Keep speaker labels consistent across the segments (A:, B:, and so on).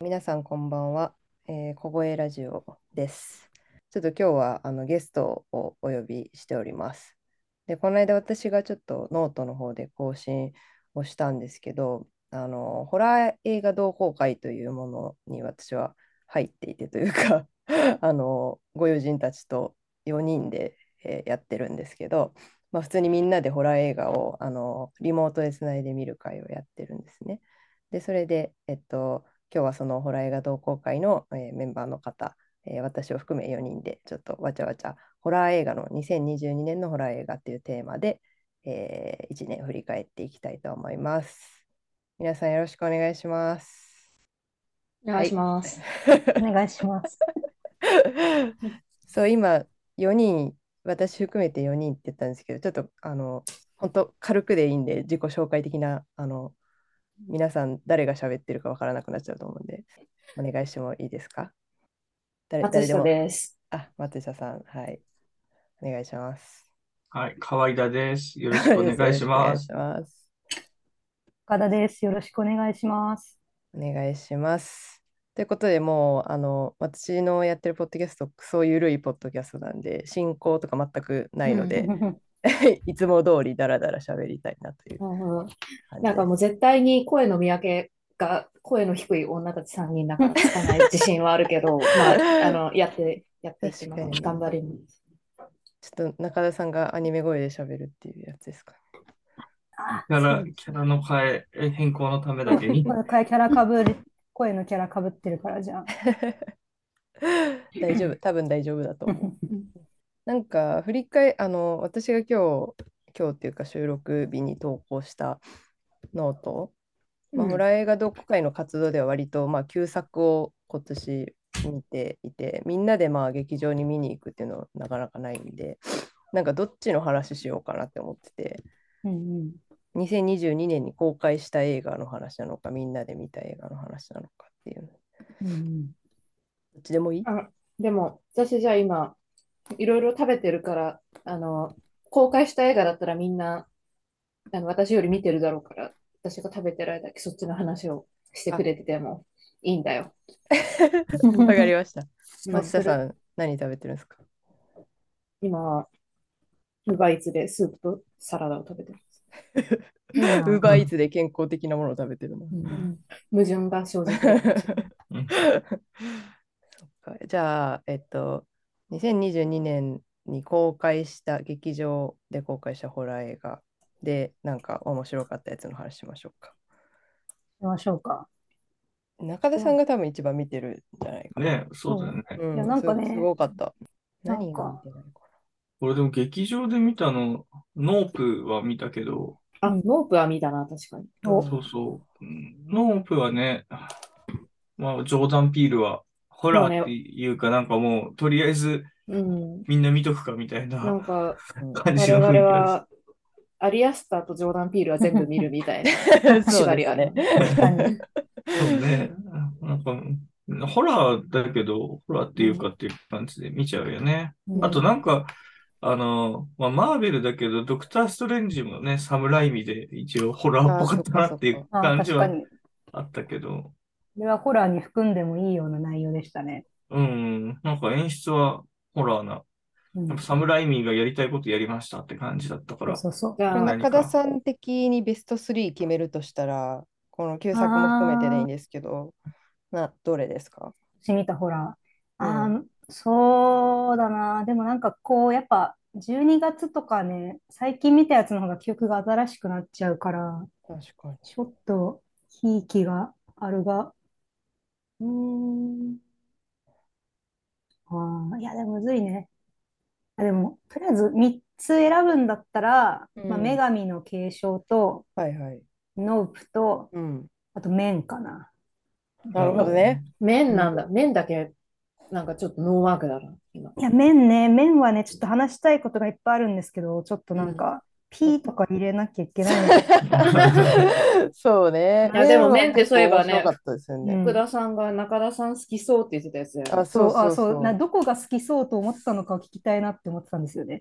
A: 皆さんこんばんは、えー、小声ラジオです。ちょっと今日はあのゲストをお呼びしております。で、この間私がちょっとノートの方で更新をしたんですけど、あのホラー映画同好会というものに私は入っていてというか あのご友人たちと4人で、えーやってるんですけど、まあ、普通にみんなでホラー映画をあのリモートでつないで見る会をやってるんですね。で、それで、えっと、今日はそのホラー映画同好会の、えーメンバーの方、えー私を含め4人でちょっとわちゃわちゃホラー映画の2022年のホラー映画っていうテーマで、え1年振り返っていきたいと思います。皆さんよろしくお願いします。
B: お願いし ます。
C: お願いします。
A: そう今4人私含めて4人って言ったんですけどちょっとあの本当軽くでいいんで自己紹介的なあの皆さん誰が喋ってるかわからなくなっちゃうと思うんでお願いしてもいいですか誰
B: 松
A: 誰で
B: 下
A: も
B: です。
A: あ松下さんはいお願いします
D: はい、河井田です。よろ しくお願いし
A: よ
D: ます。
A: ろしくお願いします
C: 岡田です。よろしくお願いします。
A: お願いします。ということでもうあの私のやってるポッドキャストクソゆるいポッドキャストなんで進行とか全くないの で、いつも通りダラダラ喋りたいなという
B: なるほど
A: 感じ
B: なんかもう絶対に声の見分けが、声の低い女たち3人なんかつか ない自信はあるけど、まあ、あの、やって、やっていきま
A: 確か
B: す。
A: に
B: 頑張ります。
A: ですちょっと中田さんがアニメ声で喋るっていうやつですか。
D: キャラ、キャラの変え、変更のためだけ に。
C: これキャラかぶる、声のキャラかぶってるからじゃん。
A: 大丈夫、多分大丈夫だと思う。なんか振り返あの私が今日今日っていうか収録日に投稿したノート、まあ
B: うん
A: ホラー映画読会の活動では割と、まあ、旧作を今年見ていてみんなでまあ劇場に見に行くっていうのはなかなかないんでなんかどっちの話しようかなって思ってて
C: うんうん
A: 2022年に公開した映画の話なのかみんなで見た映画の話なのかっていう
C: うん
A: どっちでもいい
B: あでも、私じゃあ今、いろいろ食べてるから、あの、公開した映画だったらみんな、あの、私より見てるだろうから、私が食べてる間、そっちの話をしてくれててもいいんだよ。
C: うん
A: わかりました。
B: まあ
A: 松下さん何食べてるんですか
B: 今、ウーバーイーツでスープとサラダを食べてます。
A: ウ
C: や
A: ーバーイーツで健康的なものを食べてるの。
B: 矛盾が生じてる。
A: そっかじゃあ、えっと、2022年に公開した、劇場で公開したホラー映画で、なんか面白かったやつの話しましょうか。
C: りましょうか。
A: 中田さんが多分一番見てるんじゃないかな。
D: ね、そうだよね。
A: うん
C: いやなんかね
A: すすごかった。何が
C: なん
A: 見
C: か
A: てないか
D: 俺でも劇場で見たの、ノープは見たけど、
B: あ、ノープは見たな、確かに。
A: な
C: お
D: そうそう。うんノープはね、まあ、ジョーダン・ピールは、ホラーっていうか、なんかもう、とりあえず
B: うん。
D: みんな見とくかみたいな
B: なんか、
A: うん
D: 感
B: 我
D: じの雰囲気
B: 々
D: だ
B: は、アリアスターとジョーダン・ピールは全部見るみたいな
A: そう
B: 縛
A: で
B: り
A: す
B: が
A: ね
B: ね。。
C: 確かに。
D: しそうね。なんか、ホラーだけど、ホラーっていうかっていう感じで見ちゃうよね。あとなんか、あの、まあ、マーベルだけど、ドクター・ストレンジもね、サムライミで一応ホラーっぽかったなっていう
C: あ
D: 感じ
C: 確か
D: は
C: に。こ
D: あったけど、
C: れはホラーに含んでもいいような内容でしたね。
D: うん、なんか演出はホラーな、
C: うん
D: やっぱサムライミがやりたいことやりましたって感じだったから、
C: そうそう
B: じ。ゃ
A: これ
B: あ、
D: な
A: 中田さん的にベスト3決めるとしたら、この旧作も含めてでいいんですけど、などれですか
C: 私見たホラー。あ
A: う
C: ーそうだな。でもなんかこう、やっぱ12月とかね、最近見たやつの方が記憶が新しくなっちゃうから、
A: 確かに。
C: ちょっとひいきがあるが、うーん。ああ、いや、でもむずいね。あ、でも、とりあえず3つ選ぶんだったら、
A: うん
C: まあ、女神の継承と、
A: はいはい。
C: ノープと、
A: うん。
C: あと、面かな。
A: なるほどね。
B: 麺なんだ。麺だけ、なんかちょっとノーマークだな、今。
C: いや、面ね、面はね、ちょっと話したいことがいっぱいあるんですけど、ちょっとなんか、P とか入れなきゃいけないのか
A: そうね。
B: いやでも麺ってそういえばね
A: 面白かったですよね。
C: うん
B: 福田さんが中田さん好きそうって言ってたやつだよね。
A: あ、 そう
C: あ、
A: そうそう。
C: な、どこが好きそうと思ってたのかを聞きたいなって思ってたんですよね。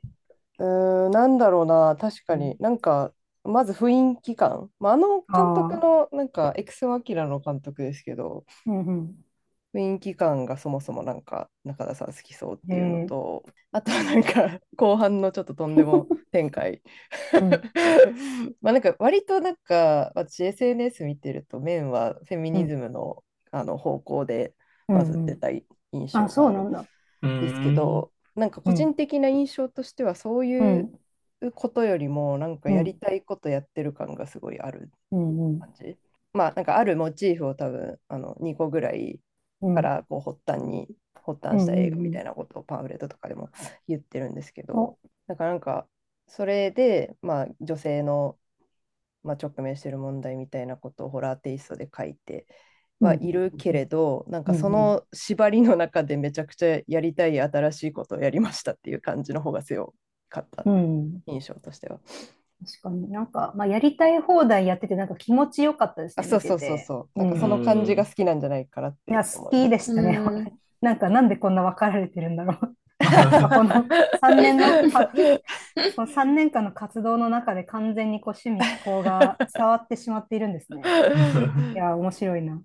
A: うーん、なんだろうな、確かに。なんか、まず雰囲気感。まあ、あの監督の、なんか、エクスマキラの監督ですけど、
C: うんうん。
A: 雰囲気感がそもそもなんか中田さん好きそうっていうのと、あとはなんか後半のちょっととんでも展開。 まあなんか割となんか私 SNS 見てると面はフェミニズムの、あの方向でバズってた印象
C: あ、そ
A: が
C: うな
A: ある
C: んだ。
D: うん
A: ですけ、ど、なんか個人的な印象としてはそういううんうことよりもなんかやりたいことやってる感がすごいある
B: うん。うん
A: 感じ。まあなんかあるモチーフを多分あの2個ぐらいからこう発端に発端した映画みたいなことをパンフレットとかでも言ってるんですけど
C: お、
A: だからなんかそれで、まあ、女性の、まあ、直面してる問題みたいなことをホラーテイストで書いてはいるけれど、なんかその縛りの中でめちゃくちゃやりたい新しいことをやりましたっていう感じの方が強かった
C: うん。
A: 印象としては。
C: 確かになんか、まあ、やりたい放題やってて、なんか気持ちよかったです
A: あ
C: ね。
A: そうそう
C: 見て
A: そう
C: て
A: そう。なんかその感じが好きなんじゃないかなって
C: いや、好きでしたね。
B: うん
C: なんか、なんでこんな分かられてるんだろう。なんかこの3年のか、この3年間の活動の中で完全にこう趣味、嗜好が伝わってしまっているんですね。 いや、面白いな。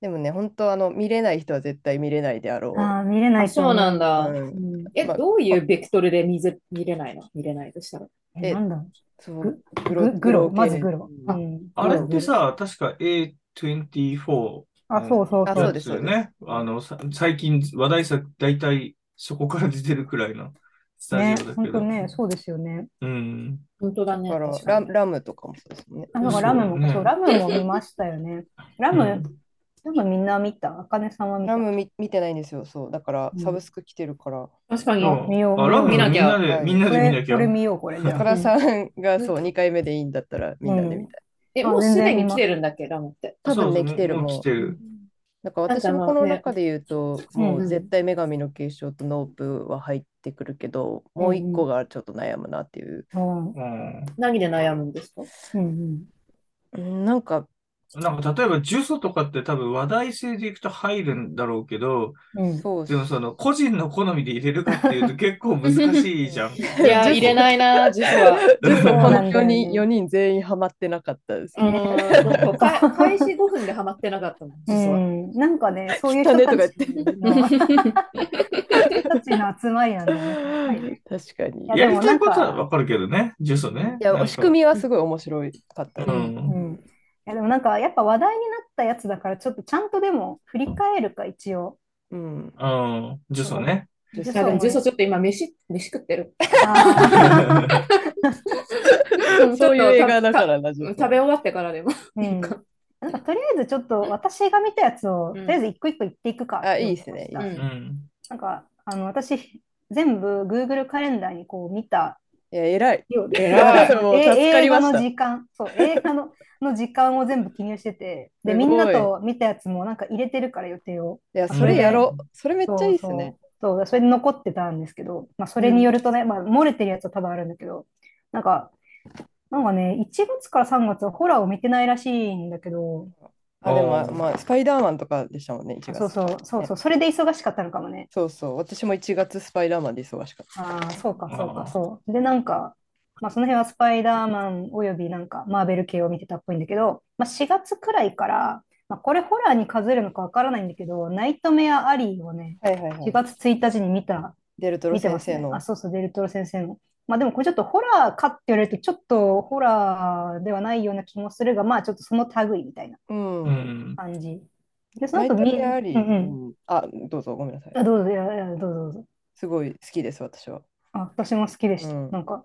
A: でもね、本当あの見れない人は絶対見れないであろう。
C: ああ、見れな
B: あ、
C: いと
B: そうなんだ。
A: うん
B: うんえ、
A: まあ
B: どういうベクトルで見ず、見れないの見れないとしたら。
C: えなんだろう
A: そうグ
C: ググロ、まず
A: 系
C: グロ。
B: う
C: うん
D: あれってさ、確か A24
C: あ、そうそう
A: あ
C: そ
A: そう
C: う。
A: です
D: よね。あの、さ最近話題作、大体そこから出てるくらいのスタ
C: ね
D: ジオだ、け
C: 本
D: ど。
C: 当ね、そうですよね。
D: うん。
B: 本当だ
A: だ
B: ね。
A: から
B: 確か
A: ラ
B: に
A: ラムとかもそうですもんね。
C: あ、なんかラムも、
D: そうね
C: そう、ラムも見ましたよね。ラム、
D: うん
C: ラムみんな見た。あかねさんは見た。
A: ラム見見てないんですよ。そう。だから
B: うん
A: サブスク来てるから。
B: 確かに。
D: あ
C: 見よう
D: あラム
B: 見なきゃ
D: みんな
A: は
D: で、
A: い
D: みんな
C: こ
D: で見な
C: れ、
D: きゃ。
C: これ見よう、これ。じゃ
A: か
C: あ
A: らさんがそう2回目でいいんだったらみんなでみたい。
B: え、
C: あ
B: もうすで
C: 全然
B: に
C: 見
B: 来
C: ます
B: てるんだっけ、ラムって。
A: 多分ね、
D: そうそう
A: 来てる
D: もう
A: も
D: 来てる。
A: だから私もこの中で言うと、
C: うん
A: もう絶対女神の継承とノープは入ってくるけど、もう一個がちょっと悩むなっていう。
C: うん
D: うん。
B: 何で悩むんですか
C: うん
A: うんなんか、
D: なんか例えば、ジュソとかって多分話題性でいくと入るんだろうけど、
C: うん。
A: そう
D: でもその、個人の好みで入れるかっていうと結構難しいじゃん。い
B: いや、入れないな、実は。
A: ちょっとこ
C: そう
A: の
C: なんだよ
A: 4
C: ね
A: 人4人全員ハマってなかったです
B: う。ん、か開始5分でハマってなかったもん、
C: う
B: 実は。
C: ん、なんかね、そういう
A: 汚
C: 人
A: ねと
C: た
A: か言っ
C: ち
A: て。
C: の、たちの集まりなのね。
A: 確かに。
C: い
D: やり
C: やでも
D: た
C: ないんか
D: ことはわかるけどね、ジュソね。
A: いや、仕組
D: み。
A: みはすごい面白かった
D: う。
A: です。
C: うんん。いや、でもなんか、やっぱ話題になったやつだから、ちょっとちゃんとでも振り返るか、一応。
A: うん。
D: うん。ジュソね。
A: ジ
C: ジ
A: ュ
B: い
C: ュ
B: や、でも
A: ソ
B: ジュソちょっと今飯、飯食ってる。
C: あ
A: そういう映画だからな、ジ
B: 食
A: ュ
B: べ終わってからでも。
C: ー うんなんか、とりあえずちょっと、私が見たやつを、とりあえず一個一個言っていくか。
A: あいいですね
B: う
A: いい
D: うんん。
C: なんか、あの、私、全部 Google カレンダーにこう見た
A: いや、偉い。
C: よう で、
A: 偉い。もう
C: え
A: 助かり
C: 映画
A: まし
C: の
A: た。
C: 時間、そう、映画の、の時間を全部記入してて、で、
A: すご
C: み
A: い
C: んなと見たやつもなんか入れてるから予定を。
A: いや、それやろう。それめっちゃいいです
C: そう
A: ね。
C: そう。そう、それで残ってたんですけど、まあ、それによるとね、まあ、漏れてるやつは多分あるんだけど、なんか、なんかね、1月から3月はホラーを見てないらしいんだけど、
A: あ、でも
D: う、ん
A: まあ、スパイダーマンとかでしたもんね、1月。
C: そうそう、そうそう、それで忙しかったのかもね。
A: そうそう。私も1月スパイダーマンで忙しかっ
C: ああ、そうか、そう
D: あ
C: か、
D: ー
C: そう。で、なんか、まあ、その辺はスパイダーマンおよびなんか、マーベル系を見てたっぽいんだけど、まあ、4月くらいから、まあ、これホラーに数えるのかわからないんだけど、ナイトメアアリーをね、
A: た。はいはいは
C: 4
A: い。
C: 月1日に見た、
A: デルトロ
C: 見てま
A: 先
C: すね
A: 生の
C: あ、。そうそう、デルトロ先生の。まあ、でもこれちょっとホラーかって言われると、ちょっとホラーではないような気もするが、まあ、ちょっとその類みたいな
A: うん。
D: うん。
C: 感じ。で、そ
A: ナ
C: の
A: イ
C: 後
A: ト
C: み、
A: メアリー
C: うんうん。
A: うんあ、どうぞ、ごめんなさい。
C: あ、どうぞ、いやいや、どうぞどうぞ。
A: すごい好きです、私は。
C: あ、私も好きでした。
A: うん
C: なんか、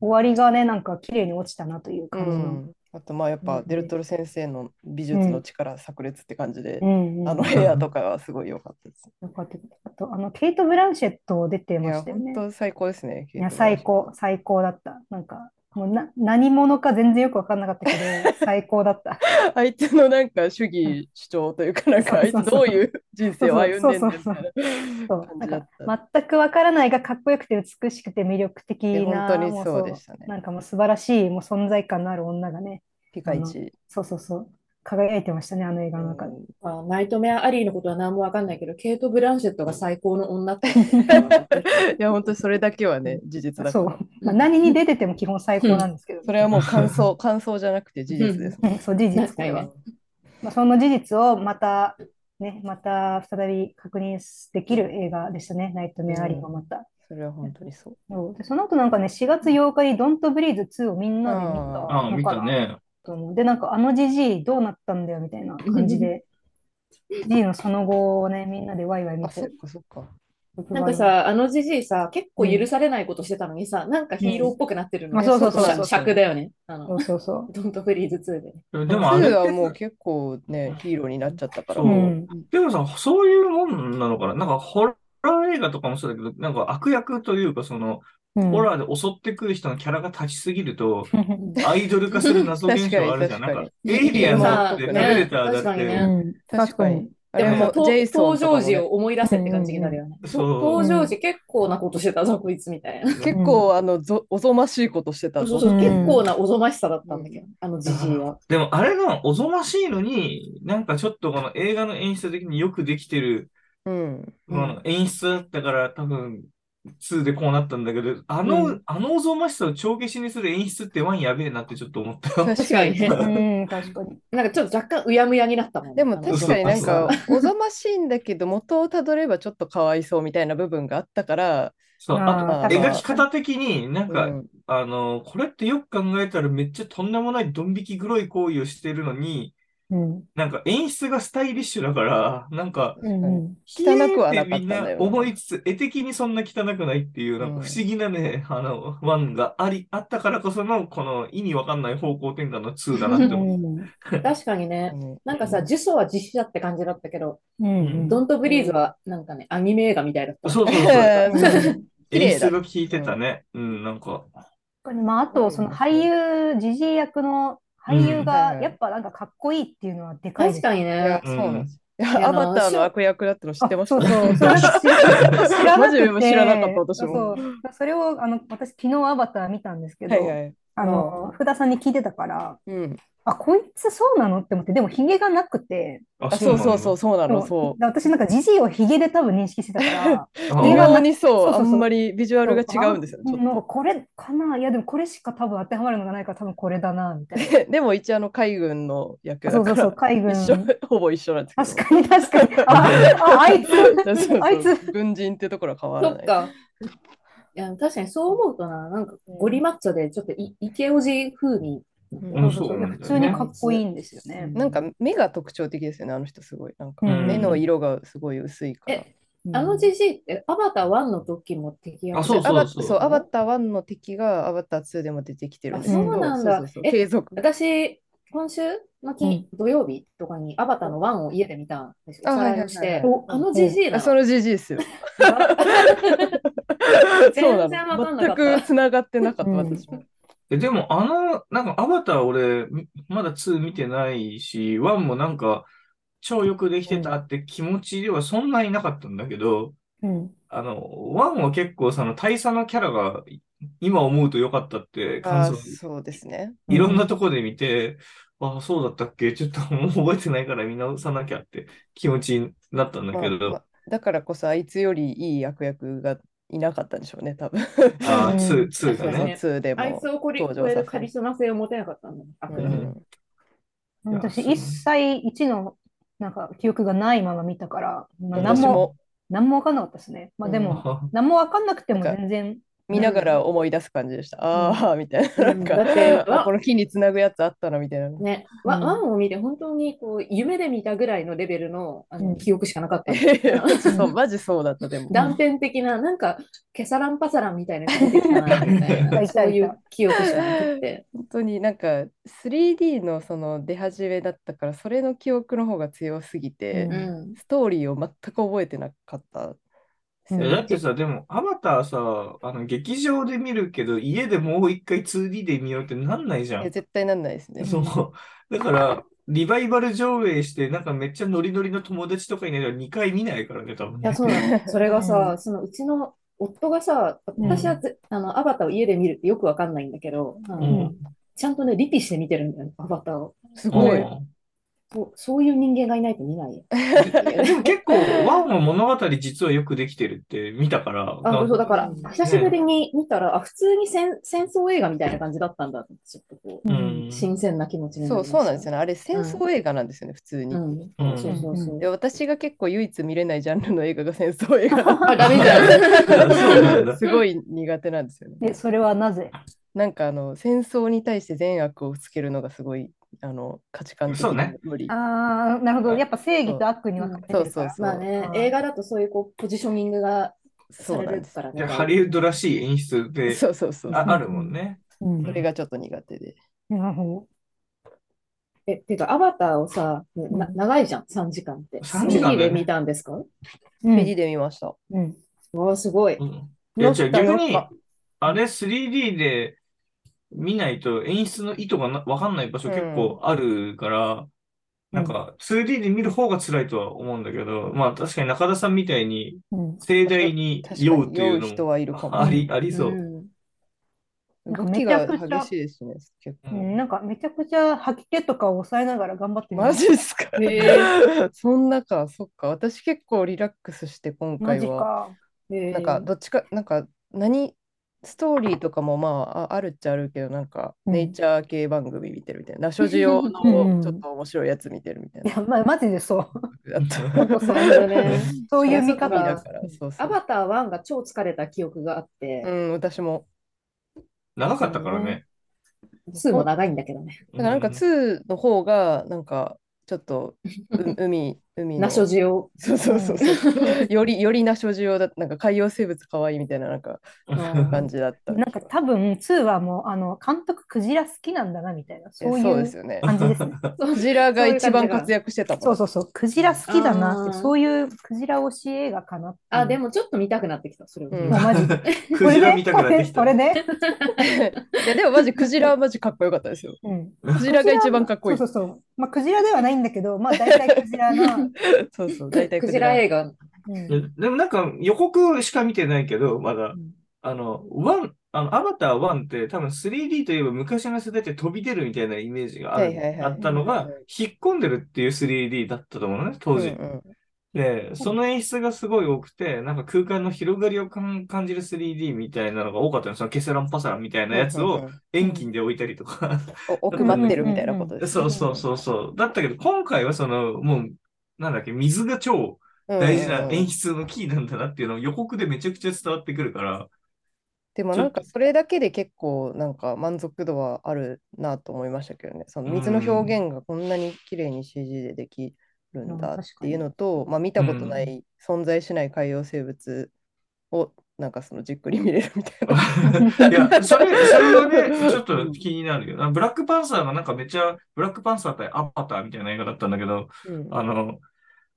C: 終わりがね、なんか綺麗に落ちたなという
A: う
C: 感じの。
A: ん。あと、まあ、やっぱ、デルトロ先生の美術の力炸裂って感じで
C: う、んうん。
A: あの部屋とかはすごい良かったです。
C: よかったあと、あの、ケイト・ブランシェット出て
A: い
C: ま
A: や、
C: したよね。
A: 本当最高ですね。
C: いや、最高、最高だった。なんか、もうな、何者か全然よくわかんなかったけ ど、最高だった。
A: 相手のなんか主義主張というか、なんか、あ
C: そう
A: い
C: そう
A: つ
C: そう
A: どういう人生を歩んでんねんみ
C: そうそう
A: たい
C: そ
A: うな
C: そう、
A: 感
C: な
A: じだ
C: ん
A: っ
C: か、
A: た。
C: 全くわからないが、かっこよくて美しくて魅力的
A: いや
C: な、
A: 本当に
C: もう
A: そうでしたね
C: なんかもう素晴らしい、もう存在感のある女がね、
A: ピカイチ。
C: そうそうそう、輝いてましたね、あの映画の中で。
B: あナイトメアアリーのことは何もわかんないけど、ケイト・ブランシェットが最高の女 ってことが分かった。
A: いや、本当にそれだけはね、事実だか
C: そ
A: ら。
C: う、まあ、何に出てても基本最高なんですけど、
A: それはもう感想、感想じゃなくて事実です。
C: うんそう、事実、
B: 確かにね
C: まあ、その事実をまたね、また再び確認できる映画でしたね、ナイトメアアリーはまた。
A: それは本当にそう。
C: そうでその後なんかね、4月8日にドントブリーズ2をみんなで見た
A: あ
D: ああ、
C: の
D: 見
C: か
D: た
C: な
D: ね。
C: と思う。で、なんかあのじじいどうなったんだよみたいな感じで、じいのその後をね、みんなでワイワイ見。
A: あ、そってかそっか。
B: なんか、さ、あのじじいさ、結構許されないことしてたのにさ、なんかヒーローっぽくなってるの
C: うんあそうそうそう
B: ちょっと尺だよね。あ
C: そ
B: の、
C: うそうそ。
B: ドントフリーズ2でね。
D: で
A: で
D: もあれ
A: 2
D: っ
A: は
D: て
A: もう結構ね、ヒーローになっちゃったから。
D: そう
C: う
A: うん
C: ん。
D: でもさ、そういうもんなのかななんか、ホラー映画とかもそうだけど、なんか悪役というか、その、
C: うん
D: ホラーで襲ってくる人のキャラが立ちすぎると、
C: うん
D: アイドル化する謎現象あるじゃ
A: 確
D: ん。なん
A: かに
D: か、エイリアンだって、
A: ね
D: プレデターだっ
B: 確かに
D: て
B: ね、
A: 確かに。。あ
D: で
A: れ
D: も
A: も
B: と
A: ジェイソン
B: 登
A: とかも
B: 場
A: ね
B: 時を思い出せって感じになるよね。
D: そう
B: 登場時結構なことしてたぞ、こいつみたいな。
A: 結構あのぞおぞましいことしてた
B: そう
A: ぞ。
B: そう
C: うん
B: 結構なおぞましさだったんだけど、あのじじいは。
D: でも、あれのおぞましいのに、なんかちょっとこの映画の演出的によくできてる、
A: うん。
D: この演出だったから、多分、2でこうなったんだけど、あの、
B: う
D: あのおぞましさを帳消しにする演出ってワンやべえなってちょっと思ったよ。
A: 確かにね。
C: うん、確かに。
B: なんかちょっと若干うやむやになったもんね。
A: でも
B: あの
A: 確かになんかおぞましいんだけど元をたどればちょっとかわいそうみたいな部分があったから、
D: そう、あ
A: あ
D: と、
A: ー
D: 描き方的になん
A: う
D: か、
A: ん、
D: あの、これってよく考えたらめっちゃとんでもないドン引き黒い行為をしてるのに、
C: うん。
D: なんか演出がスタイリッシュだから、なんか、
C: うんうん
A: 汚くはなかったんだ
D: ひえーてみん
A: よ
D: な思
A: ね。
D: いつつ、絵的にそんな汚くないっていう、な
A: う
D: ん
A: ん
D: か不思議なね、あの、ワンがあり、あったからこその、この意味わかんない方向転換の2だなって思う。
B: 確かにね、
A: うん
B: なんかさ、呪詛は実写って感じだったけど、
C: うん。
B: ドントブリーズはなんかね、アニメ映画みたいだった。
D: そう そうそう。
A: 綺
D: 演
A: 麗だ
D: 出が効いてたね。うん、なんか、
C: まあ、あと、その俳優、じじい役の俳優が、やっぱなんかかっこいいっていうのはでかいです
B: 確。かに
A: い
B: ね
A: や、。そうなんです。いやアバターの悪役だっての知ってました
C: あ そうそう。それ知らな
A: マ
C: く
A: ジで
C: て
A: 知らなかった私も
C: そう。それを、あの、私、昨日アバター見たんですけど、
A: はいはい。
C: あの、福田さんに聞いてたから、
A: うん。
C: あ、こいつそうなのって思って、でも、ヒゲがなくて、
D: あ、
A: あ、そう
D: なん
A: そう
D: だ
A: そう、そうなの、
C: そ
A: そう
C: 私なんか、ジジイをヒゲで多分認識してたから、
D: あ
A: う。
C: 映
A: 微
C: 画の
A: 妙にそう、
C: そ
A: あ
C: うそうそうん
A: まりビジュアルが違うんですよね。ち
C: なん
A: ょ
C: か
A: っ
C: これかないや、でもこれしか多分当てはまるのがないから、多分これだな、みたいな。
A: とでも一応あの海軍の役だ
C: そう
A: か
C: そうそう、
A: ら
C: 海軍。
A: 一緒、 ほぼ一緒なんですけど。
C: 確かに確 かに。あ、ああいつ。
A: そうそうそう
C: あいつ。
A: 軍人ってところは変わ
B: そ
A: ら
B: っ
A: ない。
B: か。いや、確かにそう思うとな、なんかゴリマッチョで、ちょっといイケオジ風に。
A: うん
D: うんそうなんだよね
C: 普通にかっこいいんですよね。
A: なんか目が特徴的ですよね、あの人すごい。なんか
C: うん
A: 目の色がすごい薄いから。
B: あのじじいって、アバター1の時も敵役
D: あそう
A: アバ
D: そう
A: そうアバター1の敵がアバター2でも出てきてるんですけど、
C: あそう
B: なんだ
A: そうそうそう
B: え
A: 継続。
B: 私、今週の金、土曜日とかにアバターの1を家で見たんですよ。
A: あ
B: おさらい
A: はいは
B: を
A: いはい
B: して
C: お、
B: あのじじい
A: あ
B: だ。
A: そのじじいですよ。そうなの
B: 全然わかんなか
A: 全
B: っ
A: く
B: た。
A: つながってなかった、
C: うん
A: 私も。
D: え、でも、あの、なんか、アバター俺、まだ2見てないし、1もなんか、超よくできてたって気持ちではそんなになかったんだけど、
C: うん。
D: あの、1は結構その大佐のキャラが、今思うと良かったって感
A: あ
D: 想、
A: そうですね。
D: いろんなとこで見て、ああ、そうだったっけちょっともう覚えてないから見直さなきゃって気持ちになったんだ
A: まあ
D: け
A: ま
D: ど、
A: あだからこそ、あいつよりいい悪役がいなかったんでしょうね、多分。
D: ああ、
C: うん
D: 2、2
A: そう
D: が
A: そう
D: ね。
A: 2で
B: あい
A: も
B: つ。をこり超えるカリスマ性を持てなかったんだね。悪
A: う
B: 役
A: ん
D: いや
C: 私、
D: そう
C: 一切一の、なんか、記憶がないまま見たから、まあ、何
A: 私
C: も、
A: も
C: 何もわかんなかったですね。まあ、でも、何もわかんなくても全然。
A: 見ながら思い出す感じでした。ああ、みたいな。な
B: う
A: んん
B: だって
A: か、あこの木につなぐやつあったな、みたいな。
B: ね、
C: うん
B: ワンを見て本当にこう夢で見たぐらいのレベルのあ
C: う
B: の
C: ん
B: 記憶しかな かった。
A: そう、マジそうだった、でも。
B: 断片的な、なんか、ケサランパサランみたいな感じだな、みたい
C: うん
B: な、そういう記憶しかなくて。
A: 本当になんか 3D のその出始めだったから、それの記憶の方が強すぎて
B: う、ん。
A: ストーリーを全く覚えてなかった。
C: うん
D: えだってさ、でも、アバターさ、あの、劇場で見るけど、家でもう一回 2D で見ようってなんないじゃ
A: い
D: ん
A: や。絶対なんないですね。
D: そう。だから、リバイバル上映して、なんかめっちゃノリノリの友達とかいないから2回見ないからね、多分
B: いや、
D: ね。
B: そうなの。それがさ、そのうちの夫がさ、私はぜあのアバターを家で見るってよくわかんないんだけど、あ
D: う
B: の
D: ん。
B: ちゃんとね、リピして見てるんだよね、アバターを。
A: すごい。
D: うん
B: そう、そういう人間がいないと見ないよ。
D: でも結構、ワンは物語実はよくできてるって見たから、
B: あ、そう、だから、久しぶ
D: ね
B: りに見たら、あ、普通に戦、戦争映画みたいな感じだったんだって、ちょっとこ
C: う
D: うんん
B: う、新鮮な気持ちにな
A: そう、
B: り
A: そう
B: ま
A: なんで
B: し
A: す
B: た
A: よね。あれ、戦争映画なんですよね、普通に。
B: うん、そうそうそう
A: で、私が結構唯一見れないジャンルの映画が戦争 映画 だっ
B: あ、ダメじゃん。
D: そうなん
A: た。
D: だ
A: すごい苦手なんですよね。
C: え、それはなぜ
A: なんかあの戦争に対して善悪をつけるのがすごいあの価値観的
D: そうね
A: に無理。
C: ああ、なるほど。やっぱ正義と悪に分かれて
A: そう
C: る
A: そ
C: か
A: う
C: ら。
A: そう。
B: まあね
C: う、ん
B: 映画だとそういうこうポジショニングが
A: そ
B: さ
A: う
B: れ
A: なん
B: る
A: です。
B: から
D: で
B: ね。
D: ハリウッドらしい演出で
A: そうそうそう。
D: ああるもんね。
C: うん
A: それがちょっと苦手で。
C: なるほ
B: え、てか、アバターをさ、な長いじゃん、3時間って。
D: 3時間だね
B: 3D で見たんですか
C: ど。うん
A: 右で見ました。
C: うん。
B: わあ、すごい。
D: うんい
A: ど
D: や、
A: うし
D: じゃ
A: た
D: あ逆に
A: よか、
D: あれ 3D で見ないと演出の意図がなわかんない場所結構あるから、なんか 2D で見る方が辛いとは思うんだけど、まあ確かに中田さんみたいに
C: うん。
D: 盛大に
A: 確かに
D: 酔うっていう
A: 酔
D: の
A: う人
D: も
A: はいるかも
D: あり、ありそう。
B: ん
A: 動きが激しいですね。結構
D: うん
C: なんかめちゃくちゃ吐き気とかを抑えながら頑張ってる
A: マジですか、
B: へえ
A: そんなか、そっか。私結構リラックスして今
C: マ
A: 回
C: ジ
A: は。
C: か。
B: え
A: なんかどっちか、なんか何、ストーリーとかもまあああるっちゃあるけど、なんか
C: うん
A: ネイチャー系番組見てるみたいな。ナショジオ
C: うん
A: のちょっと面白いやつ見てるみたい
C: い
A: な。
C: や、まあ、マジでそう。
A: だった
B: そう だね。
C: そういう見
A: だ
B: だ
C: 方
B: か。ら
A: から、そうそう
B: アバター1が超疲れた記憶があって
A: う、ん、私も。
D: 長かったからね。
B: 2も長いんだけどね。
A: だからなんか2の方が、なんかちょっとう海、海
B: ナ
A: の。
B: ショジオ。
A: そうそうそうそう。より、よりナショジオだ、なんか海洋生物かわいいみたいな、なんか
B: うん
A: 感じだった。
C: なんか多分、2はもう、あの、監督、クジラ好きなんだな、みたいな、そう
A: え
C: い
A: そうです
C: う
A: よね。
C: 感じですね。
A: クジラが一番
B: そういう感じが
A: 活躍してたもん。
C: そうそうそう、クジラ好きだなって、
B: あー
C: そういうクジラ推し映画かなって。
B: あ、でもちょっと見たくなってきた、それを。
A: うん
C: もうマジで。
D: クジラ見たくなってきた。
C: これで、これで
A: いやでもマジクジラはマジかっこよかったですよ。
C: うん。
A: クジラが一番かっこいい。
C: そ
A: そうう
C: そうそう。まあ、クジラではないんだけど、まあ、大体クジラな。 うん
A: そう大体ク
B: クジ
A: ジ
B: ラ
A: ラ。
B: 映画。
D: ででもなんか予告しか見てないけど、まだ、あの、ワン、あの、アバター1って多分 3D といえば昔の世代って飛び出るみたいなイメージがある
A: はいはいはい
D: あったの
A: う
D: が
A: んうん、
D: 引っ込んでるっていう 3D だったと思うのね、
A: う
D: 当
A: んう
D: 時。
A: ん
D: で、その演出がすごい多くて、なんか空間の広がりをかん感じる 3D みたいなのが多かったの。そのケセランパサランみたいなやつ
A: うんうん
D: を
A: うん
D: 遠近で置いたりとか。
A: お奥まってるみたいなことです。
D: そうそうそうそう。だったけど、今回はその、もう、なんだっけ、水が超、大事な演
A: 出。
D: 出のキーなんだなっていうのを予告でめちゃくちゃ伝わってくるから、
A: でもなんかそれだけで結構なんか満足度はあるなと思いましたけどね。その水の表現がこんなに綺麗に CG でできるんだっていうのと、まあ見たことない存在しない海洋生物をなんかそのじっくり見れるみたいな。
D: いや、それ、それはね、ちょっと気になるよ。あブラックパンサーがなんかめっちゃ、ブラックパンサー対アバターみたいな映画だったんだけど、
A: うん
D: あの、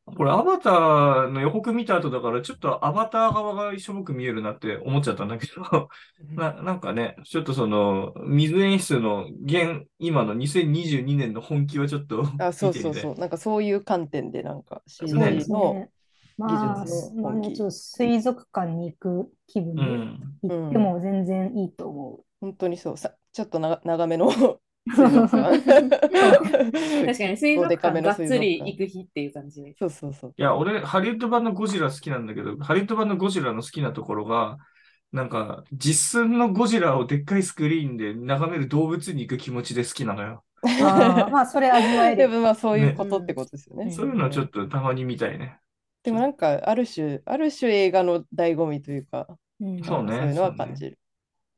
D: これアバターの予告見た後だから、ちょっとアバター側が一緒僕見えるなって思っちゃったんだけど、な、なんかね、ちょっとその、水演出の現、今の2022年の本気はちょっと
A: あ、そう
D: 見てみ
A: そう
D: たい
A: そう。なんかそういう観点でなんか
D: そう
A: CG の。。
C: まあ、
A: 技術の
C: まあ
A: 本気
C: ねちょっと水族館に行く気分
D: う
C: で
D: ん。
C: 行っても全然いいと思う。
A: 本当にそうさちょっとな長めの 水
C: そう
A: 族
C: そう
A: 館
B: 確かに、水
A: そう
B: 族
A: でか
B: 館
A: め
B: が
A: の
B: っ
A: 水
B: つ
A: 族館
B: り行く日っていう感じ。
A: そうそうそう
D: いや、俺、ハリウッド版のゴジラ好きなんだけど、ハリウッド版のゴジラの好きなところが、なんか、実寸のゴジラをでっかいスクリーンで眺める動物に行く気持ちで好きなのよ。
C: あーまあ、それ味わえ
A: で
C: る。
A: もまあそういうことってことですよね
C: ね
D: そういうのはちょ
A: っ
D: っとたまに見たいね。
A: とでもなんかある種ある種映画の醍醐味というか
C: うん
D: そうね
A: そういうのは感じる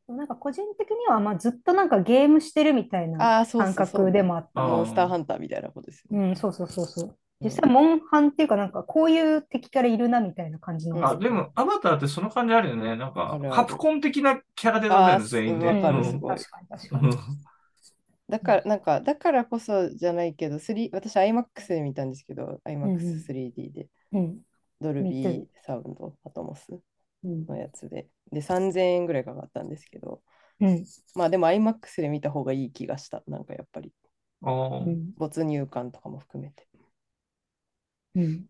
C: なんか個人的には、まあ、ずっとなんかゲームしてるみたいな
A: ああそうそ
C: 感
A: うそう
C: 覚でもあった。
D: あー
A: モンスターハンターみたいなことですよね
C: うん、そうそうそうそう。
A: うん
C: 実際、モンハンっていうか、なんかこういう敵からいるなみたいな感じの。
D: あ、でも、アバターってその感じあるよね。なん
A: あ
D: か
A: るあ、る
D: カプコン的なキャラデザだよ
A: あー
D: ね、全員
C: う
D: ね。
C: ん
A: わかるす
D: うん
A: ごい
C: 確かに確か
D: う
C: に。
D: ん
A: だからなんかだからこそじゃないけど3私 IMAX で見たんですけど
C: んうん
A: IMAX3D で
C: うん、
A: ドルビ
C: 見て
A: ーサウンドアトモス
B: うん
A: のやつでで3000円ぐらいかかったんですけど
C: うん、
A: まあでも IMAX で見た方がいい気がした。なんかやっぱり
D: あー
C: うん、
A: 没入感とかも含めて。
C: うん。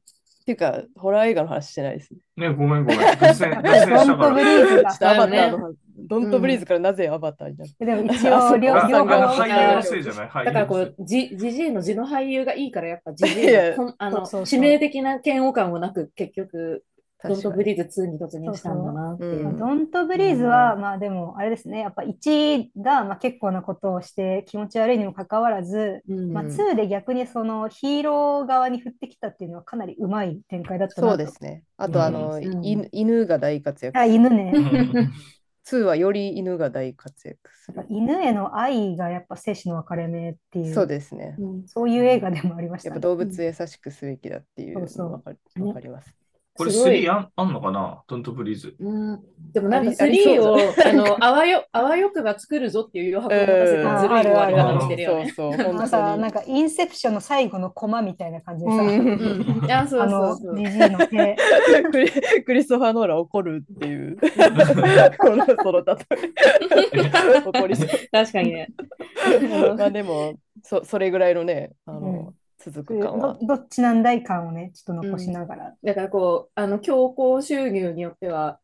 A: ていうか、ホラー映画の話してないですね。
D: ね、ごめんごめん。脱線、脱線したか
C: ドントブリ
D: ら。
C: ーズ
A: ちょ
C: が
A: っ。とアバター
B: だよ
A: の
B: ね
A: 話、ドントブリーズからなぜアバターになっ
C: でも 一応、両
D: あ、あ
C: 両
D: の、
C: 方
D: 入りやすいじゃない入
B: だ
D: り
B: から
D: や
B: こ
D: す
B: う、じ、じじいの字の俳優がいいから、やっぱじじ
A: い
B: い
A: や
B: のこん、あの、
C: そうそうそう
B: 致命的な嫌悪感もなく、結局、
A: た。
B: ドントブ
A: リ
B: リーズ2に突入したんだなっていう。
A: そうそ
C: ドントブリーズは、まあでも、あれですね、やっぱ1がまあ結構なことをして気持ち悪いにもかかわらず、
B: うん
C: まあ、
A: うん
C: 2で逆にそのヒーロー側に振ってきたっていうのはかなりうまい展開だったな
A: そう
C: と
A: ですね。あと、あの、
B: うん
A: い犬が大活躍。
C: あ、犬ね。
D: い。うん
A: 2はより犬が大活躍す
C: や
A: る
C: っぱ。犬への愛がやっぱ生死の分かれ目っていう、
A: そうですね。
B: うん
C: そういう映画でもありまし
A: やったぱ
C: ね。
A: 動物優しくすべきだっていう
C: そうそう
A: のがわかるわかります。
D: これ
B: すごい
D: 3あんあんのかなドントブリー ズ。
B: うん、でもなんか
A: ありあり
B: 3
A: そ
B: を
A: う
B: あのあわよあわよくば作るぞっていう余白を持たせ
A: うん
B: たずるい終わり
D: あ
B: 方
D: るある
B: してるよね。
A: そうそう、
C: あの
A: 本
C: さ、
A: 当
C: なん
A: に。
C: かインセプションの最後のコマみたいな感じでさ、
A: うん
B: うん、あそう
C: あ
B: そう
C: の
B: そう。
C: ジジイの手、
A: クリクリストファー・ノーラン怒るっていう、このその例え。怒りそう。
B: 確かにね。
A: まあでもそ、それぐらいのね、あの、続く感は
C: ど。どっちなんだい感をね、ちょっと残しながら。
B: だからこう、あの強行収入によっては、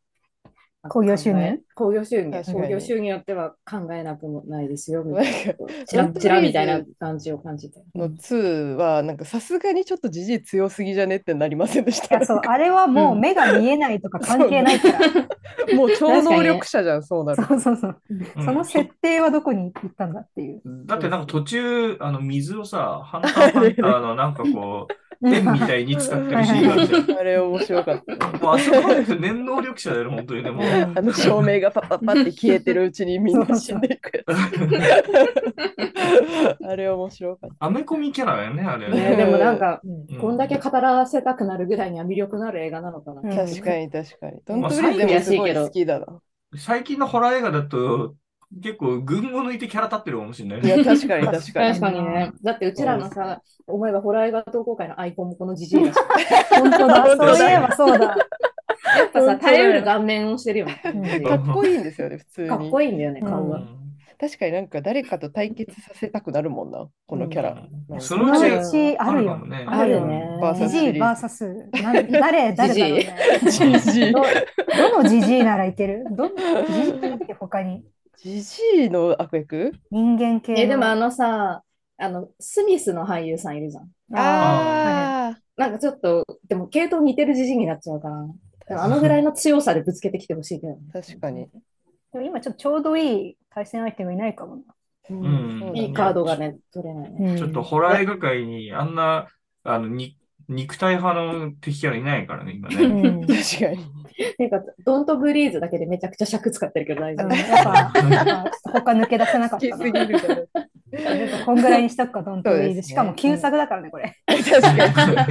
C: 興行収入
B: 考え興行収入、
A: 確か
B: 興
A: に
B: 行収入によっては考えなくもないですよ、み
A: なん
B: たい
A: か
B: な。チラチラみたいな
A: とり
B: 感じを感じて。
A: の2は、なんかさすがにちょっとじじい強すぎじゃねってなりませんでし
C: い
A: た
C: や、。そう、あれはもう目が見えないとか関係ないから。
A: もう超能力者じゃん、そうなると。
C: そうそうそう。
D: うん
C: その設定はどこに行ったんだっていう。
D: だってなんか途中、あの水をさ、ハン ターハンターのなんかこう、ペンみたいに使ってるシーンがあるじゃん。
A: あれ面白かった。
D: もうあそこって念能力者だよ、本当 にでも。
A: あの照明がパッパッパって消えてるうちにみんな死んでいくやつ。あれ面白かっ
D: アメコミキャラだよね、あれ
B: ね、
D: ね。
B: でもなんか、
D: うん
B: こんだけ語らせたくなるぐらいには魅力のある映画なのかな。
C: うん
A: た。確かに確かに。ドン
D: まあ
A: トブリーズでもすごい好きだな。
D: 最近のホラー映画だと、結構群を抜いてキャラ立ってるかもしれない
A: い
D: ね。
A: や、確かに確か
B: 確
A: に。
B: かにね。だってうちらのさ、思えばホラー映画投稿会のアイコンもこのじじい だし、
C: 本当だ、
A: 本当だ
C: そういえばそうだ。
B: やっぱ
A: 本当
B: さ、
A: だよ
B: 耐えうる顔面をしてるよね。
C: うん
A: かっこいいんですよね、普通
B: かっ
A: に
B: こ。いいんだよね、
C: うん
B: 顔
D: う
B: が。
D: ん
A: 確かになんか誰かと対決させたくなるもんな、このキャラ。
D: うんそ
C: そ
D: の
C: の
D: う
C: う
D: ち、
C: ち
D: あ
C: ある
D: る
C: よ
D: かもね。
B: あるよね。
A: バーサ
C: ジ
A: ス
C: ジイ VS、な誰、誰だろ
B: ジ
C: う
B: ジイ
C: ね。
A: じじ い。
C: どのジジイならいけるどのジジイだっけ他に。
A: じじいの悪役
C: 人間系
B: え、で
C: の
B: もあのさ、あの、スミスの俳優さんいるじゃん。
C: あ
A: あ
B: なんかちょっと、でも系統似てるじじいになっちゃうから、でもあのぐらいの強さでぶつけてきてほしいけどね。
A: あ、確かに。
C: ーはいでも今ちょっとちょうどいい対戦相手がいないかも
B: うん
D: うん
B: いいカードがね、取れないね。
C: な。
D: ちょっとホラー映画界にあんな、あの、に肉体派の敵キャラいないからね、今
C: う
D: ね。
C: んうん
A: 確かに。
B: ていうか、ドントブリーズだけでめちゃくちゃ尺使ってるけど大丈
C: う
B: 夫
C: ん。やっぱ、やっぱ他抜け出せな
A: 好
C: かった
A: き
C: な。
A: すぎるから。
C: こんぐらいにしとくか、ドント
A: そうで
C: リー
A: すね
C: ズ。しかも旧作だからね、これ。
A: 確か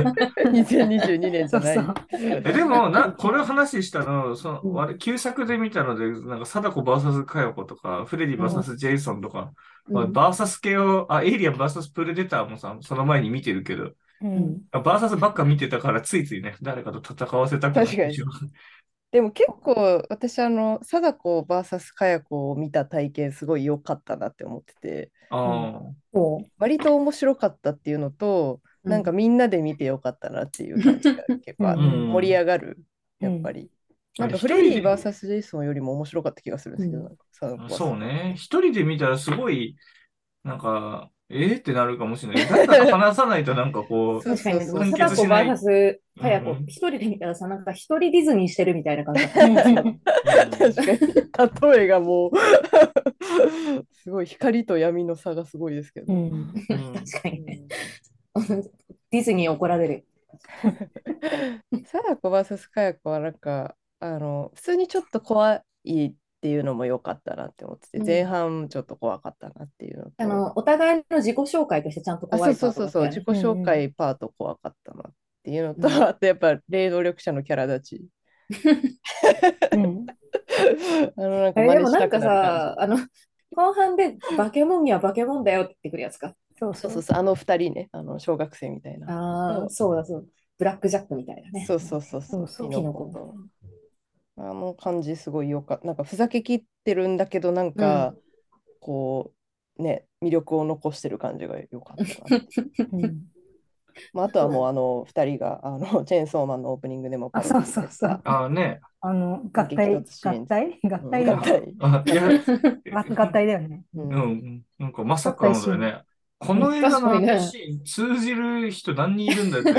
A: に。2022年じ
C: そ
A: ゃ
C: う
A: ない。
C: そう。
D: えでも、な、これ話したの、その、
B: うん
D: あれ旧作で見たので、なんか、貞子 VS 佳代子とか、フレディ VS ジェイソンとか、まあ
B: うん
D: バーサス系を、あ、エイリアン VS プレデターもさ、その前に見てるけど、
C: うん
D: あバーサスばっか見てたから、ついついね、誰かと戦わせたくなってしまう。
A: でも結構私あの貞子 VS 佳代子を見た体験すごい良かったなって思ってて
D: ああ、
B: そ
A: 割と面白かったっていうのと、
B: う。
A: なんかみんなで見て良かったなっていう感じが結構ある
D: うん
A: 盛り上がるやっぱり、なんかフレディ
D: バー
A: VS ジェイソンよりも面白かった気がするんですけど、
B: うん
A: なんか貞子 VS
D: そうね。一人で見たらすごい、なんか、えーってなるかもしれない。誰かと話さないとなんかこう、
A: そう
B: 確か
A: そうそう
B: に、
D: 完
B: 貞
D: 結
B: 子
D: しない
B: VS 早
D: う
B: 子
D: ん、
B: 一人で見たらさ、なんか一人ディズニーしてるみたいな感じ。
A: 確かに例えがもう すごい光と闇の差がすごいですけど、
C: うん
D: うんうん
B: 確かにね。ディズニー怒られる。
A: 貞子 VS 佳代子はなんかあの普通にちょっと怖いっていうのも良かったなって思ってて、
B: うん
A: 前半ちょっと怖かったなっていうのと
B: あの、お互いの自己紹介としてちゃんと
A: あ
B: 怖
A: そう
B: い
A: そうそうそう、自己紹介パート怖かったなっていうのと、
B: うん
A: あとやっぱ霊能力者のキャラ立ち
C: うん
A: あのなん
B: あ
A: か
B: れ
A: 真似
B: でも
A: し
B: な
A: た
B: ん
A: く
B: か
A: なる
B: さ、あの、後半でバケモンにはバケモンだよって言ってくるやつか。
C: そう
A: そ
C: そうう
A: そうそうあの二人ねあの小学生みたいな
B: ああ、そうだそう。ブラックジャックみたいなね。
A: そうそうそうそう
C: そうそう
A: キノコとあの感じすごいよかなんかふざけきってるんだけどなんか、 こうね魅力を残してる感じが良かったな
C: うん
A: まあ、あとはもうあの2人があのチェーンソーマンのオープニングでも
C: あ、そうそうそう。
D: ああね。
C: あの、合体、
A: 激突シーン
C: 合体合体だ
A: 合
C: よね。
A: 体
D: あ、い や、
C: 合合体だよね。
A: う
D: うんん、なんかまさかのだよね。この映画のあのシーン、通じる人何人いるんだよって。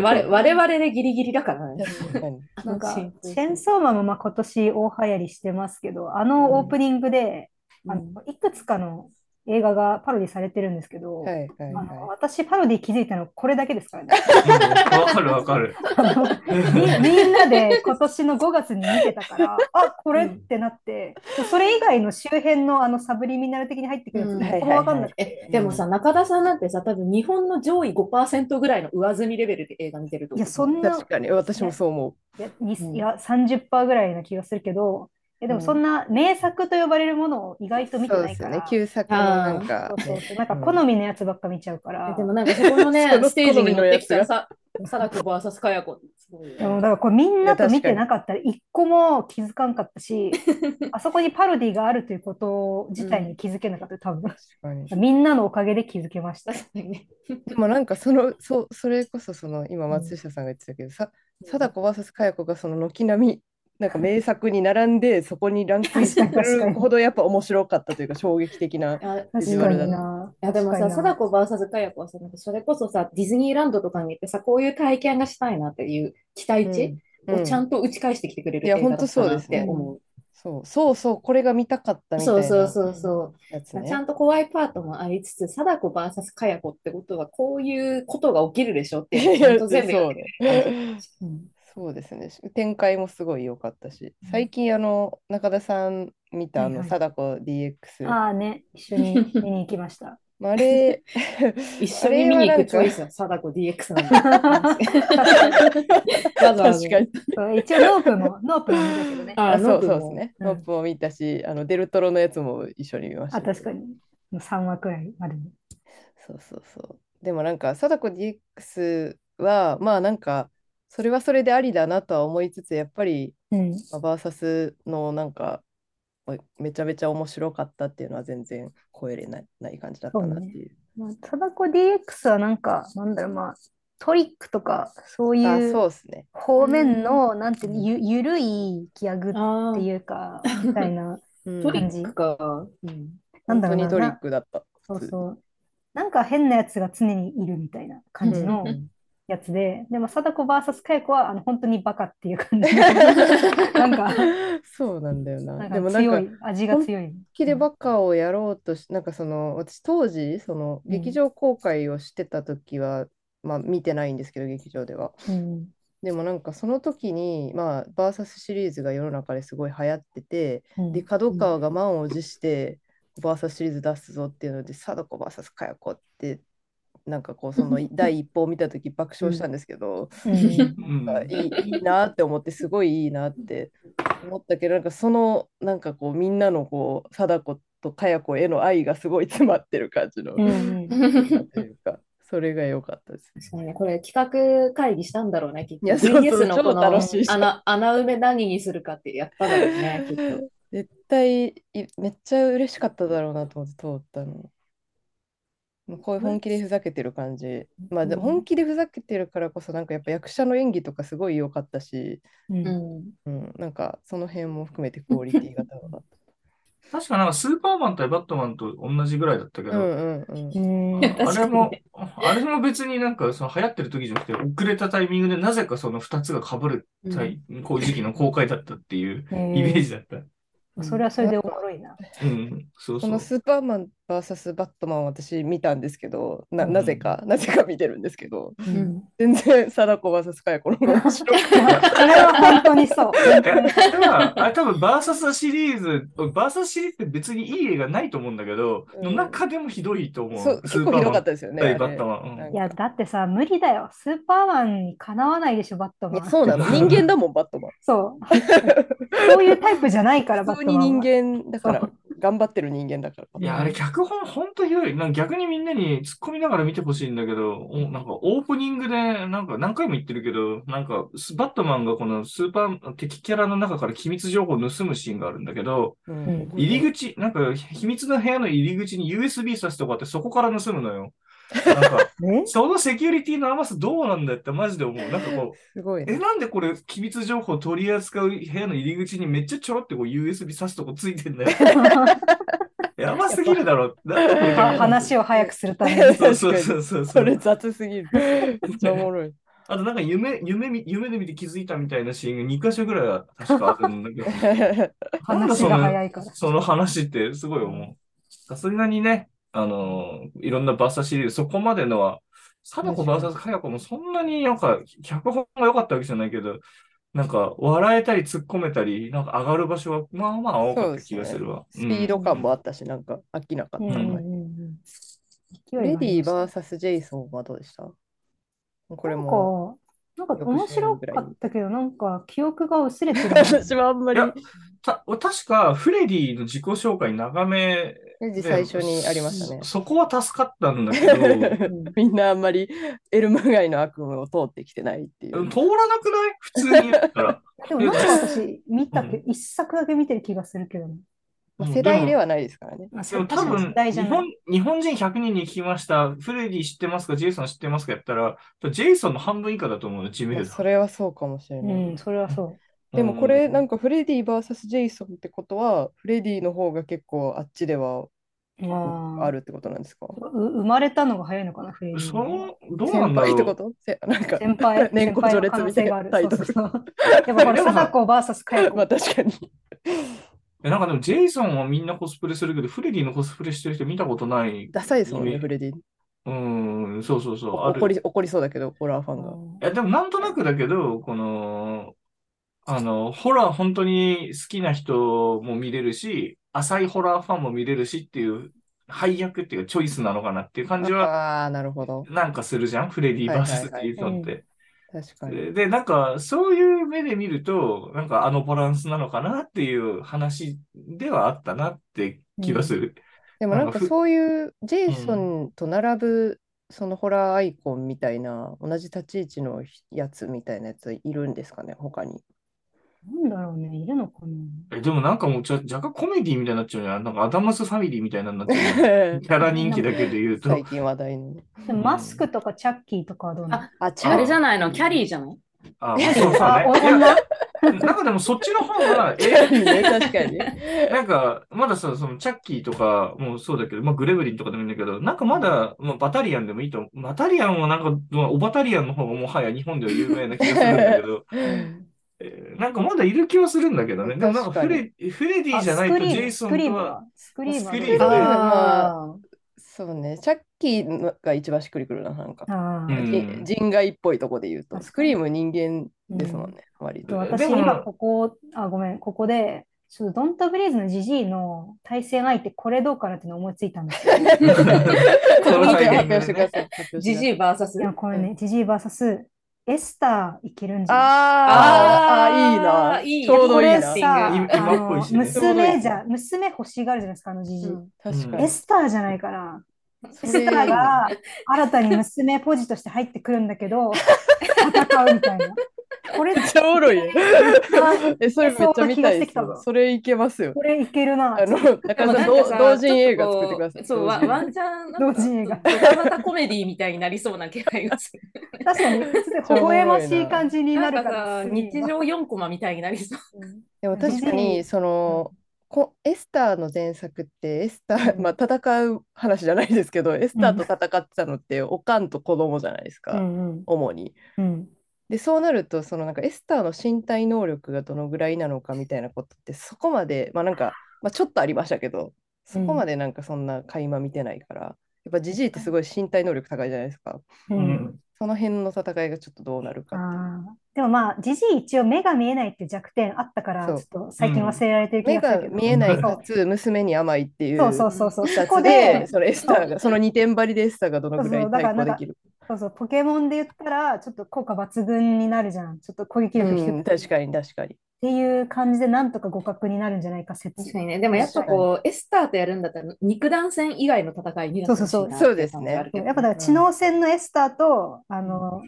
B: 我我々でギリギリだからね。
A: 確かに
C: なんか、
B: シ
C: チ
B: ンプル
C: ェーンソーマンもまあ今年大流行りしてますけど、あのオープニングで、あのいくつかの映画がパロディされてるんですけど、
A: はいはい
C: あの
A: は
C: 私パロディ気づいたのこれだけですからね。
D: うんわかるわかる。
C: あの みみんなで今年の5月に見てたから、あこれってなって、それ以外の周辺のあのサブリミナル的に入ってくるやつ、
B: うん
C: 一個も分かんなくて、
B: え、でもさ、中田さんなんてさ、多分日本の上位5%ぐらいの上積みレベルで映画見てると
C: い
B: 思う。
C: や、そん
A: い。
C: な、
A: 確かに私もそう思
C: いやに
B: うん
C: いや30%ぐらいな気がするけど、えでもそんな名作と呼ばれるものを意外と
A: う。
C: 見て
A: そう
C: な
A: で
C: い
A: す
C: か
A: よね
C: ら。。
A: 旧作のなんか
C: そうそう
A: ね
C: そうなんか好みのやつばっか見ちゃうから。
B: でもなんかそこのね
A: そ、の
B: ステージに乗ってきたら
A: 好
B: さ、サラク VS カヤコってすごいよ
C: でも
B: ね。
C: だからこれみんなと
A: いや
C: 見
A: 確か
C: て
A: に
C: なかったら一個も気づかんかったし、あそこにパロディがあるということ自体に気づけなかった、多分。
A: 確かに
C: みんなのおかげで気づけました。
B: 確かにね。
A: でもなんかそのそうそれこそその今松下さんが言ってたけど、さ貞子 VS 佳代子がその軒並みなんか名作に並んでそこにランクインす
C: 確かに確か
A: る
C: に
A: ほどやっぱ面白かったという か衝撃的な。
B: あ
A: ビジ
C: 確
A: ュア
C: か
A: ルだ
C: に
A: ね
C: な。
B: いやでもさ、
C: 確かに
B: 貞子 VS カヤコはさ、なんかそれこそさ、ディズニーランドとかに行ってさ、こういう体験がしたいなっていう期待値
A: う
B: を
A: ん
B: ちゃんと打ち返してきてくれる
A: いや
B: 映画だ
A: ほ
B: った
A: んとそう
B: な
A: で
B: っ
A: すね
B: て思う。
A: そうそうそうこれが見たかったみたい
B: そ
A: な
B: うそうそうそう。
A: やつね
B: ちゃんと怖いパートもありつつ、貞子 VS かや子ってことは、こういうことが起きるでしょっていうのをちゃんと全部やってくれる
A: そうね
B: うん
A: そうですね。し展開もすごい良かったし、最近あの中田さん見たあ
C: はい
A: の
C: はい
A: 貞子 DX、
C: ああね、一緒に見に行きました。
A: まああれ
B: 一緒に見に行くチョイスは貞子 DX なんで。わざわざ
A: 確かに。
C: そう一応ノープも、ノープも見たけどね。
B: あ
A: あ、そうそう
B: ノブも
A: ですね。
C: うん
A: ノップも見たし、あのデルトロのやつも一緒に見ました
C: あ、
A: けど。
C: 確かに。もう3話くらいまでに。
A: そうそうそう。でもなんか貞子 DX はまあなんかそれはそれでありだなとは思いつつやっぱり、
C: うん。
A: まあ、バーサスのなんかおいめちゃめちゃ面白かったっていうのは全然超えれない、ない感じだったなっていう。
C: まあ、貞子 DX はなんか、なんだろう、まあ、トリックとか、そうい
A: あ、
C: う
A: そうですね。
C: 方面の、なんていうの、ゆ、ゆるいギャグっ
B: あー
C: ていうか、みたいな、
A: うん
B: トリックか。うん
C: な
A: 本
C: んだ
A: 当
C: ろう
A: に
C: な、
A: トリッ
C: な
A: クだった。
C: そうそう。なんか変なやつが常にいるみたいな感じの
A: うん
C: やつで、でも、貞子 VS 佳代子は、あの、本当にバカっていう 感じ。なんか、
A: そうなんだよな。
C: なん
A: でもな
C: か
A: ん
C: 強
A: か
C: い、味が強い。
A: 本気でバカをやろうとし、なんかその私当時その
C: うん
A: 劇場公開をしてた時は、まあ見てないんですけど劇場では。
C: うん。
A: でもなんかその時にまあバーサスシリーズが世の中ですごい流行ってて、
C: うん
A: で角川が満を持してバーサスシリーズ出すぞっていうので貞子バーサス佳代子ってなんかこうそ の第一報を見た時爆笑したんですけど、
C: うん
D: うん
A: なんかいい いいなって思ってすごいいいなって思ったけどなんかそのなんかこうみんなのこう貞子と佳代子への愛がすごい詰まってる感じの、
C: うんうん
B: 確
A: というかそれが良かったです。
B: かにね、これ企画会議したんだろうね、きっと。
A: いやそうそう
B: VS のこ
A: 超楽
B: の
A: しいし
B: 穴、穴埋め何にするかってやっただろうね、きっと。
A: 絶対いめっちゃ嬉しかっただろうなと思って通ったの。もうこういう本気でふざけてる感じ。まあ、で
B: うん
A: 本気でふざけてるからこそなんかやっぱ役者の演技とかすごい良かったし、
C: うん
B: うん
A: うん、なんかその辺も含めてクオリティが高かっ
D: 確かなんかスーパーマン対バットマンと同じぐらいだったけ
A: た。う
D: ど、
A: んうんうん。
C: う
B: い
C: ん
B: や
D: あ
B: 確か
D: れ
B: に
D: も、あれも別になんかその流行ってる時じゃなくて、遅れたタイミングでなぜかその2つが被るタイ、こういう時期の公開だったっていう
C: う
D: イ
C: ん
D: メージだった。
C: それはそれでおもろいな。
D: うん、そう
A: こ
D: そう
A: の。スーパーマン VS バットマン私見たんですけど、な
D: うん
A: なぜか、 なぜか見てるんですけど、
B: う
C: うん
B: ん
A: 全然貞子 VS 佳代子の方が面白く
C: それは本当にそう。
D: いやあれはあれ多分バーサスシリーズ、バーサスシリーズって別にいい映画ないと思うんだけど、
A: うん
D: の中でもひどいと思う。
A: そう結
D: スーパ
A: 構
D: ー
A: ひど
D: マ
A: かっ
D: ン
A: たですよね。
D: 対
A: あ
D: バッ
A: れ
D: トマン。うん
C: いや、だってさ、無理だよ。スーパーマンにかなわないでしょ、バット
A: い
C: マ
A: や
C: ン。
A: そうなの人間だもんバッ トマン。
C: そう。そういうタイプじゃないから、バ
A: 普通
C: ット
A: に
C: マン
A: 人
C: は。
A: 間だから
C: そ
A: 頑張ってる人間だから。
D: いや、あれ脚本ほんとひどい。なんか逆にみんなに突っ込みながら見てほしいんだけど、おなんかオープニングで、なんか何回も言ってるけど、なんかスバットマンがこのスーパー、敵キャラの中から機密情報を盗むシーンがあるんだけど、
A: うん
D: 入り口、なんか秘密の部屋の入り口に USB 挿すとこあってそこから盗むのよ。なんか、
C: え
D: そのセキュリティの甘さどうなんだってマジで思う。なんかこう、
A: すごい
D: え、
A: ね。
D: なんでこれ機密情報取り扱う部屋の入り口にめっちゃちょろってこう USB 挿すとこついてん だよ。やばすぎるだろ。なんでこれ
C: は話を早くするために。
D: そうそうそうそうそ。
A: そうれ雑すぎる。めっちゃおも ろい。
D: あとなんか夢、夢み、夢で見て気づいたみたいなシーンが2箇所ぐらい確かあるんだけど、なんだ
C: 話
D: そ
C: が
D: の
C: 早いから。
D: その話ってすごい思う。さすがにね、あのーいろんなバッサシリーズ、そこまでのは、貞子 VS 佳代子もそんなになんか、脚本が良かったわけじゃないけど、なんか、笑えたり突っ込めたり、なんか上がる場所は、まあまあ多かった気がするわ。
A: スピード感もあったし、なんか飽きなかった。
D: ん
A: はいレディー VS ジェイソンはどうでしたこれも。
C: も。なんか、なんか面白かったけど、なんか記憶が薄れてる。
A: 私はあんまり
D: い。やた確か、フレディの自己紹介長め
A: レディ
D: で、
A: 最初にありましたね
D: そ。 そこは助かったんだけど、
A: みんなあんまりエルマ街の悪夢を通ってきてないっていう。
D: 通らなくない普通にやったら。
C: でもなんか私、見たけど、一作だけ見てる気がするけどね。
A: まあ
D: うん
A: 世代ではないですからね。
C: まあ、
D: でも多
C: 確かに
D: 分
C: 時、代
D: 日
C: じゃない
D: 本、日本人100人に聞きました。フレディ知ってますかジェイソン知ってますかやったら、ジェイソンの半分以下だと思うの、知名
A: まあ
D: 度。
A: それはそうかもしれない。
C: うん、それはそう。
A: でもこれなん
D: か、
A: かフレディ VS ジェイソンってことはフレディの方が結構あっちではあ
C: あ
A: るってことなんですか
C: あ、う生まれたのが早いのかな、フレディ
D: そ
C: は
D: の、どう
A: 先
D: なんだ
A: 輩
D: ろ
A: ってこ
D: う。
A: とせなんか、
C: 先 輩、
A: 年
C: 先
A: 功
C: 輩
A: 序
C: の
A: 列
C: 可能
A: みた
C: 性
A: い
C: があ
A: な
C: る。
A: タ
C: そ
A: イ
C: う
A: ト
C: そう
A: ル。
C: そう。やっぱこれ、貞子 VS 佳代 子
A: まあ確かに。
D: えなんかでも、ジェイソンはみんなコスプレするけど、フレディのコスプレしてる人見たことない。
A: ダサいですもん
D: 意
A: ね、
D: 味
A: フレディ。
D: うん、そうそうそう。ある
A: 怒り怒りそうだけど、ホラーファンが。
D: いや、でもなんとなくだけど、この、あの、ホラー本当に好きな人も見れるし、浅いホラーファンも見れるしっていう、配役っていうかチョイスなのかなっていう感じは、
A: ああー、なるほど。
D: なんかするじゃんフレディ
A: はいはいはい
D: VS ジェイソンって。
A: 確かに。
D: で、でなんか、そういう目で見ると、なんかあのバランスなのかなっていう話ではあったなって気がする。
A: でもなんか
D: なんかふ
A: そういうジェイソンと並ぶそのホラーアイコンみたいな同じ立ち位置のやつみたいなやついるんですかね、他 に。
C: なんだろうね、いるのかな。
D: えでもなんかもうちょ若干コメディみたいになっちゃうじゃん。なんかアダムスファミリーみたいなのになっちゃうじゃんキャラ人気だけで言うと。
A: 最近話題のね。
C: でもマスクとかチャッキーとかはどうなの
A: あ、チ
D: あ
A: ャ
B: あ
A: ー
B: れじゃないのキャリーじゃない
D: あ、まあそうそう
C: あ、
D: ね。
C: お
D: いや
C: 女
D: なんかでもそっちの方 が、え、
A: リーね、確かに。
D: なんか、まださ、その、チャッキーとかもそうだけど、まあ、グレブリンとかでもいいんだけど、なんかまだ、まあ、バタリアンでもいいと思う。バタリアンはなんか、まあ、オバタリアンの方がもはや日本では有名な気がするんだけ ど、えーなんかまだいる気はするんだけどね。でもなんかフレ、フレディじゃないと
C: あスクリーム
D: ジェイソン
C: スクリー
D: と
C: ム
D: は、
C: はスクリーム
D: ス
C: は
D: クリーム
A: だね
B: あ
A: そうね、チャッキーのが一番しっくりくるな、なんか。
C: あ
D: う
C: ー
D: ん
A: じ人外っぽいとこで言うと、
C: 確かに
A: スクリーム人間ですもんね、割 と。
C: 私
D: でも
C: 今ここ、あ、ごめん、ここで、ちょっとドントブレイズのジジイの対戦相手、これどうかなっていうの思いついたんで すよ。
D: その
A: 発
D: 配慮
A: 表して
D: で
A: くだ
D: ね。
A: さい。発表して
B: ジ
A: ください
B: ジイ VS
C: いや、これね、ジジイ VS エスターいけるんじゃない
A: あーあ
B: あー
A: ー、いい
B: いい
A: な。ちょうどいい
C: こ
A: な
C: れ。
B: あ
C: さ、
B: ー
D: 今
C: あ
D: 今っぽい
C: の、
D: しね
C: 娘じゃ、娘欲しがるじゃないですか、あのジジイ。
A: 確か
D: うん
A: に
C: エ。スターじゃないかな。
A: そ
C: エ
A: れい
C: ス
A: い
C: タ
A: な
C: ーが新たに娘ポジとして入ってくるんだけど、戦うみたいな。これ、
A: めっちゃおもろいね。 え、それめっちゃ見たいです
C: そうな気がしてきたわ
A: よ。それいけますよ。
C: これいけるな
A: あ。の、中
B: で
A: 田
B: も
A: さ、
B: なんん
A: 同
B: かさ
A: 同人映画作ってください。
B: そう、ワ
A: 同人映画
B: ワンチャン、
C: 同人映画
B: ドタバタコメディみたいになりそうな気配がする。
C: 確かに、ちょっと微笑ましい感じに
B: な
C: なん
B: か
C: るか
B: さ
C: ら、、
B: 日常4コマみたいになりそう。
A: でも
C: ディ
A: 確
C: ズニー
A: かに、その、こエスターの前作ってエスター、
C: うん
A: まあ戦う話じゃないですけど、エスターと戦ってたのっておかんと子供じゃないですか、
C: うん
A: 主に。
C: うん。
A: でそうなるとそのなんかエスターの身体能力がどのぐらいなのかみたいなことってそこまでまあなんか、まあ、ちょっとありましたけどそこまでなんかそんな垣間見てないから、やっぱジジイってすごい身体能力高いじゃないですか
D: う
C: う。
D: んん。
A: その辺の戦いがちょっとどうなるかっていう
C: ああ。でもまあ、ジジイ一応目が見えないって弱点あったから、ち
A: そ
C: ょ
A: う
C: っと最近忘れられてる気
A: 目
C: がす
A: が
C: るけど。
A: 見えない
C: そ
A: かつ娘に甘いっていう
C: うそうそうそうそう。
A: 二
C: そ
A: つ
C: こ
A: で
C: で、
A: そのエスターがその2点張りでエスターがどのぐらい対抗できる
C: そうそう、ポケモンで言ったら、ちょっと効果抜群になるじゃん。ちょっと攻撃力低
A: う
C: く
A: ん
C: って
A: 確かに確かに
C: いう感じで、なんとか互角になるんじゃないか説。
B: 確かにね。でもやっぱこう、エスターとやるんだったら、肉弾戦以外の戦いになってほしいなってい
A: そうそうそう
B: 感じはあるけ
C: や
B: ど
C: っぱだから知能戦のエスターと、あの、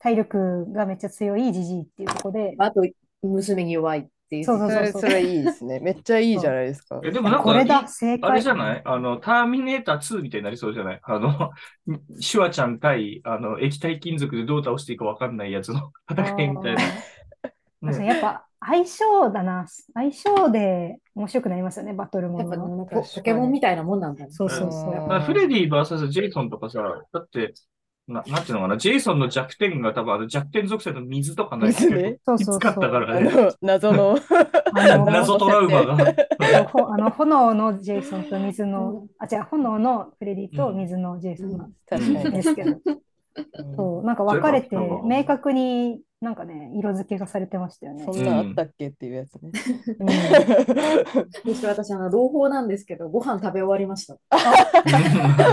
C: 体力がめっちゃ強いジジイっていうところで、
B: あと、娘に弱い。っていう。
C: そうそう
A: それ、それいいですね。めっちゃいいじゃないですか。
D: え、でもなん
C: こ
D: か、
C: れだ、
D: いあ
C: 正
D: れ
C: 解。
D: じゃないあの、ターミネーター2みたいになりそうじゃないあの、シュワちゃん対、あの、液体金属でどう倒していいかわかんないやつの戦いみたいな。
C: 確かに
D: ね、
C: やっぱ相性だな。相性で面白くなりますよね、バトルも
B: やっぱ、
C: の。
B: なんかポケモンみたいなもんなんだね。
C: そうそうそう。
A: うん
D: まあフレディ VS ジェイソンとかさ、だって、ななんていうのかな、ジェイソンの弱点が多分あの弱点属性の水とかない
A: 水ね
C: そう
D: き
C: そ
D: つ
C: うそ
D: かっ
C: う
D: たから
A: あ
D: ね。
A: の、謎 の。
C: あの
D: 謎トラウマが。
C: ほあの炎のジェイソンと水の、あ、違う、炎のフレディと水のジェイソンなん
A: 確か
C: で
A: に。
C: すけど、
A: うん
C: そう、なんか分かれて、
D: そういうこと
C: 明確になんかね、色付けがされてましたよね
A: そ。んなんあったっけっていうやつね。
C: うん
B: むしろ私、あの、朗報なんですけど、ご飯食べ終わりました。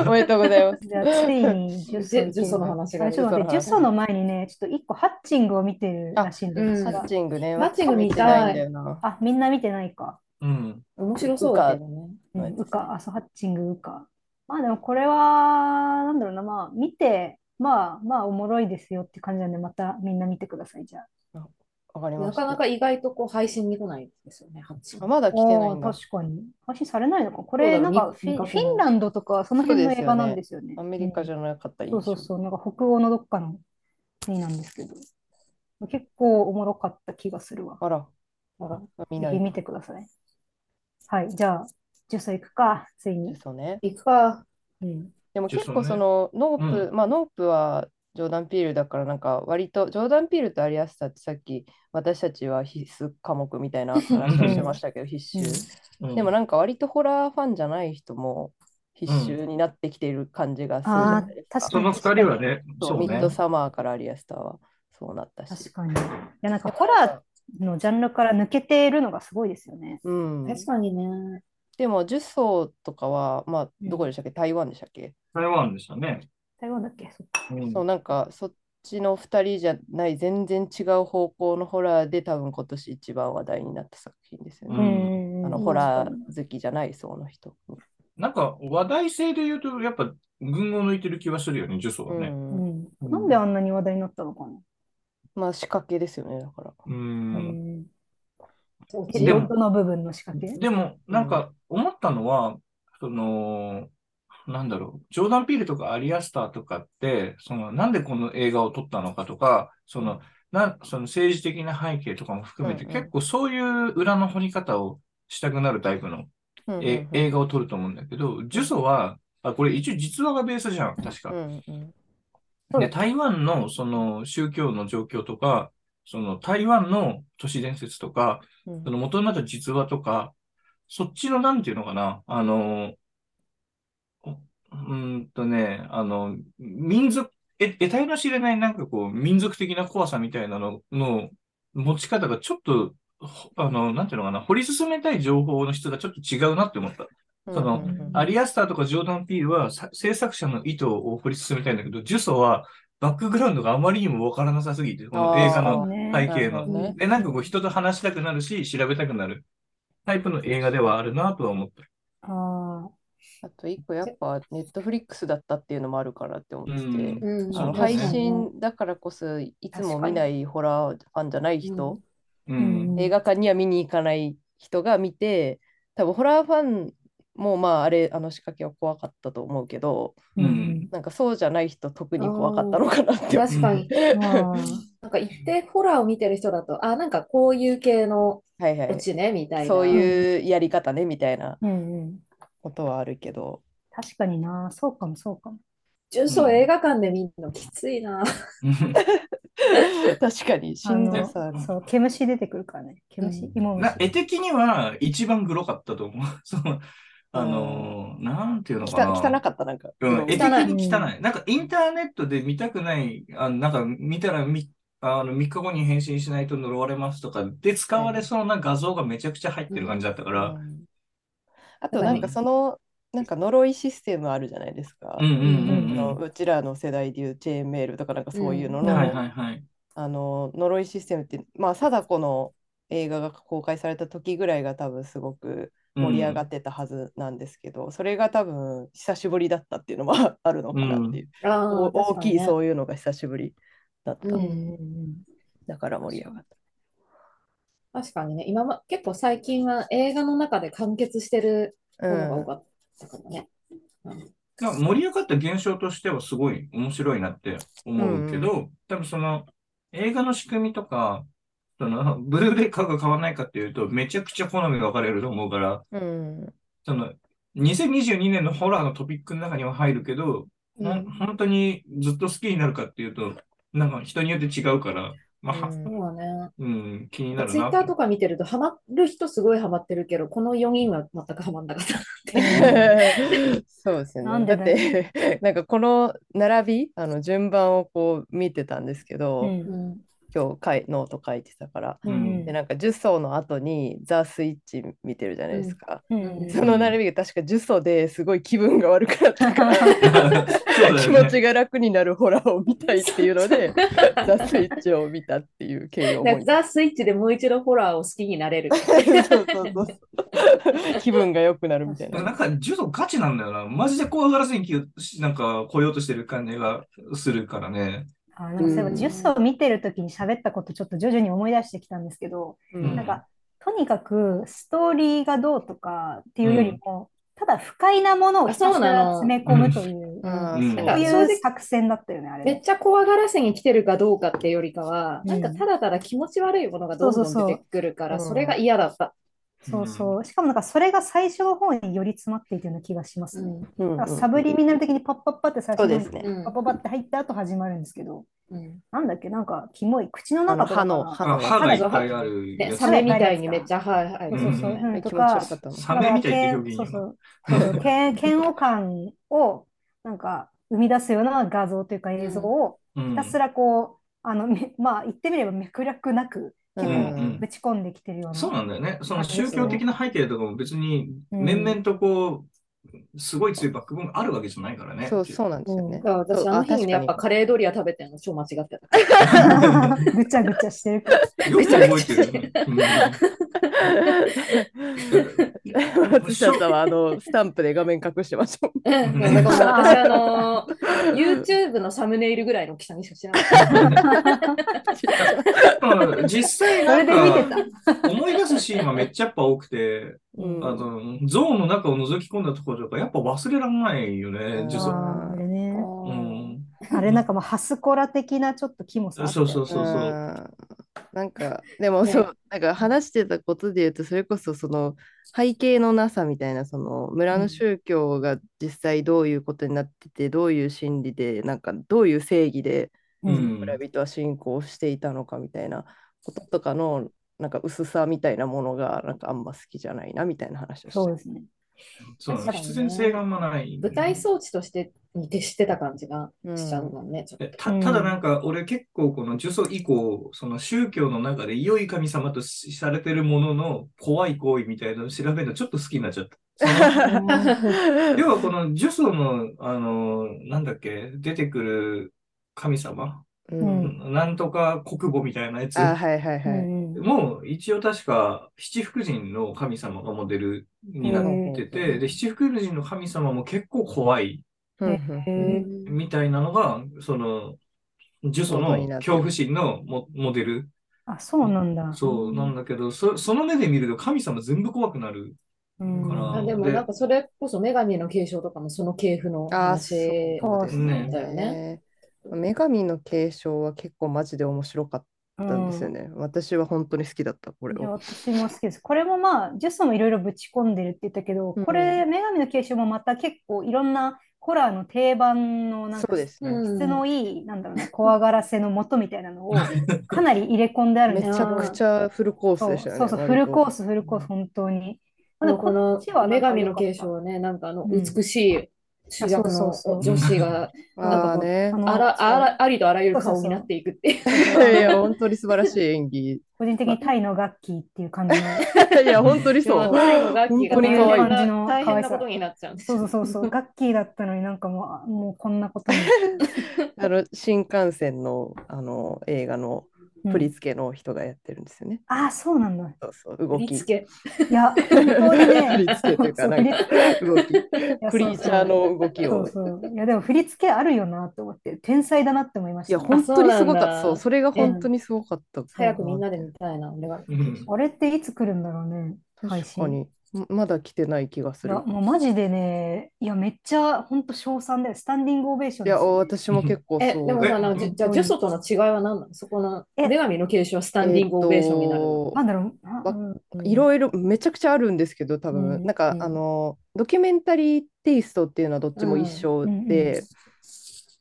A: おめでとうございます。
C: じゃあ、ついに
B: ジェ ジュソの話が
C: あちょっと待って、ジュソの前にね、ちょっと一個ハッチングを見てるらしいんです
B: うん
A: マ
C: が
A: ッチングね。
B: マッチング見
A: 見て
B: たい
A: ないんだよな。
C: あ、みんな見てないか。
D: うん。
B: 面白そうだけどね。
C: うん
A: はい
C: ウカ、あ、そう、ハッチングウカ。まあでもこれは、なんだろうな、まあ見て、まあまあおもろいですよって感じなんで、またみんな見てください、じゃあ。
A: わかりま
B: な
A: し
B: かな
A: た。
B: か意外とこう配信に来ないですよね、ハッチン
A: あまだ来てない
C: お
A: ん
C: ー
A: だ。
C: 確かに。配信されないのか。これ、
B: そうだ
C: なんかフ
B: み
C: ィ、
B: 見か
C: フ
B: けない
C: ィンランドとか、その辺の映画なんですよね。
A: アメリカじ
C: ゃ
A: ゃなかったらいい
C: そう
A: でし
C: そ
A: ょ
C: うそう、なんか北欧のどっかの国なんですけど、結構おもろかった気がするわ。
A: あら、
B: グ。あら
A: 見
C: ぜ
A: な
C: ひ
A: い。
C: 見てください。はい、じゃあ、ジュソ行くか、ついに。
A: そうね。
B: 行くか。
C: うん。
A: でも
D: ジェ
A: 結
D: イソン
A: 構
D: ね
A: そのノープ、まあノープはジョーダン・ピールだからなんか割とジョーダン・ピールとアリアスタってさっき私たちは必須科目みたいな話をしてましたけど必
C: うん
A: 修。
D: うん
A: でもなんか割とホラーファンじゃない人も必修になってきている感じがするじゃないですか。
C: あー確か
D: その二人はね、
A: そ
D: そうう
A: ミッ
D: ね
A: ド。サマーからアリアスタはそうなったし
C: 確。かに。いや、なんかホラーのジャンルから抜けているのがすごいですよね。
A: うん、
B: 確かにね。
A: でも、ジュソーとかは、まあ、
C: うん
A: どこでしたっけ、台湾でしたっけ、
D: 台湾でしたね。
C: 台湾だっけそっか
D: うん
A: そう、なんか、そっちの2人じゃない、全然違う方向のホラーで、多分今年一番話題になった作品ですよ
D: う
A: ね。
D: ん
A: あの
B: うん
A: ホラー好きじゃない層の人。
D: なんか話題性で言うと、やっぱ群を抜いてる気はするよね、ジュソはね。
C: う
A: うん
C: ん
D: うん
C: なんであんなに話題になったのかな。
A: まあ、仕掛けですよね、だから。
D: う。
C: うんん。
B: そう
C: 地
D: でも
C: 元の部分の仕掛け。
D: でも、なんか思ったのは、その、なんだろう、ジョーダン・ピールとかアリアスターとかって、その、なんでこの映画を撮ったのかとか、その、なその政治的な背景とかも含めて、
A: うんうん
D: 結構そういう裏の掘り方をしたくなるタイプの
A: うん
D: え映画を撮ると思うんだけど、ジュソは、あ、これ一応実話がベースじゃん、確
A: う
D: か。
A: んうん
C: そう
D: で、台湾のその宗教の状況とか、その台湾の都市伝説とか、
A: うん
D: その元になった実話とか、そっちのなんていうのかな、あの、おうーんとね、あの、民族、え、得体の知れないなんかこう、民族的な怖さみたいなのの持ち方がちょっと、ほあの、なんていうのかな、掘り進めたい情報の質がちょっと違うなって思った。
A: うん
D: その
A: うんうん
D: アリアスターとかジョーダン・ピールはさ制作者の意図を掘り進めたいんだけど、ジュソはバックグラウンドがあまりにもわからなさすぎて、この映画の
C: そうね
D: 背景
A: なる
D: の
A: ほどね
D: で、なんかこう人と話したくなるし、調べたくなるタイプの映画ではあるなとは思った。
C: あ
A: あと一個やっぱネットフリックスだったっていうのもあるかなって思ってて、
D: うん
B: うん
A: その
D: 確か
A: 配
D: に
A: 信だからこそいつも見ないホラーファンじゃない人、
D: う
C: あ。
D: ん。
A: 映画館には見に行かない人が見て多分ホラーファンもまああれあの仕掛けは怖かったと思うけど
D: うん
A: なんかそうじゃない人特に怖かったのかなって思う
D: ー
B: 確かに。
C: まあ
B: なんか一定ホラーを見てる人だと、あ、なんかこういう系の
A: はいは
B: オチね、みたい
A: い
B: な。
A: そういうやり方ねみたいな
C: うんうん
A: ことはあるけど
C: 確かにな、そうかもそうかも。
B: 重曹映画館で見るのきついな。
A: 確かにし
C: あ
A: ん
C: の
A: どさ
C: そう、毛虫出てくるからね。毛
B: う
C: 虫
B: ん、
C: 芋
D: な
C: 虫。
D: 絵的には一番グロかったと思う。 その、あのー、なんていうの
A: き
D: か
A: た
D: な。
A: 汚かったなんか、
D: うん、絵的
B: 汚い
D: に汚い。なんかインターネットで見たくない、あなんか見たらみあの3日後に返信しないと呪われますとかで使われそうな画像がめちゃくちゃ入ってる感じだったから、
A: うんあとなんかそのなんか呪いシステムあるじゃないですか。
D: うんう
A: あ
D: んうん
A: の
D: う
A: うちらの世代でいうチェーンメールとかなんかそういうの
D: ん。
A: の,、
D: はいはいはい。
A: あの呪いシステムって、まあ、貞子の映画が公開された時ぐらいが多分すごく盛り上が
D: っ
A: ってたはずなんですけど、それが多分久しぶりだったっていうのも あるのかなっていう、
B: あ
A: お
B: ー
A: 大きい
B: 確か
A: そういうのが久しぶりだった、
B: にね
C: うんうんうん
A: だから盛り上がっ
B: 確かにね、今ま、結構最近は映画の中で完結してる
A: う
B: ものが
A: ん
B: 多かったかもね。
D: なんか盛り上がった現象としてはすごい面白いなって思うけど、多分その映画の仕組みとか、その ブルーレイ買うか買わないかっていうと、めちゃくちゃ好みが分かれると思うから、
A: うん。
D: その2022年のホラーのトピックの中には入るけど、ほん本当にずっと好きになるかっていうと、なんか人によって違うから、まあ、
A: うん
B: そうね。
D: うん、気になる
B: ツイ
D: な
B: ッターとか見てると、ハマる人すごいハマってるけど、この4人は全くハマんなかったなって。
A: そうですよね。
C: なんで
A: だっ
C: だ
A: て、なんかこの並び、あの順番をこう見てたんですけど、
C: うん
B: うん
A: 今日かいノート書いてたから。
D: う
C: うん
D: ん
A: で、なんか10層の後にザ・スイッチ見てるじゃないですか。
C: うん
B: うん
A: その並びが確か10層ですごい気分が悪くなったから、
D: そうだよね
A: 気持ちが楽になるホラーを見たいっていうので、ザ・スイッチを見たっていう経緯を思
B: だか
A: い
B: ら
A: 出
B: ザ・スイッチでもう一度ホラーを好きになれる。
A: すそうそうそうそう気分が良くなるみたい
D: でも
A: な。
D: なんか、柔道ガチなんだよな。マジで怖がらずに来よなんか来ようとしてる感じがするからね。
C: あーでもそういえば
A: うん
C: 10層見てる時に喋ったことちょっと徐々に思い出してきたんですけど、
A: うん
C: なんかとにかくストーリーがどうとかっていうよりも、ただ不快なものをひたすら詰め込むという、
A: あー
D: うん
C: そう
B: うん
C: いう作戦だったよね、あ
B: めっ
C: れ。
B: ちゃ怖がらせに来てるかどうかってよりかは、
C: う
B: なんんかただただ気持ち悪いものがどんど
C: そうそ
B: ん
C: うそう
B: 出てくるから、
A: うん
B: それが嫌だった。
C: そうそう。しかもなんかそれが最初の方により詰まっていたような気がしますね。
A: うんうん
C: だからサブリミナル的にパッパッパって最
A: そう
C: 初
A: で
C: に
A: すね。
B: うん
C: パッパッパって入った後始まるんですけど、
B: うん
C: なんだっけ、なんかキモい、口の
A: あの
C: 中と
A: 歯
C: かか
A: の
C: な
A: 歯
D: あ
A: の
D: 歯
A: や
D: がいっぱいあるや
B: で、
D: つ
B: サメみたいにめっちゃ、はいは
D: う
B: い。
D: ん
C: そうそう、うん
A: つ
C: と
A: 気持ち
C: か
A: 悪、かったの。
D: サメみたいって表現
C: そう
D: 今
C: そう。そうそう嫌嫌悪感をなんか生み出すような画像というか映像を
D: うん
C: ひたすらこう、あのめ まあ言ってみれば脈絡なく
A: うん
D: うん
C: ぶち込んできてるような。
D: そうなんだよね。その宗教的な背景とかも別に、
C: うん
D: 面々とこう、すごい強いバックボーンがあるわけじゃないからね。
A: そうそうなんですよね
B: だ。から私、あの日にね、やっぱカレードリア食べてるの超間違ってた。
C: ぐちゃぐちゃしてるから。
D: よく覚えてるよね。
A: 松下さんはあのスタンプで画面隠してましたもん。
B: うんだからもう私、あのー、YouTube のサムネイルぐらいの大きさにしかしてなかった。
D: うん実際
C: そ
D: な
C: れ
D: ん
C: で見て
D: か、
C: た。
D: 思い出すシーンはめっちゃやっぱ多くて、
A: うん
D: あの、ゾーンの中を覗き込んだところとか、やっぱ忘れられないよね、
A: そ
D: 実
A: う
D: は。
C: あーあれね。
D: うん。
C: あれなんかもうハスコラ的なちょっとキモさ
D: そ
C: あ
D: う
C: った
D: そう
C: よね。
D: そうそう。
A: んなんかでも
B: ね
A: そうなんか話してたことで言うとそれこそその背景のなさみたいなその村
D: う
A: の
D: ん
A: 宗教が実際どういうことになっててどういう心理でなんかどういう正義で
D: う
C: うん
D: ん
A: 村。人は信仰していたのかみたいなこととかのなんか薄さみたいなものがなんかあんま好きじゃないなみたいな話をして
C: そうですね。
D: そうなの
B: 確かにね
D: 必然性があんまない。
B: 舞台装置としてに徹してた感じがしちゃうもんね。ちょっと
D: えたただなんか、俺結構この呪詛以降、その宗教の中で良い神様としされてるものの怖い行為みたいなのを調べるのちょっと好きになっちゃった。その 要はこの呪詛の、あの、なんだっけ、出てくる神様、
A: うん
D: なんとか国母みたいなやつ
A: あはいはいはい。
C: うんうん
D: もう一応確か七福神の神様がモデルになって
A: う
D: て、
A: ん
D: で、七福神の神様も結構怖い
A: うん
C: へ
A: うん
C: ー
D: みたいなのが、その、呪詛
A: 元になってる
D: の恐怖心のモモデル。
C: あ、そうなんだ。
D: そうなんだけど、そその目で見ると神様全部怖くなる。
C: うん
D: かな
B: あでもなんかそれこそ女神の継承とかもその系譜の
A: あー
B: 話
C: そうです
D: ね
B: だよね。
A: ね女神の継承は結構マジで面白かったんですよね。私は本当に好きだった、これ
C: いや
A: を。
C: 私も好きです。これもまあ、ジュスもいろいろぶち込んでるって言ったけど、
A: うん
C: これ、女神の継承もまた結構いろんなホラーの定番のなん
A: そう
C: か
A: ですね。
B: うん
C: 質のいい、なんだろうな、怖がらせの元みたいな のをかなり入れ込んであるん
A: め
C: で
A: ち
C: す
A: ゃくちゃフルコースでしたよね。
C: そうそうそう、フルコー
A: ス。
C: ス、フルコース、本当に。
B: でもこの
C: っちはなん
B: 女
C: か
B: 神の継承はね、なんかあの
C: うん
B: 美しい主役
C: あそう
B: の
C: そうそ
B: 女
C: う
B: 子が
A: ああね
C: あ。の
B: あらあ
C: そう
B: らありとあらゆる
C: そう
B: 顔
C: そうそう
B: になっていくっていう。
A: いやいや、本当に素晴らしい演技。 い
C: 個人的にタイの楽器っていう 感じの、
A: や、本当に
B: で
A: そ
B: も
A: う。
B: タイのガッキーが
A: 本当に可愛い
B: 大変な
C: 感
B: 大
C: じの可愛さ
B: 変なことになっちゃうんです
C: そう
B: よ。
C: そうそうそう、楽器だったのになんかもう あ、もうこんなことに。
A: あの、新幹線の、あの、映画の、
C: うん
A: プリツケの人がやってるんですよね。
C: ああ、そうなんだ。
A: そうそう、動
B: 振り
A: き。
B: 付け。
C: い や、本当にね、
A: 振り付けというか、
C: そう
A: なんか
C: 振り付け
A: 動き、
C: いや
A: クリーチャーの動き
C: そ
A: を
C: う。そうそう。いや、でも振り付けあるよなって思って、天才だなって思いまし
A: いや、
C: た。
A: 本当にすごかった。
B: あそうなんだ
A: そう、それが本当にすごかった。
B: 早くみんなで見たいな、俺 は。
D: うん
C: あれっていつ来るんだろうね、配
A: 確
C: 信。
A: かに。ままだ来てない気がす
C: い
A: る
C: や、。もうマジでね、いや、めっちゃ本当称賛だよ。スタンディングオベーション
A: い
C: です
A: や、
C: よ。
A: 私も結構
B: え、で
A: そう。
B: も
D: え
B: さ、なんかじじゃあ、ジュソとの違いは何なのそこの、
C: え
B: 女神の継承はスタンディングオベーションになるの。
A: え
C: な
A: っ
C: んだろうな
A: わ
C: うん
A: といろいろめちゃくちゃあるんですけど、多
C: う
A: 分
C: ん
A: なんか
B: うん
A: あのドキュメンタリーテイストっていうのはどっちも一緒
C: うんうんうん
A: で、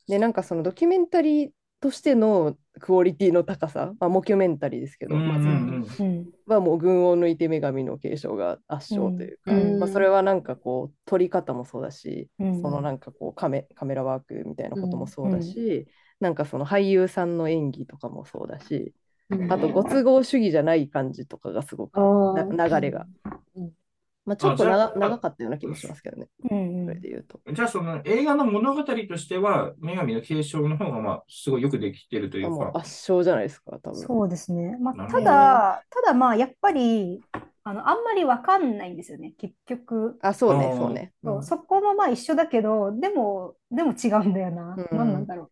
A: でなんかそのドキュメンタリーとしてのクオリティの高さ、まあモキュメンタリーですけど、
D: うんう
A: まず
D: ん
C: うん
A: はもう群を抜いて女神の継承が圧勝というか、
B: うん
A: まあそれはなんかこう撮り方もそうだし、
C: うん
A: そのなんかこうカメカメラワークみたいなこともそうだし、なんかその俳優さんの演技とかもそうだし、あとご都合主義じゃない感じとかがすごく
B: あ
A: な流れが。まあ、ちょっと
D: あじゃ
A: 長
D: あ
A: 長かったような気もしますけどね、
C: うん
A: そうれ
C: ん
A: で言うと。
D: うんじゃあ、その映画の物語としては、女神の継承の方が、まあ、すごいよくできてるとい
A: あ
D: う
A: もう
D: か。
A: 圧勝じゃないですか、多分。
C: そうですね。ま
D: な
C: あ、
D: るほ
C: た
D: ど
C: だ、ただまあ、やっぱり、あの、あんまりわかんないんですよね、結局。
A: あ、そうね
D: ん、
A: そうね。
C: そうそこもまあ一緒だけど、でも、でも違うんだよな。
A: うん
C: 何なんだろ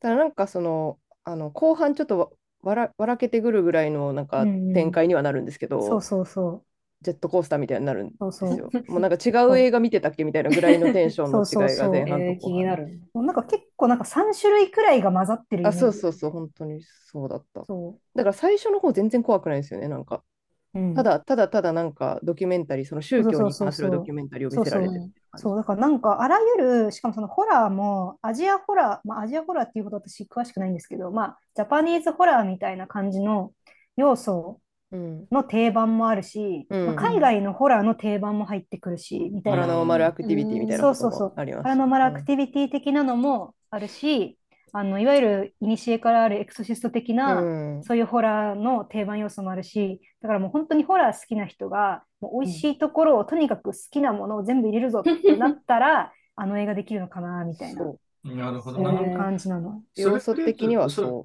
A: ただなんかその、あの後半ちょっとわわらわらけてくるぐらいのなんか
C: うんうん
A: 展開にはなるんですけ
C: う。
A: ど、
C: そうそうそう。
A: ジェットコースターみたいになるんで
C: そうそ
A: す
C: う。
A: よ。もうなんか違う映画見てたっ けみたいなぐらいのテンションの
C: そう
A: 違い
C: そ
A: が
C: うそ
A: 前
C: う
B: え
A: 半と
B: ー、気になる。
C: もうなんか結構なんか3種類くらいが混ざってるイ
A: あ、
C: メージ
A: そうそうそう、本当にそうだった。
C: そ
A: だから最初の方全然怖くないですよね、なんか。
C: う。うん
A: ただ、ただただなんかドキュメンタリー、その宗教に関するドキュメンタリーを見せられてるってい感じ
C: そう、だからなんかあらゆる、しかもそのホラーも、アジアホラー、まあ、アジアホラーっていうことは私詳しくないんですけど、まあ、ジャパニーズホラーみたいな感じの要素
A: うん。
C: の定番もあるし、
A: うん
C: まあ海外のホラーの定番も入ってくるし、みた
A: パ
C: い
A: ラ
C: な、
A: ノーマルアクティビティみたいなこと
C: うんそうそう
A: も
C: そう
A: あります。
C: パラノーマルアクティビティ的なのもあるし、あの、いわゆる古からあるエクソシスト的な、
A: うん
C: そういうホラーの定番要素もあるし、だからもう本当にホラー好きな人が、もう美味しいところをとにかく好きなものを全部入れるぞってなったら、 あの映画できるのかな、みたいな、
A: そう
D: なるほど
C: そう
D: な。
C: いう感じなの。
D: それ
A: 要素的にはそう。
C: うん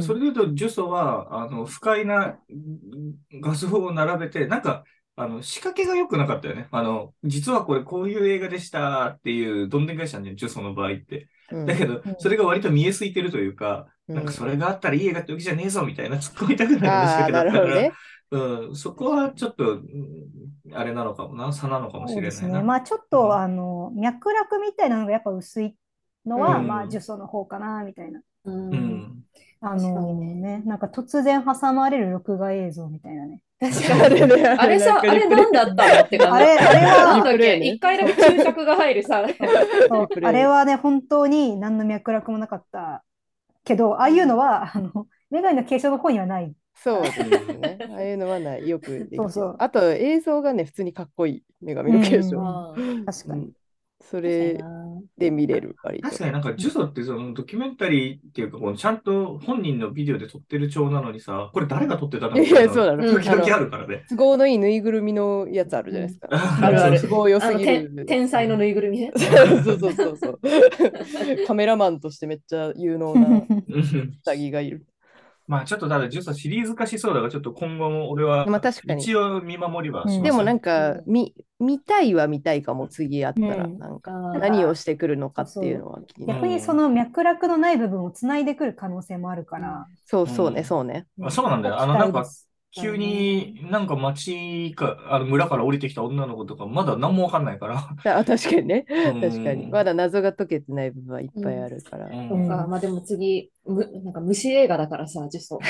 D: それで言うと、呪詛は、あの、不快なうん画像を並べて、なんか、あの、仕掛けが良くなかったよね。あの、実はこれこういう映画でしたっていう、どんでん会社の呪詛の場合って。
A: うん
D: だけど
C: うん、
D: それが割と見えすいてるというか、
A: うん
D: なんかそれがあったらいい映画ってわけじゃねえぞみたいな突っ込みたくなる仕
A: あ
D: 掛
A: あ、
D: けだ
A: なる
D: った
A: ほ
D: か
A: ど
D: ら、
A: ね。
D: うん、そこはちょっと、うんあれなのかもな、差なのかもし
C: そう
D: れ
C: で
D: ない
C: す
D: な。
C: ね。まあちょっ
D: うん
C: と、あの、脈絡みたいなのがやっぱ薄いのは、
D: うん
C: まあ、呪詛の方かな、みたいな。
B: う。
D: うんん。
C: あ
B: 確か
C: の
B: に
C: ね、なんか突然挟まれる録画映像みたいなね。
A: あれね
B: あれさ、
A: なん
B: あ
A: かリ
B: れ
A: プレイ
B: 何だったのって感じ。
C: あれ、あれ
B: なん
C: は、
B: だっけ
A: ね
B: 一回だけ注釈が入る さ。
C: そう
A: リプレイ
C: あれはね、本当に何の脈絡もなかったけど、ああいうのは、あの、女神の継承の方にはない。
A: そうです ね。ああいうのはない、よくできてる
C: そうそう
A: あと映像がね、普通にかっこいい、女神の継
C: う
A: 承。
C: ん
B: うん
C: 確か
A: う
C: に。
A: んそれで見れる、割と。
D: 確かになんか、呪詛ってそのドキュメンタリーっていうか、こうちゃんと本人のビデオで撮ってる調なのにさ、これ誰が撮ってたの
A: いや、そうな
D: の
A: の。
B: うん
D: 時々あ
A: あの
D: るからね。
A: 都合のいいぬいぐるみのやつあるじゃないですか。
D: あ
A: あるある。
D: そ
A: 都
D: う
A: 合良
B: あ
A: す
B: の
A: ぎ
B: て
A: る。
B: 天才のぬいぐるみね。
A: そうそうそうそう。カメラマンとしてめっちゃ有能な
D: うん
A: 下着がいる。
D: まあちょっとただ、呪詛シリーズ化しそうだが、ちょっと今後も俺は
A: まあ確かに
D: 一応見守りはします
A: でもなんんか、見見たいは見たいかも、次あったら。
C: うん
A: なんか何
B: 何
A: をしてくるのかっていうのは気になる。
C: 逆にその脈絡のない部分をつないでくる可能性もあるから、
A: そうそう
D: う
A: ね、
D: ん
A: そうね。
D: まあそうなんだよ。あ
C: 期
D: の、
C: 待
D: なんか
C: です。
D: 急になんか町か、あの村から降りてきた女の子とか、まだ何もわかんないから。
A: あ確かにね。
D: うん
A: 確かに。まだ謎が解けてない部分はいっぱいあるから。
D: うん
C: うん
B: あまあでも次、むなんか虫映画だからさ、ちょっと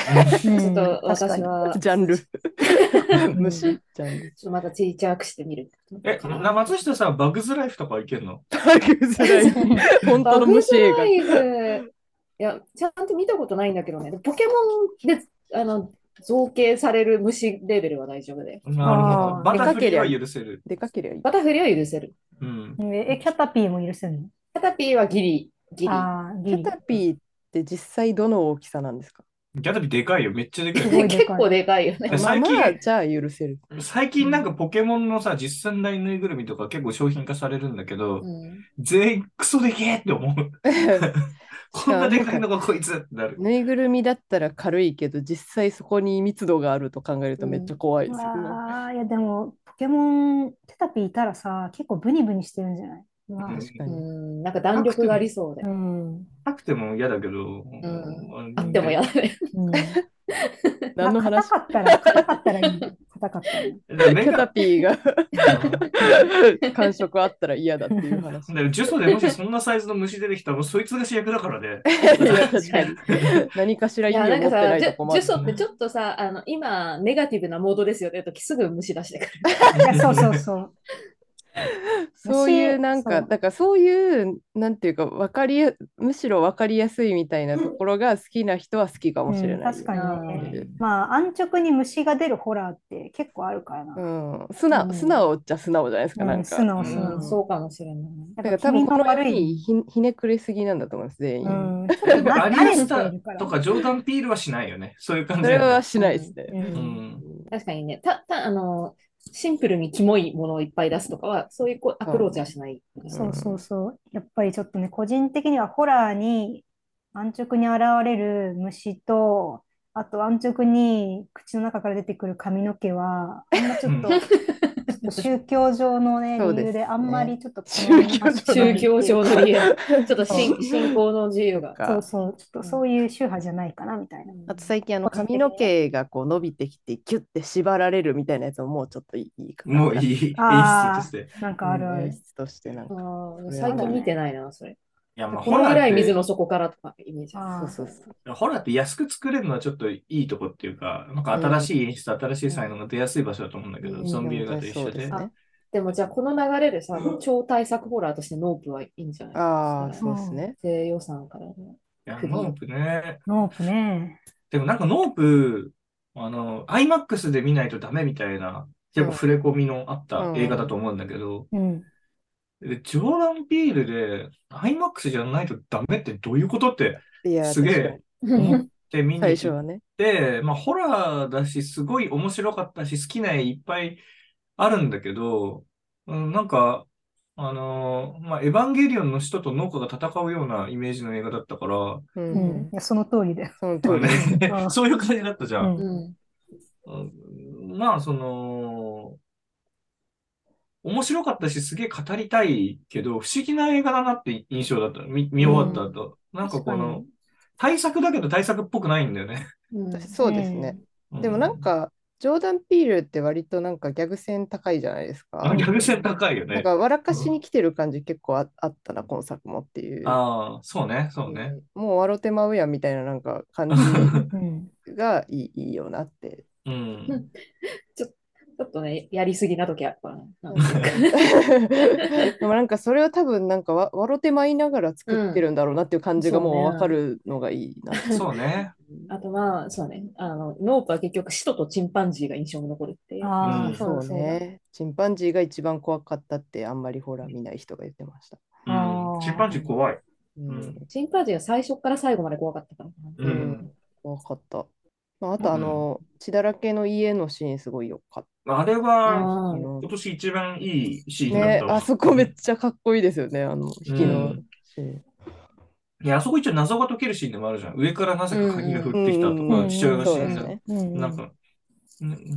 C: うん
B: ちょっと
A: 確か
B: 私
A: に
B: は、ち
A: ジャンル。
C: ん
A: 虫ジャンル。
B: ょっとまたちいちゃくしてみる。
D: え、な松下さん、バグズライフとかいけんの
A: タグづらい。 本当の虫映
B: バ
A: 画。
B: グズライブいや、ちゃんと見たことないんだけどね、ポケモンであの造形される虫レベルは大丈夫で。
D: なるほ
C: あー
D: ど。バタフリーは許せる。
A: でかけりゃいい。
B: バタフリーは許せる。
D: うん。
C: え、えキャタピーも許せるの
B: キャタピーはギリ、ギリ。
C: ああ、
A: キ
C: ギ
A: ャ
C: リ。
A: タピーって実際どの大きさなんですか
D: ギャラリーでかいよ。めっちゃでかい
C: すご
D: よ。
C: いでかい
B: 結構でかいよね。
D: え
A: まあ
D: 最
A: ま
D: 近
A: あ、じゃあ許せ る。
D: 最近なんかポケモンのさ、実寸大ぬいぐるみとか結構商品化されるんだけ
B: う
D: ど、
B: ん
D: 全員クソでけえって思う。こんなでかいのがこいつってなる。
A: ぬいぐるみだったら軽いけど、実際そこに密度があると考えるとめっちゃ怖いですよね。
C: ああ、いやでも、ポケモン、テタピいたらさ、結構ブニブニしてるんじゃない
A: まあ
D: うん
A: 確か
B: う
A: に。
B: ん、なんか弾力がありそうで
C: う。ん。うん
D: なくても嫌だけど、
B: んあってもやだね。
A: 何の話
C: まあ硬かったら、硬かったらいい。硬かったらいい。
D: だか ら目
A: キャ
D: が
A: タピー が
D: だか
A: 感触あったら嫌だっていう話。
D: ら呪詛でもしそんなサイズの虫出てきたら、もうそいつが主役だからね。
A: いや確かに何かしら
B: い
A: 意味を
B: や、
A: 持っ
B: な
A: て
B: んか
A: な
B: さ、
A: い
B: ジ
A: と
B: ュ
A: 困
B: ジュ
A: る。
B: ソってちょっとさ、あの、今、ネガティブなモードですよね、ときすぐ虫出してくる。
C: いや、そうそうそう。
A: そういう
C: 虫
A: なんか、
C: そう
A: だからそういう、なんていうか、わかりや、むしろ分かりやすいみたいなところが好きな人は好きかもしれ
C: うん
A: ない。
C: 確かにね。
D: うん
C: まあ、安直に虫が出るホラーって結構あるからな。
A: うん、素直、
B: うん
A: 素直っちゃ素直じゃないですか、
C: うん
A: なんか。
C: 素直
D: 素
A: うん
D: 直
B: そうかもしれない。
A: だ
C: だ
A: から多分この
C: 悪
A: 世
C: い。
A: にひひねくれすぎなんだと思います、全員。
C: うん、ちょっとな
D: アリ
C: 慣
D: ア
C: れ
D: ス
C: て
D: タ
C: るから。
D: とかジョーダン・ピールはしないよね。そういう感
A: そ
D: じだ
A: れ
D: よね
A: はしないですね。
C: うん
D: うん
B: 確かにね、た、た、あの、シンプルにキモいものをいっぱい出すとかは、そういうこうアプローチはしない。
C: そうそうそう。やっぱりちょっとね、個人的にはホラーに安直に現れる虫と、あと安直に口の中から出てくる髪の 毛は、あんまちょっと、
D: うん
C: ちょっと宗教上のね、
A: そう
C: 理
A: です
C: 由であんまりちょっと好
A: 宗教上
C: ましくない
B: 宗教上の理 由。ちょっとし
A: うん
B: 信仰の自由が。
C: そう
A: か
C: そう、ちょっとそういう宗派じゃないかなみたいな。
A: あと最近あの髪の毛がこう伸びてきてキュッて縛られるみたいなやつももうちょっといいかな。
D: もういい、
A: い。
D: 演出として。い
C: なんかあるあ
A: 演
C: る。
A: 出としてなん
B: あ
A: か。
B: ー最近見てないな、それ。
D: や、まあ、
B: このぐ
D: ホラ
B: らい
D: ーって
B: 水の底からとかイメージある。
C: あ
A: そう
C: ー
A: そうそう。
D: ホラーって安く作れるのはちょっといいとこっていうか、なんか新しい演出、新しい才能が出やすい場所だと思うんだけど、
B: うん
D: ゾンビ映画と一
A: そ
D: 緒
A: うで
D: で。
A: すね。
B: でもじゃあこの流れでさ、もう超大作ホラーとしてノープはいいんじゃない
A: ああ、
B: そ。
A: そううですね。
B: 低予算からね。
D: いや、ノープね。
C: ノープね。
D: でもなんかノープ、あの、IMAX で見ないとダメみたいな、結構触れ込みのあった映画だと思うんだけど、
C: うん。
D: でジョーダン・ピールで IMAX じゃないとダメってどういうことって、
A: いや、
D: すげえ
A: 確かに
D: で、見に
A: 最初
D: 行っ
A: はね。
D: て、まあ、ホラーだし、すごい面白かったし、好きな絵いっぱいあるんだけど、うん、なんか、あのーまあ、エヴァンゲリオンの使徒と農家が戦うようなイメージの映画だったから、
A: う。
C: うんん。いや、その通りだよ。
A: その通りです。
C: う ん
D: そういう感じだったじゃん。
B: うん。
D: うんまあ、その、面白かったし、すげえ語りたいけど、不思議な映画だなって印象だった。見、見終わった後。なんかこの、対策だけど対策っぽくないんだよね。
B: うん
A: そうですね。でもなんか、ジョーダン・ピールって割となんかギャグ線高いじゃないです
D: うん、あ
A: か。
D: ギャグ線高いよ
A: なん
D: ね。
A: か笑かしに来てる感じ結構ああったな、今作もっていう。
D: ああ、そうね、そうね。
A: もう笑ってまうやんみたいななんか感
C: うん。
A: じがいいいいよなって。
D: うん。
B: ちょっとね、やりすぎな時あるからね。なんか
A: でもなんかそれを多分なんかわ笑ってまいながら作ってるんだろうなっていう感じがもうわかるのがいいな。
D: そ うね。
B: あとまあ、そうね、あの、ノープは結局、使徒とチンパンジーが印象に残るっていう。
C: あ
D: う
C: あ、
D: ん
C: そう
A: そう
C: だそうだ。
A: ね。チンパンジーが一番怖かったってあんまりホラー見ない人が言ってました。
D: うん。
C: あー
D: チンパンジー怖い。
A: うん
D: ん
B: チンパンジーが最初から最後まで怖かったからな。
D: う
A: うん
D: ん。
A: 怖かった。まあ、あとあの、血だらけの家のシーンすごいよかっ
D: あれ
A: た。
D: は、
B: あー
A: の
D: 今年一番いいシーンだっ
A: ね、
D: たわ。
A: あそこめっちゃかっこいいですよね、あの引きのシーン。
D: いや、あそこ一応謎が解けるシーンでもあるじゃん。上からなぜか鍵が降ってきたと
A: うんうんう
D: か、
A: ん
D: 父親が死ん
A: そうで
D: だ
A: すね。
C: うん
D: なんか、ん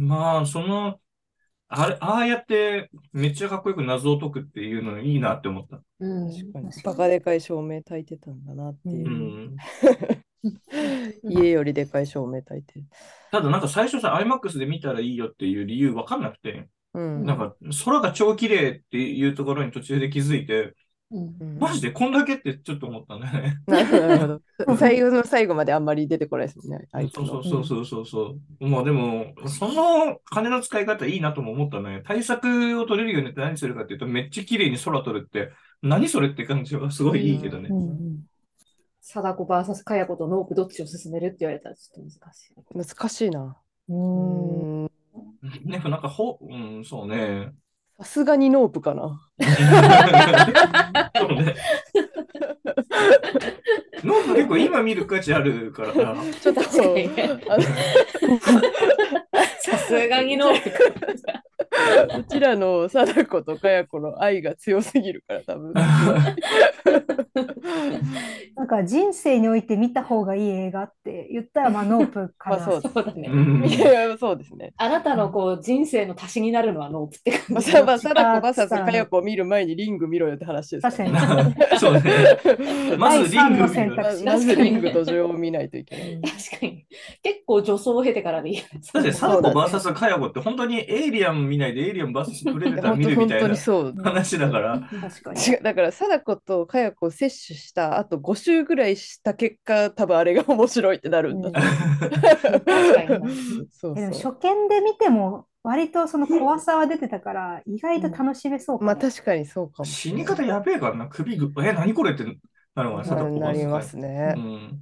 D: まあ、その、あれ、ああやって、めっちゃかっこよく謎を解くっていうのいいなって思った。
B: うん。
A: 確かに
C: 確か
A: バ
C: に
A: カでかい照明焚いてたんだなっていうう。
D: ん。
A: 家よりでかい照明焚いてる。
D: ただなんか最初さ、IMAX で見たらいいよっていう理由わかんなくて、
A: うん。
D: なんか空が超綺麗っていうところに途中で気づいて、
B: うん
A: うん
D: マジでこんだけってちょっと思ったんだよね。
A: なるほど。最後の最後まであんまり出てこないですもんね、あいつ
D: そうそ
A: の
D: う。そうそうそうそう。まあでも、その金の使い方いいなとも思ったね。対策を取れるようになって何するかっていうと、めっちゃ綺麗に空取るって、何それって感じはすごいいいけどね
C: う。ん
B: 貞子 VS かや子とノープどっちを進めるって言われたらちょっと難しい。
A: 難しいな。
C: う。
A: うん
C: うん。
A: ーん。
D: ね、なんかほ、うん、そうね。
A: さすがにノープかな。
D: そうね。ノート結構今見る価値あるからな。
A: ちょっと、
B: 確かにね
A: あの
B: さすがにのって感じだ。
A: うちらの貞子とかや子の愛が強すぎるから多分。
C: なんか人生において見た方がいい映画って言ったら、まあ、ノープか
A: まあ
C: な。
A: そう
B: そうだ
D: う
B: ね。
D: ん
A: いやいやそうですね。
B: あなたのこう人生の足しになるのはノープって
A: まあ、
B: 感じ
A: さまあ貞
C: あ
A: 子バサス
C: 確か
A: か
C: に
A: や子を見る前にリング見ろよって話です
C: 確
A: か
C: からに。
A: ね。
D: そうね。まず
C: 第
D: リング見る
C: 三の選択肢
A: ままず
B: 確かに
A: リングと女王を見ないといけない。
B: 確かに。結構女装を経てからでいいよね。
D: だって、サ
A: そう
D: ン
A: だ
D: コ
A: ね
D: VS カヤゴって本当にエイリアン見ないでエイリアン VS プレデター
A: 本
D: 見
A: 当
D: るみ
A: 本
D: たい
A: 当
D: な
A: にそう。
D: 話 だから、
C: 確かに。
A: 違うだから貞子と佳代子を摂取したあと5週ぐらいした結果多分あれが面白いってなるんだ。
B: 確かにな。
A: そう
C: えでも
A: そう
C: 初見で見ても割とその怖さは出てたから意外と楽しめそうか
A: まあ
C: も
A: 確かにそうかもし
D: 死
A: れな
D: に
A: い
D: 方やべえからな、首ぐ、え、何これってなるもんね、サンコ
A: なりま
D: VS
A: す
D: カ
A: ね。
D: ヤゴ。うん。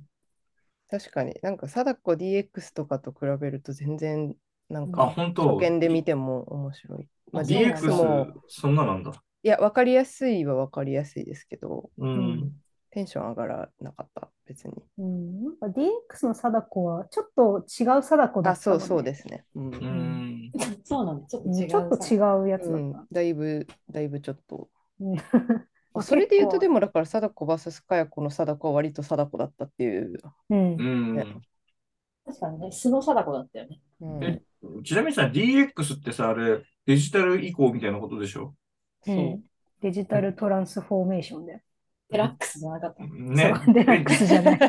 A: 確かになんか貞子 DX とかと比べると全然なん
D: あ、
A: か
D: 本当。
A: 初見で見ても面白い。まあ、
B: そうなんだ
A: DX も
D: DX、そんななんだ。
A: いや分かりやすいは分かりやすいですけど
D: うん。
A: テンション上がらなかった別に。
C: うん、なんか DX の貞子はちょっと違う貞子だ
A: あ
C: った
A: そ
C: もん
A: う
C: ね
A: そうですね。うん
D: うん。
B: そうなの。ちょっと
C: う
B: 違
C: ん
B: う。
C: ちょっと違うやつだ
A: う
C: っ
A: ん
C: た。、
A: だいぶだいぶちょっと。
C: うん
A: まあそれで言うと、で
C: も、
A: もだから、貞子 VS かや子の貞子は割と貞子だったっていう。
C: うん
D: う、
A: ね
D: ん。
B: 確かにね、素の貞子だったよね。
A: うん
D: えちなみにさ、DX ってさ、あれ、デジタル移行みたいなことでしょ
A: そう うん
C: デジタルトランスフォーメーションで。
B: デラックスじゃなかった。
D: ね。
C: そうデラックスじゃない。
A: で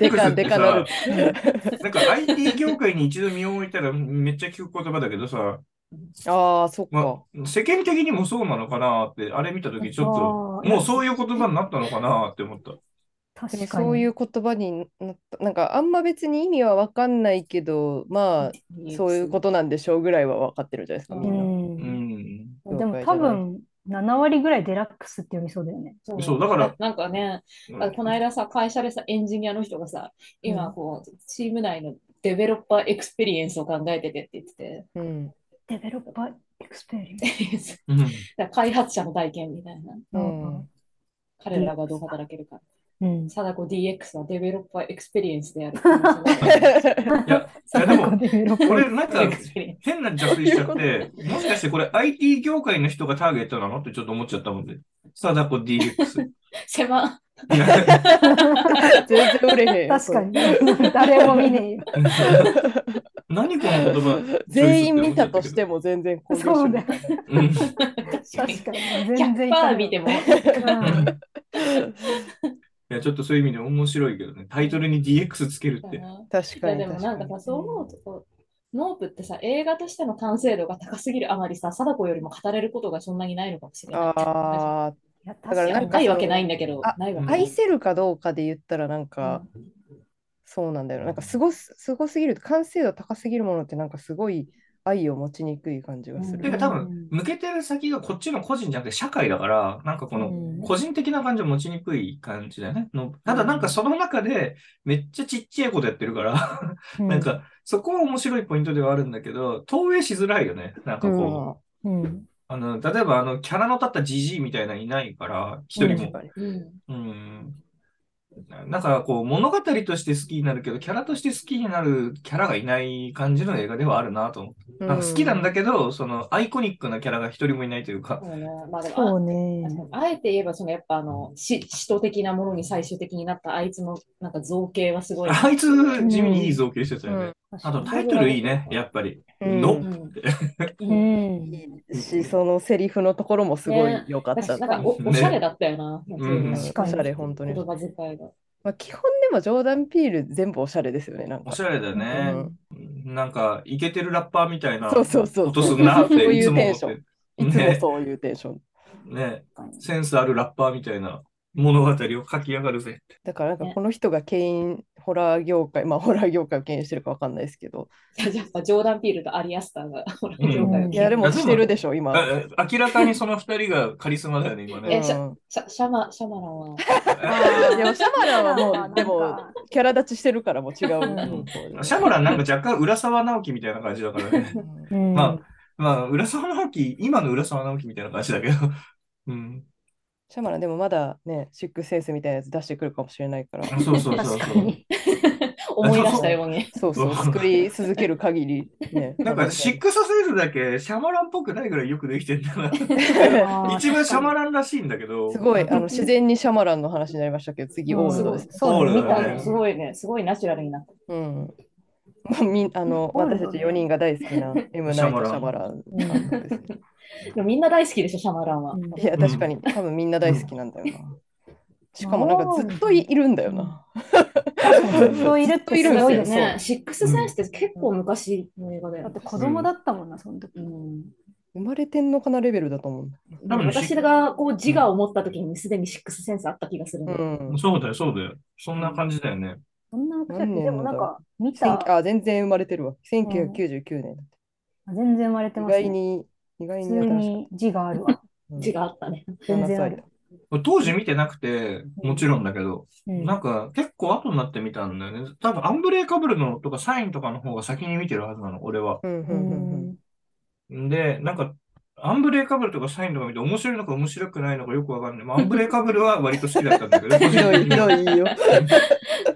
D: DX
A: か
D: っ
A: で
D: て
A: かな
D: さ
A: る、。
D: なんか IT 業界に一度身を置いたらめっちゃ聞く言葉だけどさ、
A: ああ、そっ
D: ま
A: か。
D: あ、世間的にもそうなのかなって、あれ見たときちょっ
C: あ
D: と、
C: ー
D: もうそういう言葉になったのかなって思った。
A: でも
C: 確か
A: そうい
C: に。
A: う言葉になった。なんか、あんま別に意味は分かんないけど、まあ、そういうことなんでしょうぐらいは分かってるじゃないですか、み
C: うん
A: な。
C: ん
D: う。ん。
C: でも多分、7割ぐらいデラックスって読みそうだよね。
B: と
D: そうだから
B: なんかね、あこの間さ、会社でさ、エンジニアの人がさ、今こう、チーム内のデベロッパーエクスペリエンスを考えててって言って
A: うん。
C: デベロッパーエクスペリエン
B: て、
D: うん。
B: だから開発者の体験みたいな。
A: うん
B: 彼らがどう働けるか。
C: うん。
B: 貞子 DX はデベロッパーエクスペリエンスであ る。
D: いや、いやで
C: 貞子
D: も、
C: デベロッパー
D: これなんか
B: エクスペリエンス
D: 変な邪推しちゃって、もしかしてこれ IT 業界の人がターゲットなのってちょっと思っちゃったもんで。貞子 DX。
B: 狭
D: いや
A: 全然売れへんよ。
C: 確か
A: こ
C: に。誰も見ねえよ。
D: 何この言葉
A: れ。全員見たとしても全然興
C: そ
A: 奮
C: う
A: し
C: だよ
A: る。。
D: うん
B: に
C: 確かに。全然いかな
B: 100%
C: い。
B: 見ても。
C: うん
D: いや、ちょっとそういう意味で面白いけどね。タイトルに DX つけるって。
A: 確
B: い
A: か
B: や
A: に
B: でも
A: 確
B: なん
A: か
B: か
A: に。
B: さ、そう思うとこう、ノープってさ、映画としての完成度が高すぎるあまりさ、貞子よりも語れることがそんなにないのかもしれない。
A: ああ、
C: いや、
A: だか
C: 確
A: ら
B: い
A: な
B: や
A: ん
B: ないわけ
A: その
B: ないんだけど
A: あ、
B: ないわけない
A: 愛せるかどうかで言ったらなんか、そうなんだよな。なんかすごす、すごすぎる、完成度高すぎるものってなんかすごい愛を持ちにくい感じがす
B: う
D: て
A: る。
B: ん
D: か多分、向けてる先がこっちの個人じゃなくて社会だから、なんかこの
C: うん
D: 個人的な感じを持ちにくい感じだよね。のただなんかその中でめっちゃちっちゃいことやってるから、
C: に
D: なん、かそこは面白いポイントではあるんだけど、投影しづらいよね。なんかこう、
C: うんうん
D: あの、例えばあの、キャラの立ったジジイみたいなのいないから、一
A: うん確
D: 人も。
A: かに。
B: うん。
D: うん。なんかこう物語として好きになるけど、キャラとして好きになるキャラがいない感じの映画ではあるなと思って。なんか好きなんだけど、そのアイコニックなキャラが一人もいないというか。
B: そうねまあでも
C: そう
B: あ
C: ね。
B: 確かにあえて言えば、そのやっぱあの、し使徒的なものに最終的になったあいつのなんか造形はすごい。
D: あいつ地味にいい造形してたよね。
A: うん
D: あとタイトルいいね、やっぱり。
A: うん
D: の、
B: うん
C: う
B: うん
C: ん。
A: うんし、そのセリフのところもすごい
B: ね
A: 良かっ
B: 私な
A: た
B: ん。かおおしゃれだったよな。なんかそういう
D: うん
B: の
C: 確か
A: お
C: に
A: しゃれ、本当に
B: 言。葉遣いが。
A: まあ、基本でもジョーダン・ピール全部おしゃれですよね、なん
D: お
A: か。
D: しゃれだよね。
A: うん
D: なんか、イケてるラッパーみたいな
A: そうそうそう
D: ことすんなっ
A: そう
D: て
A: い
D: いうつも
A: テ
D: 思
A: ン
D: っ
A: ションい
D: て。
A: つも
D: ね
A: そういうテンション。
D: ね
B: 確かに
D: センスあるラッパーみたいな物語を書き上がるぜって。
A: だからなんか
B: ね
A: この人が牽引、ホラー業界、まあホラー業界を牽引してるかわかんないですけど、
B: やっぱジョーダン・ピールとアリアスターが、ほら、
D: うん
B: 業界を
A: いやでも
D: でも
A: してるでしょ、今。
D: あ明らかにその二人がカリスマだよね、 今
A: う
D: ね。
B: え
A: ん
B: しゃシャシャマ、シャマランは。
A: でもシャマランはもう、でも、キャラ立ちしてるからもう違う。
C: ん
D: シャムランなんか若干浦沢直樹みたいな感じだからね。
A: う
C: うん
D: まあ、まあ、浦沢直樹、今の浦沢直樹みたいな感じだけど。うん。
A: シャマランでもまだね、シックスセンスみたいなやつ出してくるかもしれない から、
D: そうそうそう
C: 確
D: そ
C: か
D: う。
C: に。
B: 思い出したように。
A: そうそう、作り続ける限り、 ね。
D: なんか、シックスセンスだけシャマランっぽくないぐらいよくできてんだな。
C: あ ー
D: 一番シャマランらしいんだけ ど。
A: すごい、あの、自然にシャマランの話になりましたけど、次、オールドです。
C: そうね
B: 見
D: オール
B: た
D: ド
B: ね。
D: ね
B: すごいね。すごいナチュラルになった。
A: うん。まあ、みん あの、
C: オール
A: 私
C: ド
A: たち4人が大好きな M ナイト・シャマラン
C: シャマラン
A: 監督ですね。
B: でもみんな大好きでしょ、シャマランは。
A: いや、
D: ん
A: 確かに、多分みんな大好きなんだよな。しかも、なんかずっといいるんだよな。
C: ずっといるってすごいですね。
B: ね。シックスセンスって結構昔の映画だよ
C: だっ
B: ね
C: て。子供だったもんな、その時。
B: うん
A: 生まれてんのかなレベルだと思うんだ。
D: 多分ね
B: 私がこう自我を持った時にすでにシックスセンスあった気がするん
A: う
B: だよ
A: ん。
D: そうだよ、そうだよ。そんな感じだよね。
C: そんな
A: 何年
C: でもなんか、見
A: 千
C: た、
A: あ、全然生まれてるわ。1999年。
C: 全然生まれて
A: 意
C: ます
A: 外
C: ね。
A: に、意外
C: 普
A: に
C: 通
A: 新しかっ
C: に字があ るわ。
A: た。
B: 字があった ね。
C: 全然ある
A: 7歳。
D: 当時見てなくて、もちろんだけど、
C: うん
D: なんか結構後になって見たんだよね。多分アンブレイカブルのとかサインとかの方が先に見てるはずなの、俺は。
A: うん、う、
C: うん
A: うんうん。
C: ん
D: で、なんか、アンブレイカブルとかサインとか見て面白いのか面白くないのかよくわかんない。まあ、アンブレイカブルは割と好きだったんだけど、個
A: ひ
D: 人
A: どい、
D: 的
A: ひ
D: には
A: どいよ。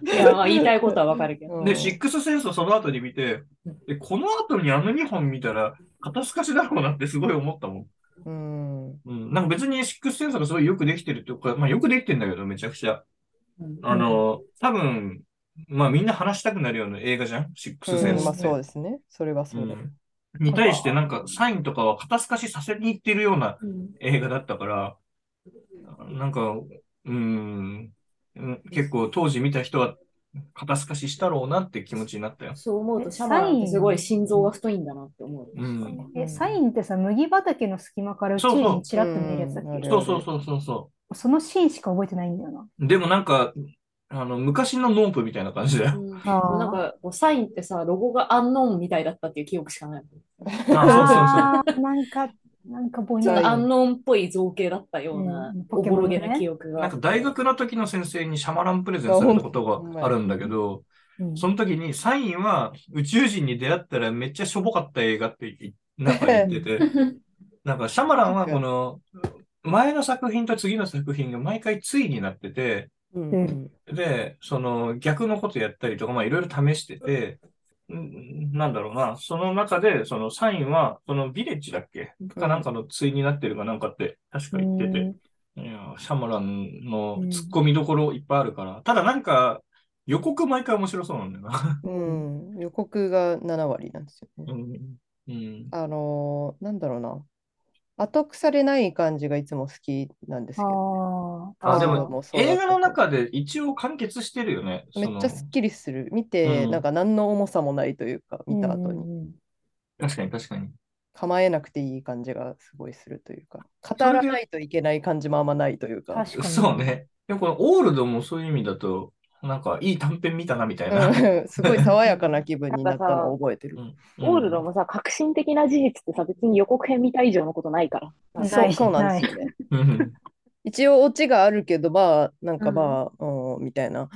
B: いや、まあ言いたいことはわかるけど。
A: うん
D: で、シックスセンスをその後に見て、で、この後にあの2本見たら、肩透かしだろうなってすごい思ったもん。
A: うん。
D: うん。なんか別にシックスセンスがすごいよくできてるとか、まあよくできてんだけど、めちゃくちゃ。
B: うん
D: あの、多分、まあみんな話したくなるような映画じゃんシックスセン
A: うん
D: ス
A: まあ
D: って。
A: そうですね。それはそうだ。
D: うんに対してなんか、サインとかは肩透かしさせに行ってるような
B: うん
D: 映画だったから、なんか、うん、うん結構当時見た人は肩透かししたろうなって気持ちになったよ。
B: そう思うと、シャマランってすごい心臓が太いんだなって思う。
D: うん。
C: え、サインってさ、麦畑の隙間から宇宙
D: そうそう
C: にちらっと見えるやつだっ
A: うんあ
C: け
A: る
D: そうそうそうそうそ
C: そのシーンしか覚えてないんだよな。
D: う。でもなんか、あの、昔のノープみたいな感じだ
B: う
D: よ。
B: ん
C: あー
B: なんかこうサインってさ、ロゴがアンノーンみたいだったっていう記憶しかない。
D: あ
C: あーなんか、なんかぼん
B: ちょ
C: や
B: っ
C: り
B: とアンノーンっぽい造形だったような
C: うん、ポ
B: お
C: ケ
B: ぼ
C: モン
B: ろ
C: の
B: げ
C: ね
B: な記憶
D: そうそうそう。
B: が
D: な
B: あ
D: ん
B: っ
D: か
B: て。
D: 大学の時の先生にシャマランプレゼンされたことがあるんだけど、
C: うん
D: その時にサインは宇宙人に出会ったらめっちゃしょぼかった映画ってなんか言ってて、 なんかシャマランはこの前の作品と次の作品が毎回対になってて、
A: うん
C: う
D: で、その逆のことやったりとか、まあいろいろ試してて、んなんだろうな、その中で、そのサインは、そのビレッジだっけかなんかの対になってるかなんかって、確か言ってて、いやシャマランの突っ込みどころいっぱいあるから、ただなんか予告毎回面白そうなんだよな。
A: うん。予告が7割なんですよね。
D: うん。うん。
A: あのーなんだろうな。後腐れない感じがいつも好きなんですけど、
C: あ
D: あ、
A: あ
D: で
A: も
D: も
A: うそうだった
D: 映画の中で一応完結してるよね。
A: めっちゃ
D: そ
A: す
D: の
A: っきりする。見て、
D: うん
A: なんか何の重さもないというか、
C: ー
A: 見た後に
C: うん
D: 確かに確かに。
A: 構えなくていい感じがすごいするというか、語
D: で
A: らないといけない感じもあんまないというか。
C: 確かに。
D: そうね。でもこのオールドもそういう意味だと、なんかいい短編見たなみたいな。
A: うん すごい爽やかな気分になったのを覚えてる。
B: オールドもさ、革新的な事実ってさ、別に予告編見た以上のことないから。
C: うん
A: そ
C: な
A: う
C: い
A: そうなんですよね。
D: うん。
A: 一応オチがあるけど、まあ、なんかまあ、うんみたいな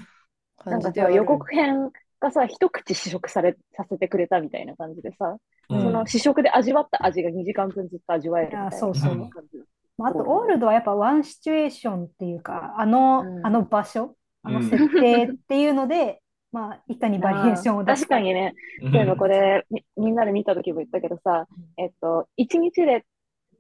B: な
A: 感
B: ん
A: じ
B: か
A: では
B: さ、
A: ある
B: 予告編がさ、一口試食され、させてくれたみたいな感じでさ、
D: うん
B: その試食で味わった味が2時間分ずっと味わえるみたいな
C: あそう
D: そう
B: 感じ
C: まあ、あと、オールドはやっぱワンシチュエーションっていうか、あの、
B: うん
C: あの場所、あの
D: うん
C: 設定っていうので、まあ、いかにバリエーションを出す
B: 確かにね、例えばこれ、みみんなで見た時も言ったけどさ、えっと、1日で、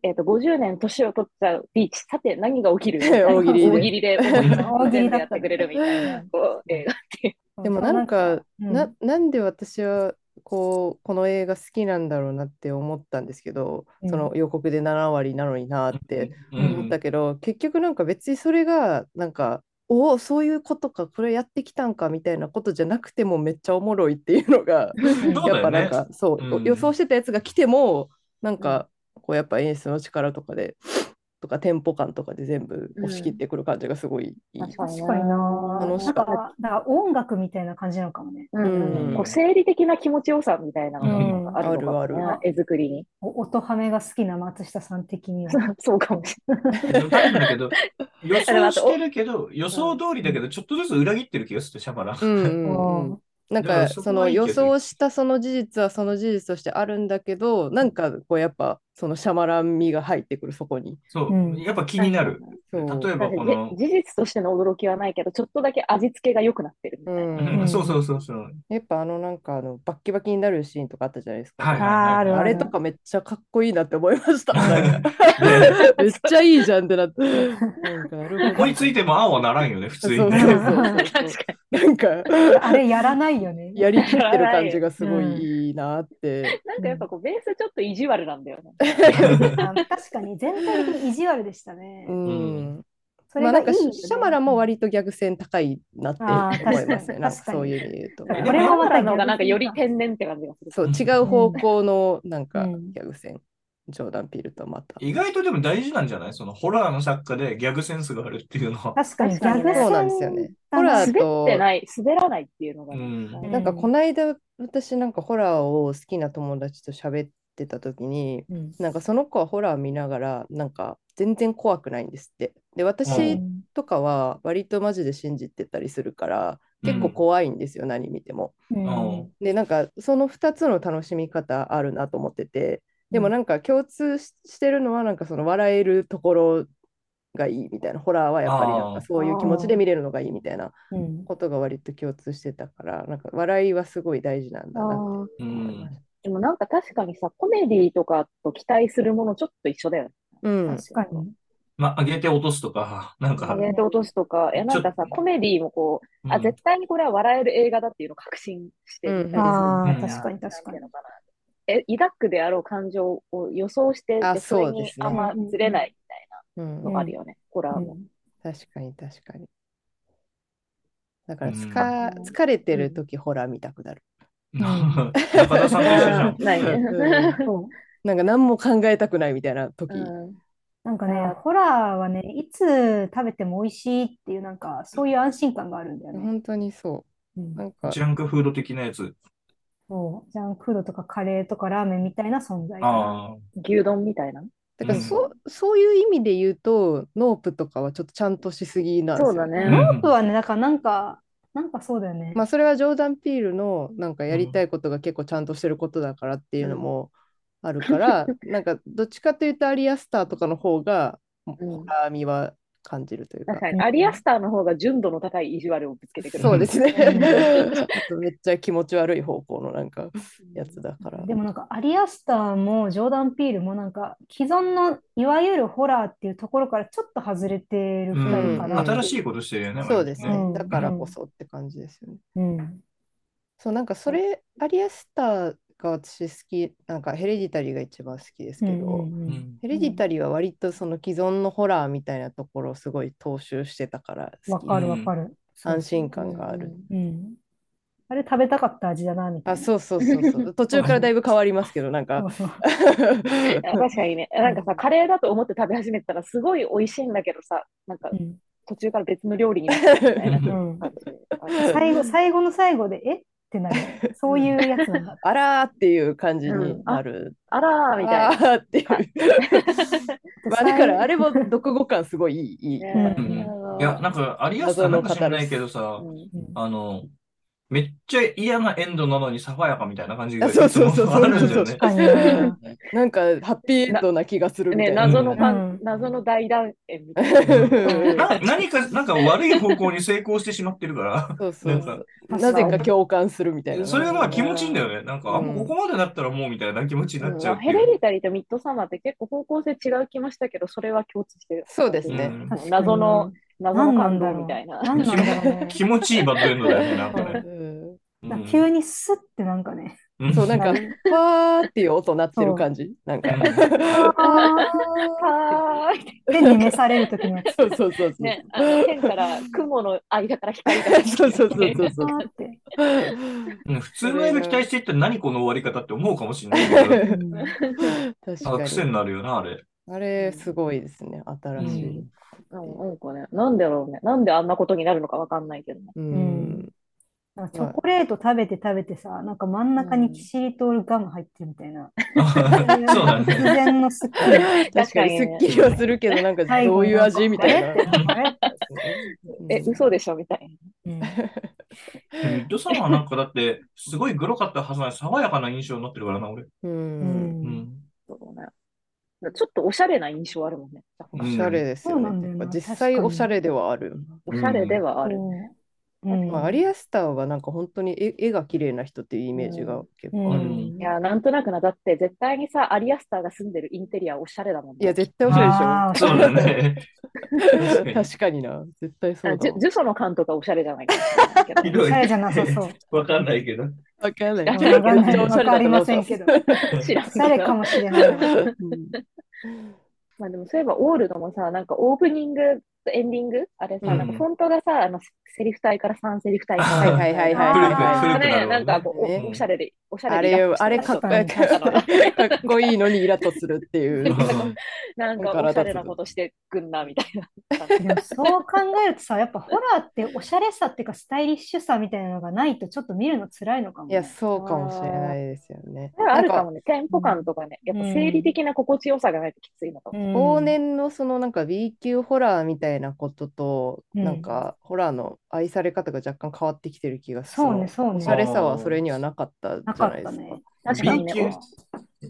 B: えっと、50年年を取っちゃうビーチ、さて何が起きるみたいな
A: 大喜利で
B: 大喜利 で、
C: 大喜利
B: 全部
C: だった
B: やってくれるみたいな、こう、映画って。
A: でもなんか、
C: うん
A: な、なんで私はこうこの映画好きなんだろうなって思ったんですけど、
C: うん
A: その予告で7割なのになって
D: うん、
A: 思ったけど、結局なんか別にそれがなんかおおそういうことかこれやってきたんかみたいなことじゃなくてもめっちゃおもろいっていうのが
C: うん
D: そうだよね
A: やっぱなんかそう、
D: うん
A: 予想してたやつが来てもなんかこうやっぱ演出の力とかで とかテンポ感とかで全部押し切ってくる感じがすごいいい。
B: 確
C: 確かにな。
A: 楽し
C: なん
A: か
C: か、だ
A: っ
C: から音楽みたいな感じなのかもね。
B: うん
D: うん
B: こう生理的な気持ちよさみたいなのがあるのかもね
A: うんあるあ
B: 絵作りに。
C: お音ハメが好きな松下さん的には。
B: そうかもしれない。
D: 多分だけど、予想してるけど、予想通りだけど、ちょっとずつ裏切ってる気がする、シャマラン。
A: うんうんうんなん
D: だか
A: からそ
D: そこ
A: の
D: はいいけ
A: 予
D: ど
A: 想したその事実はその事実としてあるんだけどなんかこうやっぱそのシャマラン味が入ってくる、そこに。
D: そうう、
C: ん
D: やっぱ気になる。
A: そう
D: 例えばこ
B: なんか
D: の
B: じ、事実としての驚きはないけど、ちょっとだけ味付けが良くなってるみたいな。
A: うん
D: うんそうそうそうそう。
A: やっぱあのなんかあのバッキバキになるシーンとかあったじゃないですか。
D: はいはいはい
C: ある
A: あれとかめっちゃかっこいいなって思いま した。なんか
D: で
A: めっちゃいいじゃんってな って。なんかなるほど
D: 思いついても青はならんよ ね、普通に
A: そうそう
D: ね。
A: そうそう
B: 確かに。
A: なんか
C: あれやらないよね。
A: やりきってる感じがすごいいいなって。
B: なんかやっぱこう、ベースちょっと意地悪なんだよね。
C: あ確かに全体的に意地悪でしたね
A: う。ん。
C: そ
A: ま
C: れ
A: あない
C: が
A: ん
C: い
A: か
C: よ
A: シ
C: ね
A: ャマランも割と逆線高いなって
C: あー
A: 思いますね。
C: 確かに
A: なんか
C: 確かに
A: そういう意味で言うと。
B: なん
D: え
B: か
D: でも
B: 山原の方がなんかより天然って感じがする。
A: そう
D: うん
A: 違う方向のなんか
C: うん
A: ギャグ線、ジョーダン・ピールとまた。
D: 意外とでも大事なんじゃないそのホラーの作家でギャグセンスがあるっていうのは。
C: 確かにギ
B: 確か
C: ャ
B: に
C: グ
B: ね
A: そうなんですよね。ホ
C: あ
A: ラ
B: 滑
A: ーと
B: ってない、滑らないっていうのが
D: う
B: ね。
D: ん。
B: うん
A: なんかこの間私なんかホラーを好きな友達と喋ってた時に
C: うん
A: なんかその子はホラー見ながらなんか全然怖くないんですって。で私とかは割とマジで信じてたりするから結構怖いんですよ、何見ても。
C: うん
A: でなんかその2つの楽しみ方あるなと思っててでもなんか共通ししてるのはなんかその笑えるところがいいみたいなホラーはやっぱりなん
D: あ
A: か
D: ー
A: そういう気持ちで見れるのがいいみたいな
C: うん
A: ことが割と共通してたからなんか笑いはすごい大事なんだなって
B: あー
D: う
A: 思いま
D: ん。
A: した。
B: でもなんか確かにさ、コメディとかと期待するものちょっと一緒だよね。
A: うん、
C: 確かに。
D: まあ、上げて落とすとか、なんか
B: 上、げて落とすとか、いやなんかさ、
D: ちょ
B: コメディもこう、
D: うん
B: あ、絶対にこれは笑える映画だっていうのを確信して
A: うん
B: 見たりする
C: ああ、
D: うん
C: 確かに確か
B: なんてい
C: に
B: う。のかなえ、抱くであろう感情を予想して、
A: あ
B: でそれ
A: そうで
B: に
A: すね
B: あんまずれないみたい
A: うん
B: なのがあるよね、ホラーも。
A: 確かに確かに。だから
D: うん
A: つか、疲れてる時ホラー見たくなる。
D: 中田さんと一緒 じゃん。
B: ないね。
A: うん
C: そう
A: なんか何も考えたくないみたいな時。
B: うん
C: なんか
B: あ
C: ね
B: ー、
C: ホラーはね、いつ食べても美味しいっていう、なんか、そういう安心感があるんだよね。
A: 本当にそうう。
C: ん
A: なんか
D: ジャンクフード的なやつ。
C: そう。ジャンクフードとかカレーとかラーメンみたいな存在感。
D: ああ。
B: 牛丼みたいな。
A: だからそ,、うそういう意味で言うとノープとかはちょっとちゃんとしすぎなんですよ。
B: そうだね。
D: うん
C: 僕はね、だからなんか、なんかそうだよね。
A: まあそれはジョーダン・ピールのなんかやりたいことが結構ちゃんとしてることだからっていうのもある から、なんかどっちかというとアリアスターとかの方が
B: うん
A: 辛みは感じるというか
B: 確。かに、アリアスターの方が純度の高い意地悪をぶつけてくる。
A: そうです ね。
C: う
A: あとめっちゃ気持ち悪い方向のなんかやつだから。
C: でもなんか、アリアスターもジョーダン・ピールもなんか、既存のいわゆるホラーっていうところからちょっと外れてる
D: う
C: 二人か
D: ん。
C: な。
D: 新しいことしてるよね。
A: そうですね。
C: うん
A: だからこそって感じですよね。
C: うん。
A: そうなんかそれアリアスターが私好きなんかヘレディタリーが一番好きですけど、
C: うんうん
D: う
C: うん
D: ん。
A: ヘレディタリーは割とその既存のホラーみたいなところをすごい踏襲してたから好
C: わ
A: き
C: かるわかる。
A: 安心感がある。
C: うん。あれ食べたかった味だな、みたい
A: あ
C: な。
A: そうそうそう そう途中からだいぶ変わりますけどなんか
C: そうそう
B: いや確かにね、なんかさ、カレーだと思って食べ始めたら、すごい美味しいんだけどさ、なんか
C: うん
B: 途中から別の料理になっちゃうみたいな
C: うん
B: 感じ。
C: 最後、最後の最後で、えってなる。そういうやつなんだ。
A: あらーっていう感じになる、
B: あらーみた
A: あ
B: いな。
A: らーっていう
C: で
A: まあだからあれも読後感すごいいいいい、
B: ね
C: うん
D: いや、なんか、アリアスターなんか知らないけどさ、
B: うん
C: うん
D: あの、めっちゃ嫌なエンドなのに爽やかみたいな感じが
A: あそうそうそう
D: いつもあるんだよ
A: そう
D: ね
C: 確。かにね
A: なんかハッピーエンドな気がするみた
B: ね、
A: いな、
B: 謎のかん
C: うん
B: 謎の大断円みたいな。
A: うん
D: な何か、なんか悪い方向に成功してしまってるか
A: そうそうそ
D: なん
A: う
D: か
A: なぜか共感する みたいな
D: ら、それがまあ気持ちいいんだよね。なんか、あ、
A: うん
D: ここまでだったらもうみたいな気持ちになっちゃうってい
B: ヘ
D: う。
B: レディタリーとミッドサマーって結構方向性違う気もしたけど、それは共通してる。
A: そうですね
D: うん
C: 確かに
B: 謎の、謎の感
C: 何な
B: 動
C: ん
B: みたいな。
C: だろう何なんだろうね
D: 気持ちいいバッドエンドだよね、なんかね。
A: うん
C: なんか急にスッてなんかね、
D: うん
A: そう、なんか、
C: う
A: わーっていう音鳴ってる感じ。なんか、
C: あ
B: はーい。
C: ー手に召される時のやつ。
A: そうそうそうそう。
B: ね、あの天から雲の間から光が。
A: そうそうそうそう
C: あ
A: そう。
C: ーって。
D: うん普通の映画期待していったら何この終わり方って思うかもしれないけど、
C: うん
A: 確
D: あ
A: か
D: 癖
A: に。
D: になるよな、あ れ。
A: あれ、すごいですね。新しい。
B: うんなんかね、なんでだろうね。なんであんなことになるのかわかんないけどね。
A: う。
C: うんなんかチョコレート食べて食べてさ、なんか真ん中にキシリトールガム入ってるみた いな。
D: そうだ
C: 突
D: ね。
C: 然のスッキリ。
A: 確
B: 確
A: か
B: か
A: に、
B: に
A: す
B: ね
A: っきりはするけど、なんか、
C: 最後
A: どういう味みたいな。
C: あれ
A: うん
B: え、嘘でしょみたい
C: うん
D: ミッドサマーなんかだって、すごいグロかったはずなのに爽やかな印象になってるからな、俺。
A: う。
C: うん
D: うんん。
B: な。そうね。ちょっとおしゃれな印象あるもんね。
A: おしゃれですよ
C: そうなんだ
A: ね
C: よ。な
A: 実際
C: 確かに
A: おしゃれではあるよな。
B: おしゃれではある。
C: うん
A: まあ、アリアスターはなんか本当に絵絵が綺麗な人っていうイメージが結構ある。
C: うん
B: いや、なんとなくな、だって絶対にさ、アリアスターが住んでるインテリアおしゃれだもんね。
A: いや、絶対おし
C: あ
A: ゃ
C: ー
A: れでしょ。
D: そうだね。確かに
A: 確かにな。絶対そう
B: あ
A: だ
B: ジ
A: わ
B: ュ。ジュソの缶とかおしゃれじゃないかもしれないけ ど
D: ひどい
C: おしゃれじゃなさそう。
D: わかんないけど。
A: わかんない。
B: わかんない
A: めっちゃおしゃれだと思う
C: わかりませんけど。
B: 知らん
C: おしゃれかもしれない。
A: うん
B: まあでもそういえばオールドもさ、なんかオープニングとエンディング、あれさ、
D: うん
B: なんかフォントがさ、あのセリフ体から3セリフ体
D: あー
A: はいはいはいはいはい
C: あー
D: 古く古くな
B: ね、
D: る
B: なんかこう
A: ね
B: おおしゃれで、おしゃ
A: あ
B: れでリ
A: れ
B: ラックス、
A: あれかっこ
B: な
A: よ
B: ん
A: く
B: か
A: かっこいいのにイラッとするって いう。
B: なん かおしゃれなことしてくんな、みたいな。
C: でもそう考えるとさ、やっぱホラーっておしゃれさっていうかスタイリッシュさみたいなのがないとちょっと見るの辛いのかも
A: い
C: ね。
A: や、そうかもしれないですよね。
B: あ
A: なん
B: るか
A: か
B: もね、テンポ感とかね、やっぱ生理的な心地よさがないときついのかも。
C: うん
A: 往年のそのなんか B 級ホラーみたいなことと、
C: うん
A: なんかホラーの愛され方が若干変わってきてる気がする。
C: そうね、そう
A: お
C: ね
A: し。ゃれさはそれにはなかったじ
C: な
A: ゃ
C: か
A: ないで
C: った
A: すか。
C: ね。
B: 確かにね、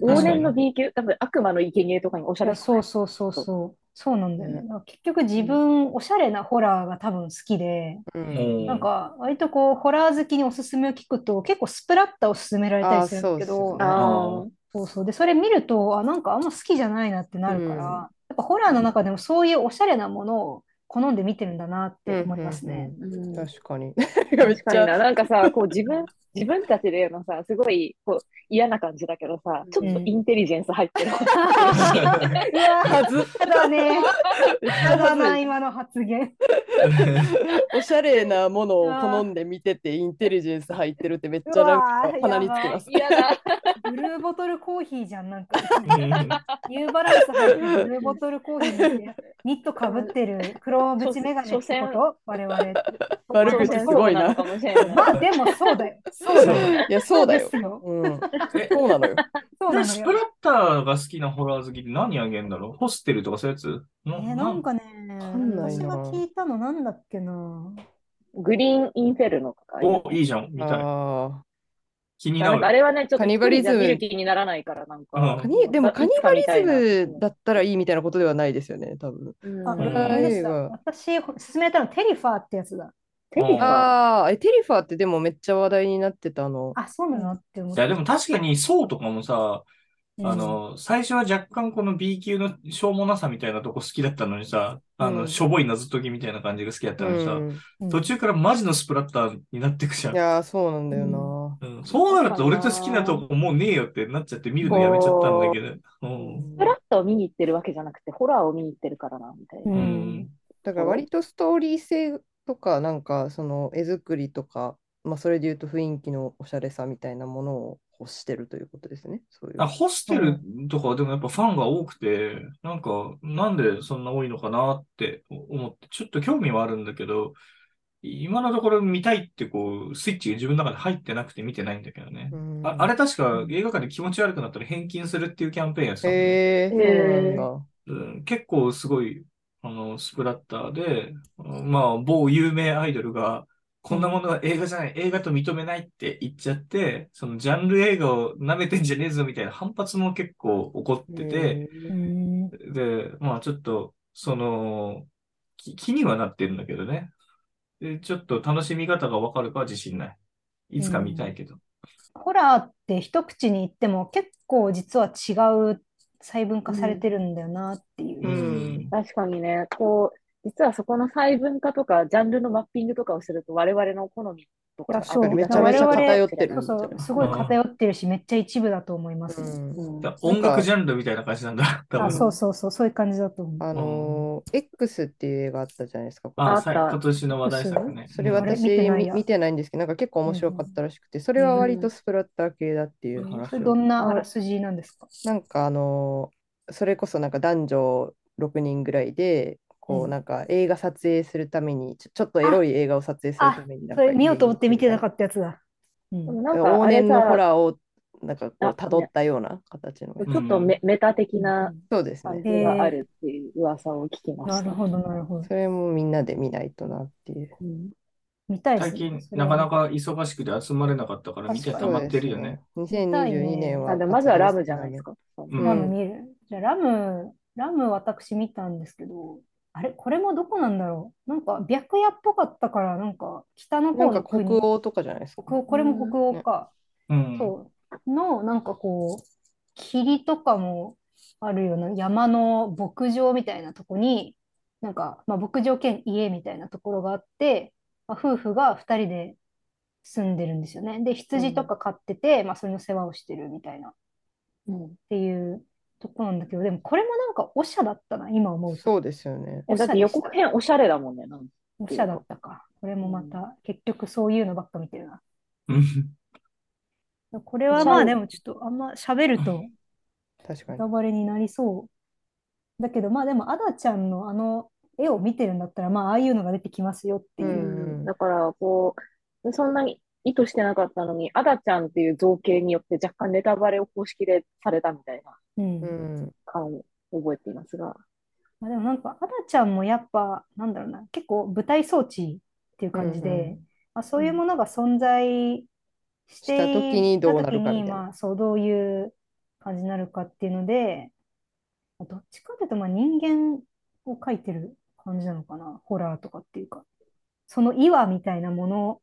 B: 往年の B 級、多分悪魔の生贄とかにおしゃ
C: いや
B: れ
C: そうそうそうそう。そうなんだよね。
A: う
C: だから結局自分、おしゃれなホラーが多分好きで、
A: うん
C: なんか割とこう、ホラー好きにおすすめを聞くと、結構スプラッタを勧められたりするんだけ
A: あーそう
C: ど
A: っす、ね
B: あ
C: そうそう。で、それ見ると、あ、なんかあんま好きじゃないなってなるから、
A: うん
C: やっぱホラーの中でもそういうおしゃれなものを好んで見てるんだなって思いますね。
B: ーうん
A: 確かに。めっ
B: 確か
A: ち
B: に
A: ゃ。
B: な、なんかさ、こう自分、 自分たちでのさ、すごいこう嫌な感じだけどさ、ちょっとインテリジェンス入っ てる。
C: うわー、
A: はず。
C: やだね。
A: めっち
C: や
A: ゃ
C: だ
A: は
C: な、
A: ずい
C: 今の発言。
A: おしゃれなものを好んで見てて、インテリジェンス入ってるってめっちゃなんか
C: うわ
A: 鼻
C: ー
A: につ
C: やばい
A: きます。
B: 嫌だ。
C: ブルーボトルコーヒーじゃん、なんか。ニューバランス入ってるブルーボトルコーヒーにニットかぶっ てる黒縁メガネってこと我々。
A: 悪口すごいな
B: そうのかもしれない
C: まあでもそうだよ。そうだよ。
A: いや、 そうだよ
C: で。すよ。
A: うん。そうなのよ。
C: そうなの
D: ス
C: よ
D: プ。ラッターが好きなホラー好きって何あげんだろうホステルとかそういうやつえ
C: えーなんかね、
A: んない
C: 私
A: な
C: が聞いたのなんだっけな。
B: グリーンインフェルノとか。
D: お、いいじゃん、みたい。
A: あ
D: 気にな
B: なん
D: る
B: かあ。れはね、ちょっと
A: カニバリズム
B: 一人じゃ見る気にならないから、なん
D: う
B: か
A: あ。。カニ、でもカニバリズムだ
B: だ。
A: ったらいいみたいなことではないですよね、多分。
B: うん
C: あ、
D: ん
C: あれでした。
A: うん
C: 私、勧めたのテリファーってやつだ。
B: テレビが
A: ああ、え、テリファーってでもめっちゃ話題になってたあの。
C: あ、そうなのって思っ
D: い
C: た。
D: や、でも確かに、そうとかもさ、
C: うん
D: あ、の、最初は若干この B 級のしょうもなさみたいなとこ好きだったのにさ、あ
A: う
D: の、
A: ん
D: しょぼい謎解きみたいな感じが好きだったのにさ、
A: うん
C: うん
D: 途中からマジのスプラッターになってくじゃ
A: い
D: ん。
A: やー、そうなんだよな。
D: うん、そうなると俺と好きなとこもうねえよってなっちゃって見るのやめちゃったんだけど。うん。
B: フラットを見に行ってるわけじゃなくて、ホラーを見に行ってるからな、みたいな。
C: う
D: うんん。
A: だから割とストーリー性とか、なんかその絵作りとか、まあそれで言うと雰囲気のおしゃれさみたいなものを欲してるということですね。そういう。
D: あ、ホステルとかはでもやっぱファンが多くて、なんか、なんでそんな多いのかなって思って、ちょっと興味はあるんだけど、今のところ見たいってこう、スイッチが自分の中で入ってなくて見てないんだけどね。
A: うん
D: ああれ確か映画館で気持ち悪くなったら返金するっていうキャンペーンやってたもんね
A: へえ、
B: へー
A: そうなんだ。
D: うん結構すごい、あの、スプラッターで、うんまあ、某有名アイドルが、こんなものは映画じゃない、映画と認めないって言っちゃって、そのジャンル映画を舐めてんじゃねえぞみたいな反発も結構起こってて、
C: うん
D: で、まあちょっと、その、き気にはなってるんだけどね。で、ちょっと楽しみ方がわかるかは自信ない。いつか見たいけど。
C: ホラーって一口に言っても結構実は違う細分化されてるんだよなっていうう。
A: ん
B: 確かにね、こう、実はそこの細分化とか、ジャンルのマッピングとかをすると、我々の好みとか
C: いやそう
B: あ
C: めちゃめちゃ偏ってるそうそう、すごい偏ってるし、めっちゃ一部だと思います
A: う
C: ね。
A: ん
B: うん
D: だ音楽ジャンルみたいな感じなんだ。多
C: あ、
D: 分
C: そうそうそう、そういう感じだと思う。
A: あのー X っていう映画あったじゃないですか。
D: あ
B: あった
D: さ今年の話題作ね。
A: それ
C: は
A: 私
C: あれ見てない
A: み
C: や
A: 見てないんですけど、なんか結構面白かったらしくて、それは割とスプラッター系だっていう話
C: そ
A: を
C: れどんなあらすじなんですか
A: なんかあのーそれこそなんか男女6人ぐらいで、こ
C: う
A: うんなんか映画撮影するために、ちょちょっとエロい映画を撮影するためになん
C: そ
A: か
C: れ見ようと思って見てな
A: た
C: かったやつだ。うん
B: なんか
A: 往
B: あれ
A: 年のホ
B: さ、
A: ラーをなんかこう
B: あ
A: 辿ったような形の。
B: ちょっとメメタ的な
A: そうです
B: 感
A: ね。
B: じがあるっていう噂を聞きま
C: な
B: し
C: る
B: た。
C: ほど、なるほど
A: そ。れもみんなで見ないとなっていう。
B: うん
C: 見たいです
D: 最
C: ね
D: 近、
C: それ
D: な
C: は
D: かなか忙しくて集まれなかったから見て
C: 確
D: 溜
C: かに
D: まってるよね。。
A: 2022年は。
B: あでもまずはラムじゃないですか。
D: うん
C: ラム見る。じゃあラム、ラム私見たんですけど、あれ、これもどこなんだろうなんか白夜っぽかったから、なんか北の
A: なんか
C: 方の
A: 北
C: 国、
A: 欧とかじゃないですか。
C: 北欧これも北欧か。
D: うん。
C: そう。の、なんかこう、霧とかもあるような山の牧場みたいなとこに、なんか、まあ、牧場兼家みたいなところがあって、まあ、夫婦が2人で住んでるんですよね。で、羊とか飼ってて、まあ、それの世話をしてるみたいなっ
E: うん
C: ていうとこなんだけど、でもこれもなんかおしゃだったな、今思うと。
A: そうですよね。
E: えだって予告編おしゃれだもんね。なんか
C: おしゃだったか。これもまた、結局そういうのばっか見てるな。
D: うん
C: これはまあでもちょっとあんま喋ると、
A: 確かに
C: ネタ。バレになりそう。だけど、まあでも、アダちゃんのあの絵を見てるんだったら、まあ、ああいうのが出てきますよっていうう。
A: ん
E: だから、こう、そんなに意図してなかったのに、アダちゃんっていう造形によって若干ネタバレを公式でされたみたいな
C: うん
A: うん。
E: 感を覚えていますが。
C: まあ、でもなんか、アダちゃんもやっぱ、なんだろうな、結構舞台装置っていう感じで、
A: うんうん
C: まあ、そういうものが存在して
A: した時にどうなるかみたいな
C: 時にまあ、そう、どういう感じになるかっていうので、まあどっちかというと、まあ、人間を描いてる感じなのかな、ホラーとかっていうか。その岩みたいなもの、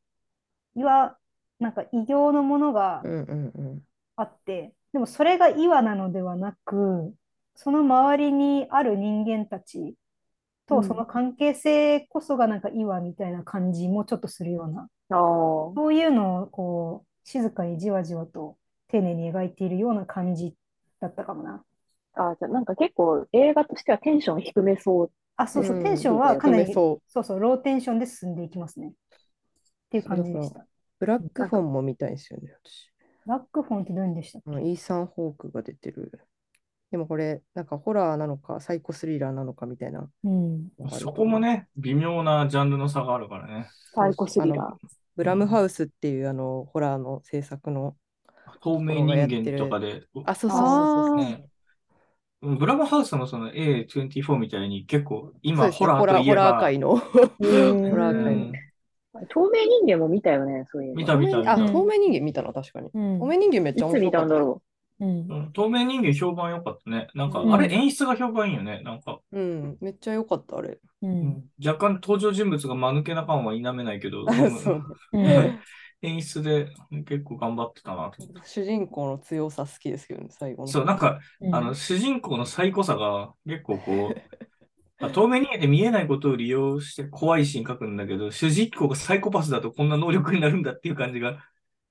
C: 岩、なんか異形のものが
A: うんうん
C: あって、でもそれが岩なのではなく、その周りにある人間たち
E: う
C: と
E: ん
C: その関係性こそがなんか岩みたいな感じもちょっとするような、
E: ああ。
C: そういうのをこう、静かにじわじわと丁寧に描いているような感じだったかもな。
E: あ、じゃあなんか結構映画としてはテンション低めそう。
C: あ、そうそう、
A: うん
C: テンション
A: う
C: は
A: ん。
C: かなり、
A: そう。
C: そうそう、ローテンションで進んでいきますね。っていう感じでした。
A: ブラックフォンも見たいんですよね、私。
C: ブラックフォンってどういうんでしたっ
A: あ
C: け
A: のイーサン・ホークが出てる。でもこれ、なんかホラーなのか、サイコスリラーなのかみたいな。
C: うん。
D: そこもね、微妙なジャンルの差があるからね。
E: サイコスリラー
A: あのブラムハウスっていうあのホラーの制作の。
D: 透明人間とかで。
A: あ、そうそうそうそ
E: あ
A: う
D: ねブラムハウスのその A24 みたいに結構
A: そう
D: 今
A: です
D: ホ
A: ね
D: ラ
A: ホ
D: ー
A: ラ
D: と
A: ー
D: いえ
A: ホラー
D: ば、
A: 界の。
E: ー。
A: ホラー
D: う
A: 界
D: ん
A: の。
E: 透明人間も見たよね、そういう
D: 見た見た見
A: あ、
D: た。
C: うん
A: 透明人間見たの確かに。
C: うん
A: 透明人間めっちゃ
E: い
A: 面
E: つ見
A: 白
E: た
A: か
E: ん
A: っ
E: だ
A: た。
E: ろ
C: うん
D: うん透明人間評判良かったね。なんか
A: う、ん
D: あれ演出が評判いいよね。なんか、
A: うん、めっちゃ良かった、あれ。
C: う
D: うんん若干登場人物が間抜けな感は否めないけど、でも
A: そうね
C: うん
D: 演出で結構頑張ってたなと思って。
A: 主人公の強さ好きですけどね、最後の。
D: そう、なんか、
C: うん
D: あの、主人公の最高さが結構こ う、あ透明人間で見えないことを利用して怖いシーン描くんだけど、主人公がサイコパスだとこんな能力になるんだっていう感じが、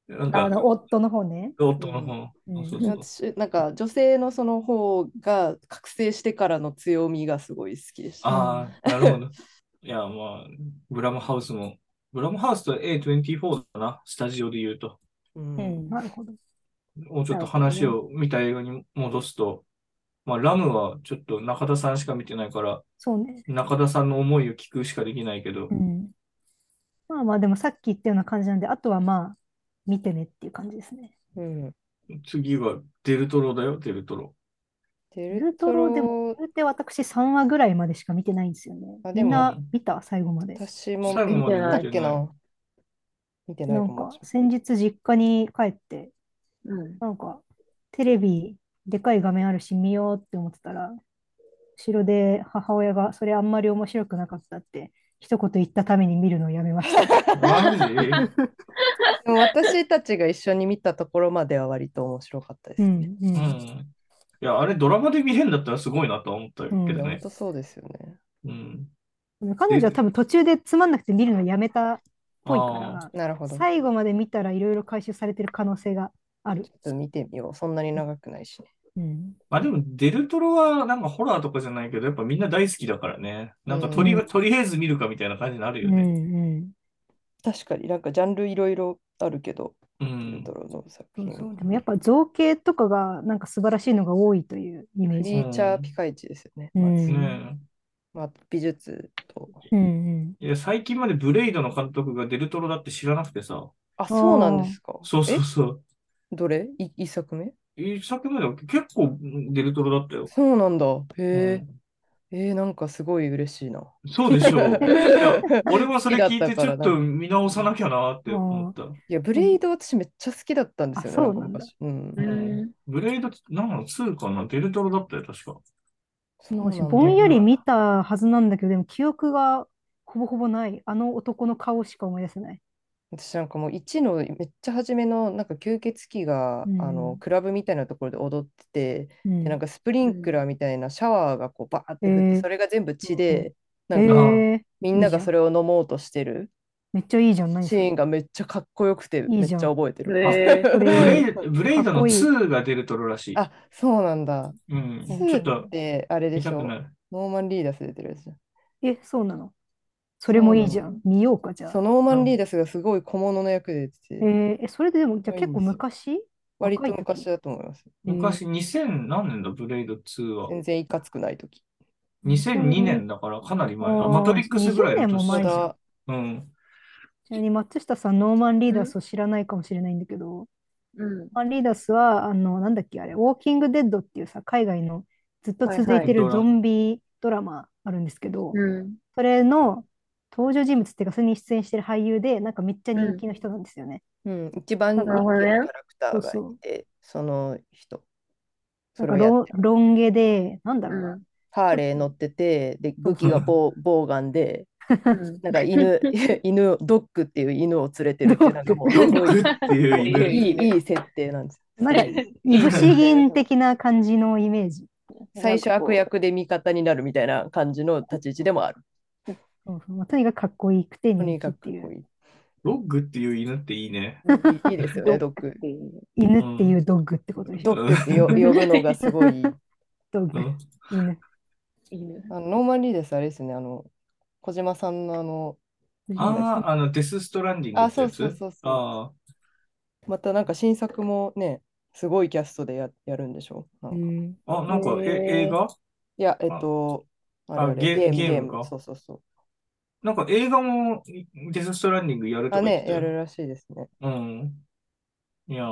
D: なん
C: あ
D: か、
C: の、夫の方ね。
D: ロットの方、
C: うん
D: そうそう
A: 私、なんか女性のその方が覚醒してからの強みがすごい好きでした。
D: ああ、なるほど。いや、まあ、ブラムハウスも、ブラムハウスと A24 だな、スタジオで言うと。
A: うん
C: うん、なるほど。
D: もうちょっと話を見た映画に戻すと、まあ、ラムはちょっと中田さんしか見てないから、
C: そうね。
D: 中田さんの思いを聞くしかできないけど
C: う、ん。まあまあ、でもさっき言ったような感じなんで、あとはまあ、見てねっていう感じですね。
A: うん。
D: 次はデルトロだよ、デルトロ。
A: デ
C: ベ
A: ル
C: ル
A: ト
C: ト
A: ロ
C: ロでも、言うて私3話ぐらいまでしか見てないんですよね。
A: あ
C: み
A: でも
C: んな見た最後まで。
A: 私も
D: 最後
A: 見
D: ま
A: て
D: で
A: な
D: 見
A: い
D: て
A: っけ
D: ない
A: な。見てない
C: な
A: か
C: ん
A: も
C: か、。先日実家に帰って、
E: う。うん。
C: なんか、テレビ、でかい画面あるし見ようって思ってたら、後ろで母親が、それあんまり面白くなかったって、一言言ったために見るのをやめました。
D: マジ
A: でも私たちが一緒に見たところまでは割と面白かったです
C: う
A: ね。
C: ん、う。
D: うんん。いや、あれドラマで見れんだったらすごいなとは思ったけど
A: いや本
D: ね。
A: 当そうですよね。
D: うん。
C: 彼女は多分途中でつまんなくて見るのやめたっぽいか
D: あ
C: ら、
A: なるほど。ちょ
C: 最後まで見たらいろいろ回収されてる可能性がある。
A: っと見てみよう。そんなに長くないしね。
C: うん。
D: まあでも、デルトロはなんかホラーとかじゃないけど、やっぱみんな大好きだからね。なんかとり、
C: うん
D: とりあえず見るかみたいな感じになる
C: う
D: よね。
C: ん
A: 確かになんかジャンルいろいろあるけど、
D: う
A: デル
D: ん
A: ト。ロの作
C: う
A: 品。
C: ん。でもやっぱ造形とかがなんか素晴らしいのが多いというイメー
A: ク
C: ジ。
A: リーチャーピカイチですよね。
C: うん
D: ね
A: まあ、美術と。
C: うんうん。
D: えいや、最近までブレイドの監督がデルトロだって知らなくてさ。
A: あ、そうなんですか。
D: そうそうそう。
A: えどれい一作目
D: 一作目だっけ結構デルトロだったよ。
A: そうなんだ。へ
D: う
A: え
D: ん。
A: えー、なんかすごい嬉しいな。
D: そうでしょう。い や 俺はそれ
A: 好
D: 聞
A: き
D: い
A: だってた
D: ち
A: から
D: ょっ
A: な
D: と見直さなきゃなって思った。
A: いや、ブレイド私めっちゃ好きだったんですよね。
C: あそうなんだ
A: か昔うん
D: う。んブレイド、なんなの ?2 かなデルトロだったよ、確か。
A: そうなん
C: 私、
A: だ
C: ぼんやり見たはずなんだけど、でも記憶がほぼほぼない。あの男の顔しか思い出せない。
A: 私なんかもう1のめっちゃ初めのなんか吸血鬼が、
C: うん
A: あのクラブみたいなところで踊ってて、
C: うん
A: でなんかスプリンクラーみたいなシャワーがこうバーって降っ
C: え
A: て、
C: ー
A: それが全部血で、
C: え
A: なんか
C: ー
A: みんなが
C: いいじゃん
A: それを飲もうとしてる
C: めっちゃいいじゃん。何そ
A: シ
C: れ
A: ーンがめっちゃかっこよくて
C: い
A: め
C: い
A: っち
C: じゃ
A: ゃ
C: ん
A: 覚えてる。
E: えー
C: こ
D: ブ
C: れ
D: レイブレイド
C: かっ
D: の
C: こいい
D: 2がデルトロらしい。
A: あ、そうなんだ。
D: うん、
A: ツ
D: ちょっ
A: ーっ
D: と
A: てあれで
D: 見
A: したょ
D: くなる。
A: ノーマン・リーダス出てるやつじゃん。
C: え、そうなのそれもいいじゃん。見ようか、じゃ
A: そう、
C: あ。
A: ノーマン・リーダスがすごい小物の役で出てて、
C: えーえ、それででも、じゃあ
A: いいん
C: 結構
A: ですよ
C: 昔
A: 割と
C: 若い時
A: 昔だと思います。
D: 昔2000何年だ、ブレイド2は。
A: 全然いかつくない時。
D: 2002年だからかなり前。あ
C: あー
D: マトリックスぐらいの
C: 20年も
A: ま
C: 前
D: 年
C: じゃん
A: だ、
D: うん。
C: ちなみに松下さん、ノーマン・リーダスを知らないかもしれないんだけど、ノ
E: うん
C: ーマン・リーダスは、あの、なんだっけ、あれ、ウォーキング・デッドっていうさ、海外のずっと続いてる
D: はいはい
C: ゾンビドラマあるんですけど、
E: うん
C: それの登場人物っていうか、それに出演してる俳優で、なんかめっちゃ人気の人なんですよね。
A: うん、一番
C: なん
A: 人気
C: か
A: のキャラクター
C: そう
A: が
C: そ
A: いうて、その人。
C: な
A: そ
C: ん
A: れ
C: か
A: をや
C: ロ
A: っ
C: ン
A: て、
C: ロン毛で、なんだろうな、
A: ハーレー乗ってて、で、武器が ボー、ボーガンで、
E: うん
A: なんか 犬、犬、ドッグっていう犬を連れてるって、なんかもう、す
D: ロ
A: ごい
D: ックっていう
E: ドッグ
D: 犬。
A: いい、いい設定なんです。
C: なんか、いぶし銀的な感じのイメージ。
A: 最初悪役で味方になるみたいな感じの立ち位置でもある。
C: そうそうまあとにかくかっこいくて
A: と
C: 人
A: に
C: 気っ
A: かく
C: て
A: かっこ
C: いう。
A: いい。
D: ロッグっていう犬っていいね。
A: いいいいですよね、ドッグ。
C: 犬っていうドッグってことでし
A: ド
C: ょ。
A: ッグってよ呼ぶのがすごいいい。
C: ドッ
D: う
C: グ、
D: ん
C: 犬。
A: あのノーマンリーです、あれですね、あの、小島さんのあの、
D: ああ、あの、デスストランディングってやつ。
A: あそうそうそうそう
D: あ
A: またなんか新作もね、すごいキャストでや、やるんでしょなんか
C: うん
D: あ、あ、なんか、え、
E: へー
D: 映画
A: いや、えっと、あれあれ、
D: ゲー
A: ゲーム、
D: ゲーム
A: ゲーム、
D: か
A: そうそうそう。
D: なんか映画もデスストランディングやると
A: あ、
D: か言っ
A: ね
D: て、た
A: や
D: よ。
A: るらしいですね。
D: うん。いやー、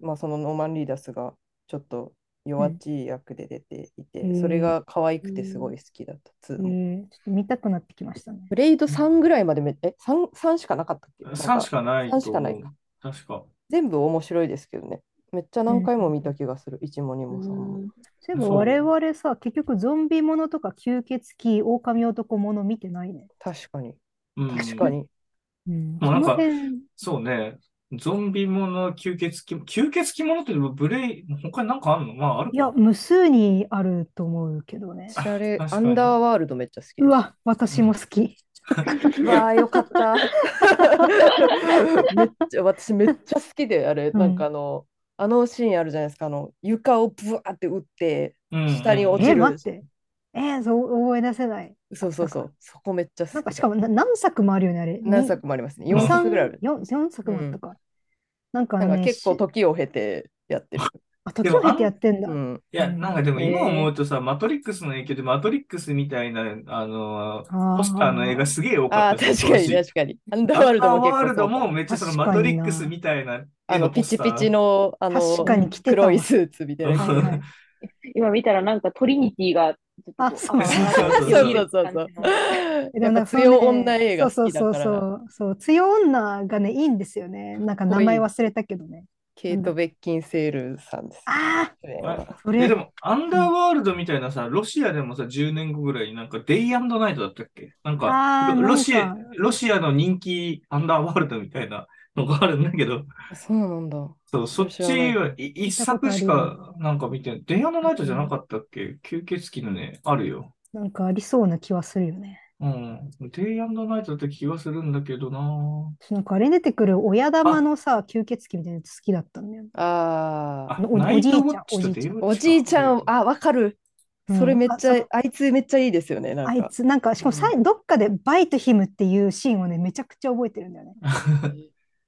A: まあ、そのノーマンリーダスがちょっと弱っちい役で出ていて、
C: うん
A: それが可愛くてすごい好きだった。ツ
C: え
A: ーも
C: ーちょっと見たくなってきましたね。
A: ブレイド3ぐらいまでめ、え、3、3しかなかったっけなん
D: 3
A: か
D: しかない
A: 三しかない
D: と思う確か。
A: 全部面白いですけどね。めっちゃ何回も見た気がする。1も2も3も。
C: そういえば
D: そう
C: 我々さ、結局ゾンビものとか吸血鬼、狼男もの見てないね。
A: 確かに。
D: うん。
A: 確か。に。
C: うん、
D: もうなんか
C: その辺、
D: そうね。ゾンビもの、吸血鬼、吸血鬼ものってブレイ、他になんかあんのまあ、ある
C: いや、
D: か。
C: 無数にあると思うけどね。
A: 私あれ、
D: 確
A: ア
D: かに
A: ンダーワールドめっちゃ好きです。
C: うわ、私も好き。
A: うわー、よかった。 めっちゃ、私めっちゃ好きで、あれ、
C: うん
A: なんかあの、あのシーンあるじゃないですか、あの、床をブワーって打って、
D: うん
A: 下に落ち
C: え、
A: る
C: 待って。えーそう、覚え出せない。
A: そうそうそう、そこめっちゃ
C: な
A: 好
C: んか
A: き
C: し
A: で
C: か。もな何作もあるよね、あれ。
A: 何作もありますね。
D: に
A: 4
C: 三
A: 作ぐらいある。
C: 四四作もあったか。なんか
A: なんか
C: ね、
A: 結構
C: し
A: 時を経てやってる。
C: あ、時を経てやってんだ。
A: うん。
D: いや、
C: うん
D: なんかでも今
A: へー
D: 思うとさ、マトリックスの影響でマトリックスみたいな、あのー、
C: あー
D: ポスターの映画すげえ多か
A: あ
D: っ
A: あ、
D: たじゃん
A: 確かに
D: 当時
A: 確かに。アンダーワールドも結
D: アンダーワ
A: 構
D: ール
A: そ
D: ド
A: うか
D: もめっちゃその
C: 確かに
D: マ
C: な
D: トリックスみたいな
A: あ
D: 絵の
A: の、
D: ポ
A: ピ
D: ス
A: チ
D: ター
A: ピチの、あの、
C: 確かに着てたわ
A: 黒いスーツみたいな
C: はいはい。
E: 今見たらなんかトリニティがちょっとこ
C: あそう
E: あー
D: そうそうそう
A: そう そう
C: え
A: やっぱ
C: それ
A: 強女映画好きだから
C: そうそうそうそう。そう、強女がね、いいんですよね。なんか名前忘れたけどね。
A: ケイト・ベッキンセールさんです。
C: あ
A: 主演は
D: あ
C: そ
D: え
C: れ
D: でも、アンダーワールドみたいなさ、ロシアでもさ、10年後ぐらいになんか、デイアンドナイトだったっけなん
C: あ
D: か
C: ー
D: ロ、
C: なんか
D: ロシア、ロシアの人気アンダーワールドみたいなのがあるんだけど、
A: そうなんだ。
D: そう、そっち
A: ロシアの
D: はい一作しかなんか見てない。デイアンドナイトじゃなかったっけ吸血鬼のね、あるよ。
C: あ、なんかありそうな気はするよね。
D: うん。デイアンドナイトだった気がするんだけどなぁ
C: 私なんかあれに出てくる親玉のさ、吸血鬼みたいなやつ好きだったんだよね。
A: あ
D: あ
A: あ、
C: お
D: ナイト
C: おじいち
D: ウ
C: ゃん
D: ォッチとデイウォッチか
A: おじいちゃん、あ、わかる。
C: うん
A: それめっちゃ、
C: あそう
A: あいつめっちゃいいですよね。な
C: あ
A: ん
C: い
A: か。
C: つ、なんか、しかもさい、どっかでバイトヒムっていうシーンをね、めちゃくちゃ覚えてるんだよね。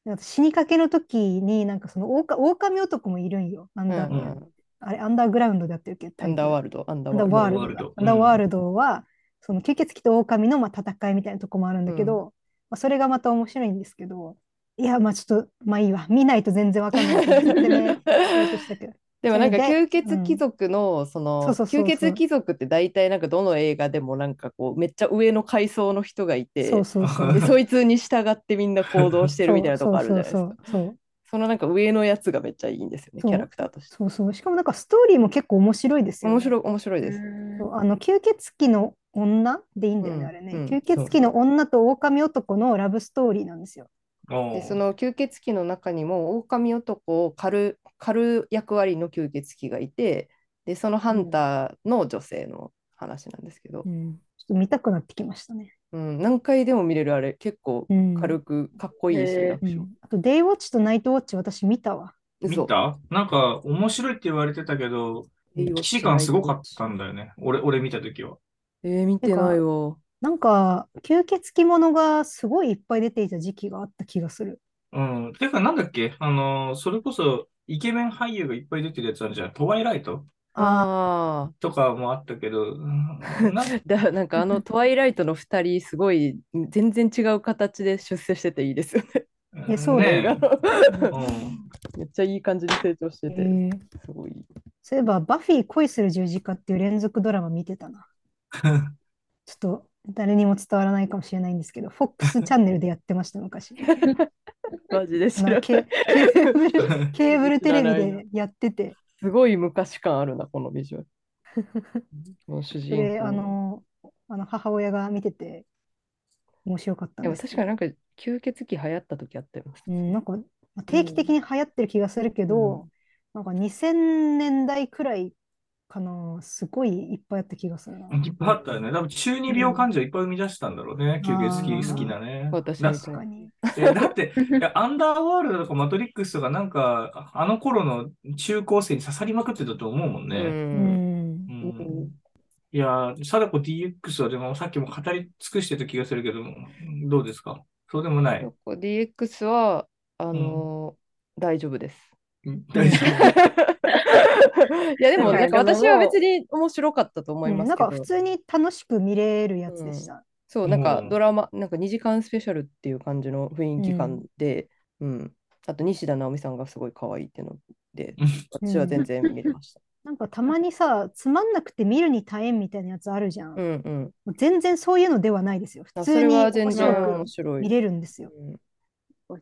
C: なんか死にかけの時に、なんかその、狼狼男もいるんよ。アン
A: うん
C: ダー、
A: うん
C: あれ、アンダーグラウンドだったっけ
A: アンダーワール
C: ル
A: ド、アンダ
C: ド。
A: ー
C: アンダー
A: ワ
C: ワ
A: ー
C: ー
A: ル
C: ル
A: ド。
C: ド
D: ルド。
C: だアンダーワールドは、その吸血鬼と狼のまあ戦いみたいなとこもあるんだけど、まあ、それがまた面白いんです けど、いや、まあちょっと、まあいいわ。見ないと全然わかんない。説明、最初したけど。
A: でもなんか
C: それ
A: 吸血貴族のその
C: そうそうそうそう
A: 吸血貴族って大体なんかどの映画でもなんかこうめっちゃ上の階層の人がいて
C: そうそうそう。
A: でそいつに従ってみんな行動してるみたいなとこあるじゃないです
C: そ
A: か
C: うそう
A: そのなんか上のやつがめっちゃいいんですよね
C: そ
A: キ
C: う
A: ャラクターとして
C: そうそうそうそうしかもなんかストーリーも結構面白いですよね
A: 面白い面白いです
C: そうあの吸血鬼の女でいいんだよね、
A: うん
C: あれね、
A: うん
C: 吸血鬼の女と狼男のラブストーリーなんですよ。
D: お
A: で
D: ー
A: その吸血鬼の中にも狼男を狩る狩る役割の吸血鬼がいてでそのハンターの女性の話なんですけど、
C: ちょっと見たくなってきましたね。
A: うん、何回でも見れるあれ結構
C: うん
A: 軽くかっこいいし、
E: へー
A: アク
C: う
A: ション
C: んあと、デイウォッチとナイトウォッチ、私見たわ。
A: 嘘
D: 見たなんか面白いって言われてたけど、
A: えー
D: 既視感すごかったんだよね。俺、俺見たときは。
A: えー見てないわ。
C: なんか、吸血鬼ものがすごいいっぱい出ていた時期があった気がする。
D: うん。てか、なんだっけあのー、それこそ、イケメン俳優がいっぱい出てるやつあるじゃん。トワイライト
A: あ
C: あ
A: あ
D: とかもあったけど、うんな
A: ー。だなんかあの「トワイライト」の二人すごい全然違う形で出世してていいですよね。
C: えそうだ
D: ね
C: よ
A: 映画の
D: うん
A: めっちゃいい感じに成長して
C: ー
A: て、
C: へー
A: すごい。
C: そういえば、バフィー恋する十字架っていう連続ドラマ見てたな。ちょっと誰にも伝わらないかもしれないんですけど、FOX チャンネルでやってまし た、昔。
A: マジで知
C: あの
A: らない
C: ケケー ブルケーブルテレビでやってて、
A: すごい昔感あるな、このビジュアル。この主人公
C: で、あの、あの母親が見てて、面白かったん
A: でも
C: です
A: 確
C: け
A: か
C: ど
A: になんか吸血鬼流行った時あったよね。
C: うん、なんかまあ定期的に流行ってる気がするけど、なんか2000年代くらいかな、すごいいっぱいあった気がするな。
D: いっぱいあったよね。多分中二病患者いっぱい生み出したんだろうね。
C: うん
D: 吸血鬼好きなね。
A: 私
D: だ
A: みたい
C: 確かに。
D: えだって、いやアンダーワールドとかマトリックスとかなんか、あの頃の中高生に刺さりまくってたと思うもん
A: う。
D: ね。
C: うんん
E: う
D: う。
E: ん
D: んいやー、貞子 DX はでもさっきも語り尽くしてた気がするけども、どうですかそうでもない。
A: そこ DX は、あのー大丈夫 です。
D: 大丈夫。
A: いや、でも、なん
E: な
A: か
E: んか
A: 私は別に面白かったと思います
C: なん
A: け
C: か
A: ど、
C: 普通に楽しく見れるやつでした。
A: そう、なんか
D: うん
A: ドラマ、なんか2時間スペシャルっていう感じの雰囲気感で、うん。あと、西田直美さんがすごい可愛いっていうので、私は全然見れました。
C: なんかたまにさ、つまんなくて見るに耐えんみたいなやつあるじゃ
A: う
C: ん。
A: んうん。
C: もう全然そういうのではないですよ。普
A: あそ
C: 通
A: れ
C: に
A: は全
C: 面
A: 然
C: 白く
A: 面白い。
C: 見れるんですよ。
A: うん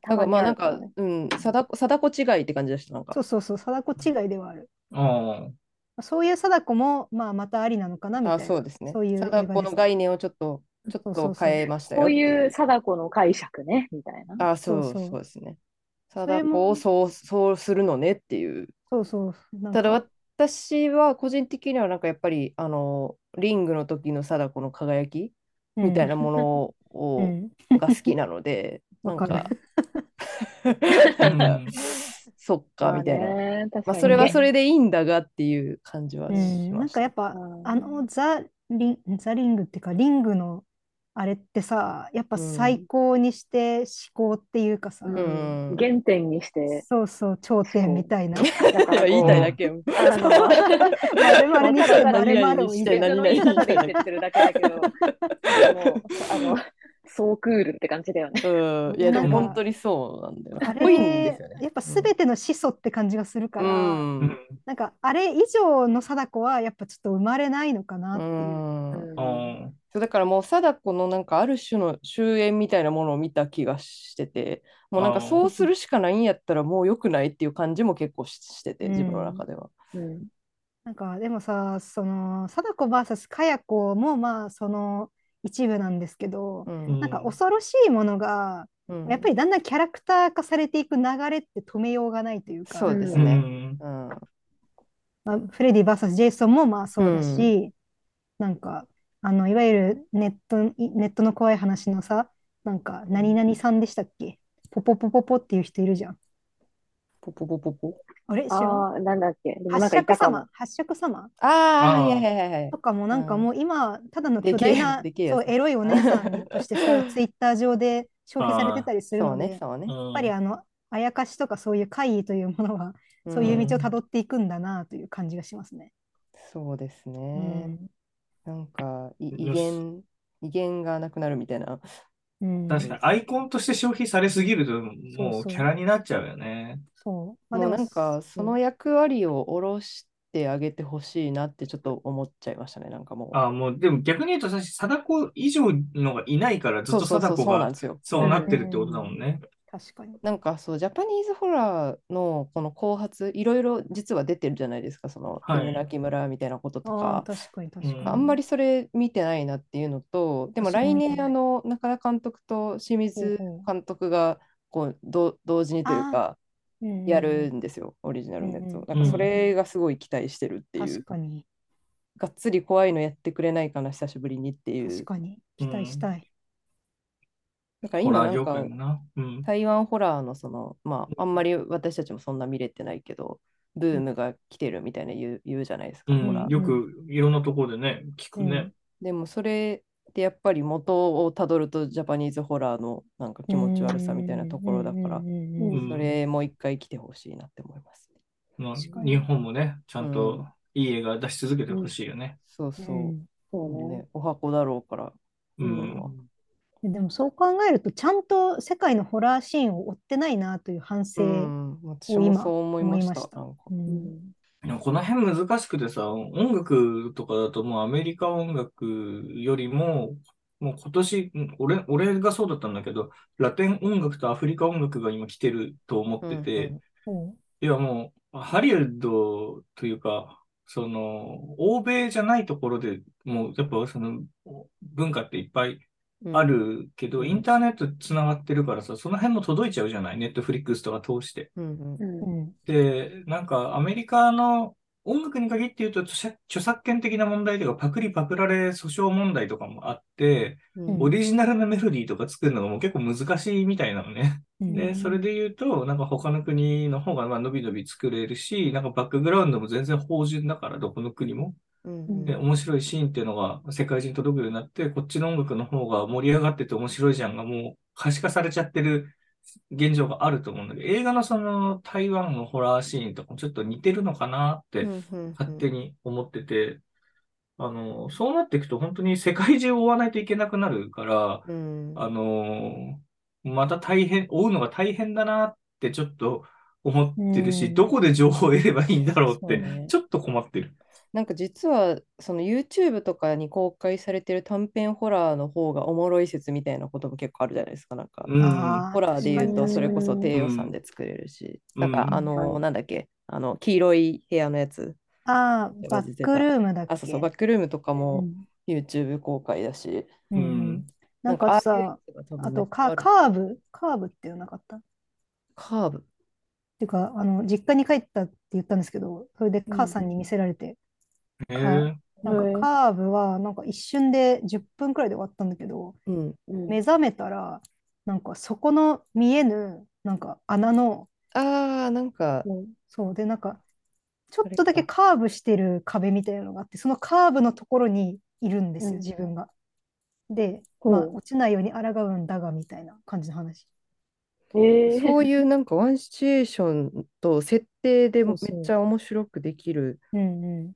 E: た
A: な
E: ま
A: んか
E: に
A: まあ
E: あ
A: なん
E: るから
A: か
E: ね、
A: うん、貞子貞子違いって感じでした。なん
C: そ
A: か。
C: うそうそう、貞子違いではある。
D: うん
C: そういう貞子も、まあ、またありなのかなみた
A: あ、
C: いな。
A: そうですね。
C: そういう映画
A: 貞子の
C: です
A: 概念をちょっと、ちょっ
C: そうそ
A: と
C: うそう
A: 変えましたよ。
E: こういう貞子の解釈ね、みたいな。
A: あ、そう
C: そうそう
A: そうですね。
C: それ
A: 貞子
C: も
A: をそう、そうするのねっていう。
C: そうそう。なん
A: ただ
C: か
A: 私は個人的にはなんかやっぱり、あの、リングの時の貞子の輝きみたいなもの
C: う
A: を、
C: ん
A: が好きなので、な
C: わ
A: ん
C: かる
A: か、
D: うん
A: なんか そっかみたいな。
E: まあね確
A: ま
E: か
A: あ、
E: に
A: それは
E: ね
A: それでいいんだがっていう感じは
C: う
A: し
C: んな
A: ま
C: ん
A: した。
C: かやっぱ、
E: うん
C: あのザ・リン、ザ・リングっていうか、リングのあれってさ、やっぱ
A: うん
C: 最高にして思考っていうかさ、
A: うん
E: うん原点にして、
C: そうそう、頂点みたい な。
E: だから
A: 言い
E: こ
A: たいだけ よ。
E: う、あの、
C: 丸々にし
A: 何々にして
C: て、丸々を入れて
E: 別の言い方で言ってってるだけだけど、もうあの、そうクールって感じだよね。
A: うん、いやでも
D: なんか
A: 本当にそうなんだよ。か
C: あ
A: っこいいん
C: れ
A: ですよね。
C: やっぱ全ての始祖って感じがするか
A: う
C: ら、
A: ん。
D: うん
C: なんかあれ以上の貞子はやっぱちょっと生まれないのかなっていう。
A: うん
D: うん
A: そうだからもう貞子のなんかある種の終焉みたいなものを見た気がしててもうなんか
D: あー
A: そうするしかないんやったらもう良くないっていう感じも結構ししてて
C: うん
A: 自分の中では。
E: うん
C: なんかでもさ、その貞子 VS かや子もまあその一部なんですけど
A: う、ん
D: うん
C: なんか恐ろしいものが、
A: うん
C: やっぱりだんだんキャラクター化されていく流れって止めようがないというか、
A: そうです
D: う
A: ね。
D: ん
A: うん
C: まあ、フレディ VS ジェイソンもまあそうだし、なんかあのいわゆるネット、いネットの怖い話のさ、なんか何々さんでしたっけポポポポポっていう人いるじゃん。
A: ポポポポポ。
C: あれ知らん
E: ああ、なんだっけ。でも
C: 八
E: なんかい
C: 尺
E: たかも
C: 様、。八尺様
A: ああ、
D: あー
A: はいはいはいはい
C: と。かもなんかもう今、ただの巨大な、
A: でけえ
C: そう、
A: でけ
C: エロいお姉さんとしてさ、ツイッター上で消費されてたりする
A: そう
C: ので、
A: ね、そうね
D: う。ん
C: やっぱりあの、あやかしとかそういう怪異というものは、そうい
A: ん
C: う道をたどっていくんだなという感じがしますね。
A: そうですね。
C: うん
A: なんかい威
D: よし
A: 厳、威厳がなくなるみたいな
C: うん
D: 確かにアイコンとして消費されすぎると、
C: そう
D: も
C: そう
D: うキャラになっちゃうよね。
C: そう。まあ
A: もう
C: でも
A: なんかその役割を下ろしてあげてほしいなってちょっと思っちゃいましたね、なんかもう。
D: あもう、でも逆に言うと、私、貞子以上のがいないから、ずっ
A: そう
D: と
A: そうそ
D: 貞
A: う、そ
D: 子
A: うなん
D: が
A: ですよ。
D: そうなってるってことだもんね。
C: 確かに。
A: なんかそう、ジャパニーズホラーのこの後発、いろいろ実は出てるじゃないですか、その、
D: は
A: 木
D: い
A: 村木村みたいなことと
C: ああ、
A: か。
C: 確かに確かに。
D: うん
A: あんまりそれ見てないなっていうのと、でも
C: 私も
A: 来
C: 見て
A: 年、
C: ない
A: あの中田監督と清水
C: ほうほう
A: 監督がこうど同時にというか、
C: うん
A: やるんですよ、オリジナルのやつ
C: うんう
A: を
C: ん。
A: なんかそれがすごい期待してるってい
C: 確
A: う、
C: かに。
A: がっつり怖いのやってくれないかな、久しぶりにってい
C: 確
A: う。
C: かに。期待したい。
A: だから
D: ホ
A: 今、
D: ラ
A: な
D: ー
A: ん
D: 業
A: か
D: 界もな。うん。
A: 台湾ホラーのその、まあ、あんまり私たちもそんな見れてないけど、ブームが来てるみたいな言う言うじゃないですか、
D: う
A: ホラ
D: ん、
A: ー。
D: よくいろんなところでね、聞くね。
A: でもそれってやっぱり元をたどるとジャパニーズホラーのなんか気持ち悪さみたいなところだから
C: うん、うんうんうん
D: うん
A: それもう一回来てほしいなって思いますね。
D: まあ
C: 確か、に
D: 日本もね、ちゃんといい映画出し続けてほしいよね。
A: そうそう。
E: そうね。
A: ね、お箱だろうから。
D: うん。
C: うんでもそう考えると、ちゃんと世界のホラーシーンを追ってないなという反省。
A: うん、私もそう思いました。
C: 今思いました
A: なんか
C: うん
D: でもこの辺難しくてさ、音楽とかだともうアメリカ音楽よりも、もう今年、うん俺、俺がそうだったんだけど、ラテン音楽とアフリカ音楽が今来てると思ってて、
A: うん
C: そ
D: いやもう、ハリウッドというか、その、欧米じゃないところでもう、やっぱその、文化っていっぱいあ。るけど、
A: うん
D: インターネットつながってるからさ、その辺も届いちゃうじゃないネットフリックスとか通して。
A: うんうん
E: う。
C: う。うんん。
D: で、なんかアメリカの音楽に限って言うと、著作著作権的な問題とか、パクリパクられ訴訟問題とかもあって、
A: うん
D: オリジナルのメロディーとか作るのがもう結構難しいみたいなのね。
C: うん
D: で、それで言うと、なんか他の国の方がまあ伸び伸び作れるし、なんかバックグラウンドも全然芳醇だから、どこの国も。
A: うん
D: で、面白いシーンっていうのが世界中に届くようになって、こっちの音楽の方が盛り上がってて面白いじゃんが、もう可視化されちゃってる現状があると思うんだけど、映画のその台湾のホラーシーンとかもちょっと似てるのかなっ
A: う
D: て
A: んうん
D: 勝手に思ってて、あの、そうなっていくと本当に世界中を追わないといけなくなるから、
A: うん
D: あのーまた大変、追うのが大変だなってちょっと思ってるし、
C: うん
D: どこで情報を得ればいいんだろうっ
C: そう
D: て、
C: ね
D: ちょっと困ってる。
A: なんか実はその YouTube とかに公開されてる短編ホラーの方がおもろい説みたいなことも結構あるじゃないですか。なんか
D: うん。
C: あー
A: ホラーで言うと、
E: 確
A: そ
E: かに
A: れこそ低予
D: う
A: 算
D: ん
A: で作れるし、
D: うん
A: なんか、あ
E: は
A: の、
E: い
A: なんだっけ、あの、黄色い部屋のやつ、
C: ああ、バックルームだっ
A: あ、そうそう、
C: け
A: バックルームとか
C: う
A: も
C: ん
A: YouTube 公開だし、
C: うん
D: うん
C: なん
A: ああいう
C: か
A: や
C: さ、
A: つが多分
C: あ
A: めっ
C: と
A: ちゃあ
C: カ、
A: る
C: カーブ、カーブっていうのなかった
A: カーブ。
C: ていうか、あの、実家に帰ったって言ったんですけど、それで母さんに見せられて、
D: へえ
C: なんかカーブは、なんか一瞬で10分くらいで終わったんだけど、
A: うん。
E: うん
C: 目覚めたら、なんかそこの見えぬ、なんか穴の、
A: あー、なんか、
C: そう、で、なんか、ちょっとだけカーブしてる壁みたいなのがあって、そのカーブのところにいるんですよ、
E: うん
C: 自分が。で、
E: ほう
C: まあ、落ちないように抗うんだが、みたいな感じの話。
E: え
A: そういうなんかワンシチュエーションと設定で
C: そ
A: め
C: う
A: っ
C: そう
A: ちゃ面白くできる
C: うんうん。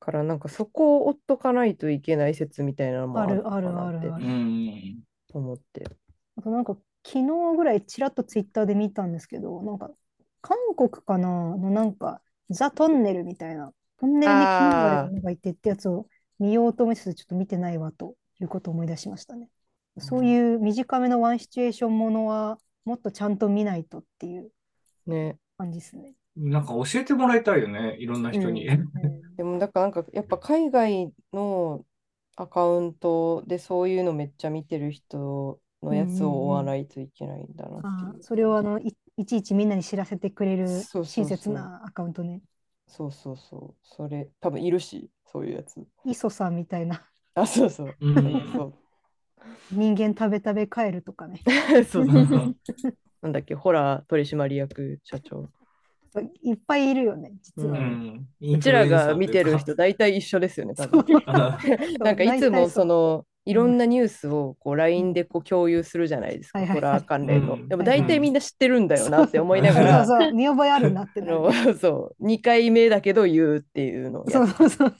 A: から、なんかそこを追っとかないといけない説みたいなのも
C: あ
A: ある
C: る
A: のか
C: あ
A: な
C: る
A: っ
C: あ
A: て
C: るある
D: うん。
A: 思って。
C: あとなんか昨日ぐらいちらっとツイッターで見たんですけど、なんか韓国かなのなんかザ・トンネルみたいな、トンネルにキーワードがいてってやつを見ようと思いつつちょっと見てないわということを思い出しましたね。そういう短めのワンシチュエーションものはもっとちゃんと見ないとっていう
A: ね。
C: 感じですね。
D: なんか教えてもらいたいよね、いろんな人に。
A: でもだからなんかやっぱ海外のアカウントでそういうのめっちゃ見てる人のやつを追わないといけないんだなってい
C: あ
A: う。
C: ーそれをあのい、いちいちみんなに知らせてくれる
A: そうそうそう
C: 親切なアカウントね。
A: そうそうそう。それ多分いるし、そういうやつ。
C: 磯さんみたいな
A: あ、そうそう。
D: うん
A: そう
C: 人間食べ食べ帰るとかね。
A: そうそうなんだっけ、ホラー取締役社長。
C: いっぱいいるよね、実
D: う
C: は。
D: ん。
A: うちらが見てる人、大体一緒ですよね、多分。
D: あ
A: なんかいつもそのいろんなニュースをこう LINE でこう共有するじゃないですか、
C: はいは
A: ホ
C: い
A: ラー関連の。
D: うん
A: でも大体みんな知ってるんだよなって思いなが
C: そう
A: ら、
C: そう、見覚えあるなって
A: あ
C: なる。
A: のそう2回目だけど言うっていうのをや
C: そ
A: っ
C: うそうそう。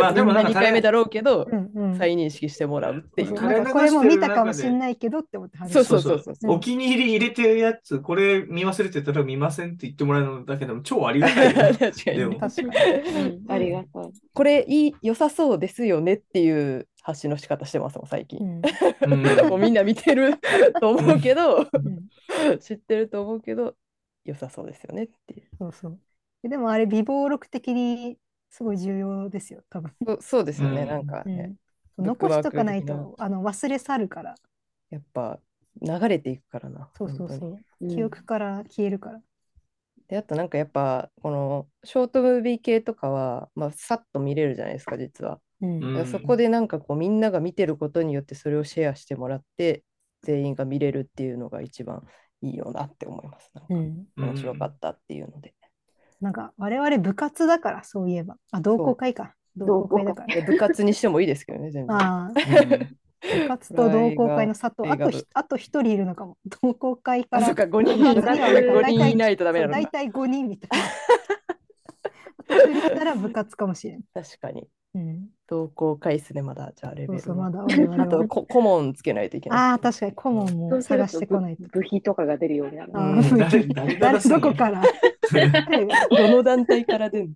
D: まあでもなんか
A: 2回目だろうけど
C: う、んうん。
A: 再認識してもらうってい
C: そうう。
D: 垂
C: な
D: れ
C: ん
D: 流
C: かこれも見たかも
D: して
C: し
D: る中で
C: れないけどって思って話
A: そうそうそうそう。
C: うん
D: お気に入り入れてるやつ、これ見忘れてたら見ませんって言ってもらえるのだけでも超ありがたいよ ね。
A: 確かに
D: で
A: ね
D: も
C: 確かに。
E: うんありがとう。
A: これいい良さそうですよねっていう発信の仕方してますもん最近
C: う。ん
D: うん
A: もうみんな見てると思うけど、
C: うん
A: 知ってると思うけど、良さそうですよねっていう。
C: そ うそう。でもあれ、微暴録的にすごい重要ですよ、多分。
A: そうそうですよね、
D: うん
A: なんか
C: うん
A: ね、ブック
C: 残
A: マー
C: し
A: ク
C: とかない
A: 的
C: と、あの、忘れ去るから。
A: やっぱ流れていくからな。
C: そうそう
A: 本当
C: そ
A: に
C: う。記憶から消えるから。
A: で、あとなんかやっぱ、このショートムービー系とかは、まあ、さっと見れるじゃないですか、実は。
C: うん
D: うん
A: そこでなんかこう、みんなが見てることによってそれをシェアしてもらって、全員が見れるっていうのが一番いいよなって思います。なんか
C: うん
A: 面白かったっていうので。
C: なんか、我々部活だから、そういえば。あ、同好会か。同好会だから。
A: で部活にしてもいいですけどね、全然。
C: ああ、
D: うん
C: 部活と同好会の佐藤。
A: 映
C: あ
A: 画
C: とひ、あと一人いるのかも。 同好会か
A: あ、
C: ら。
A: そっか、5人いる
C: 部活だから
A: 5人いないとダメ
C: そ
A: な
C: う
A: のか
C: 大。体5人みた いな。あと1人いたら部活かもしれん。
A: 確かに。
C: うん、
A: 同好会数でまだ、じゃあレベ
C: そう
A: ル
C: そう、
A: は
C: まだ我々
A: あと
C: は。
A: こ、顧問つけないといけない。
C: ああ、確かに顧問
E: そ
C: も
E: うすると
C: 探してこないと。
E: 部費とかが出るようになる。
C: あ
D: うん
C: ー
D: 誰誰が
C: 誰
D: 出すの
C: どこから
D: うん
C: 誰が
A: どの団体から出んの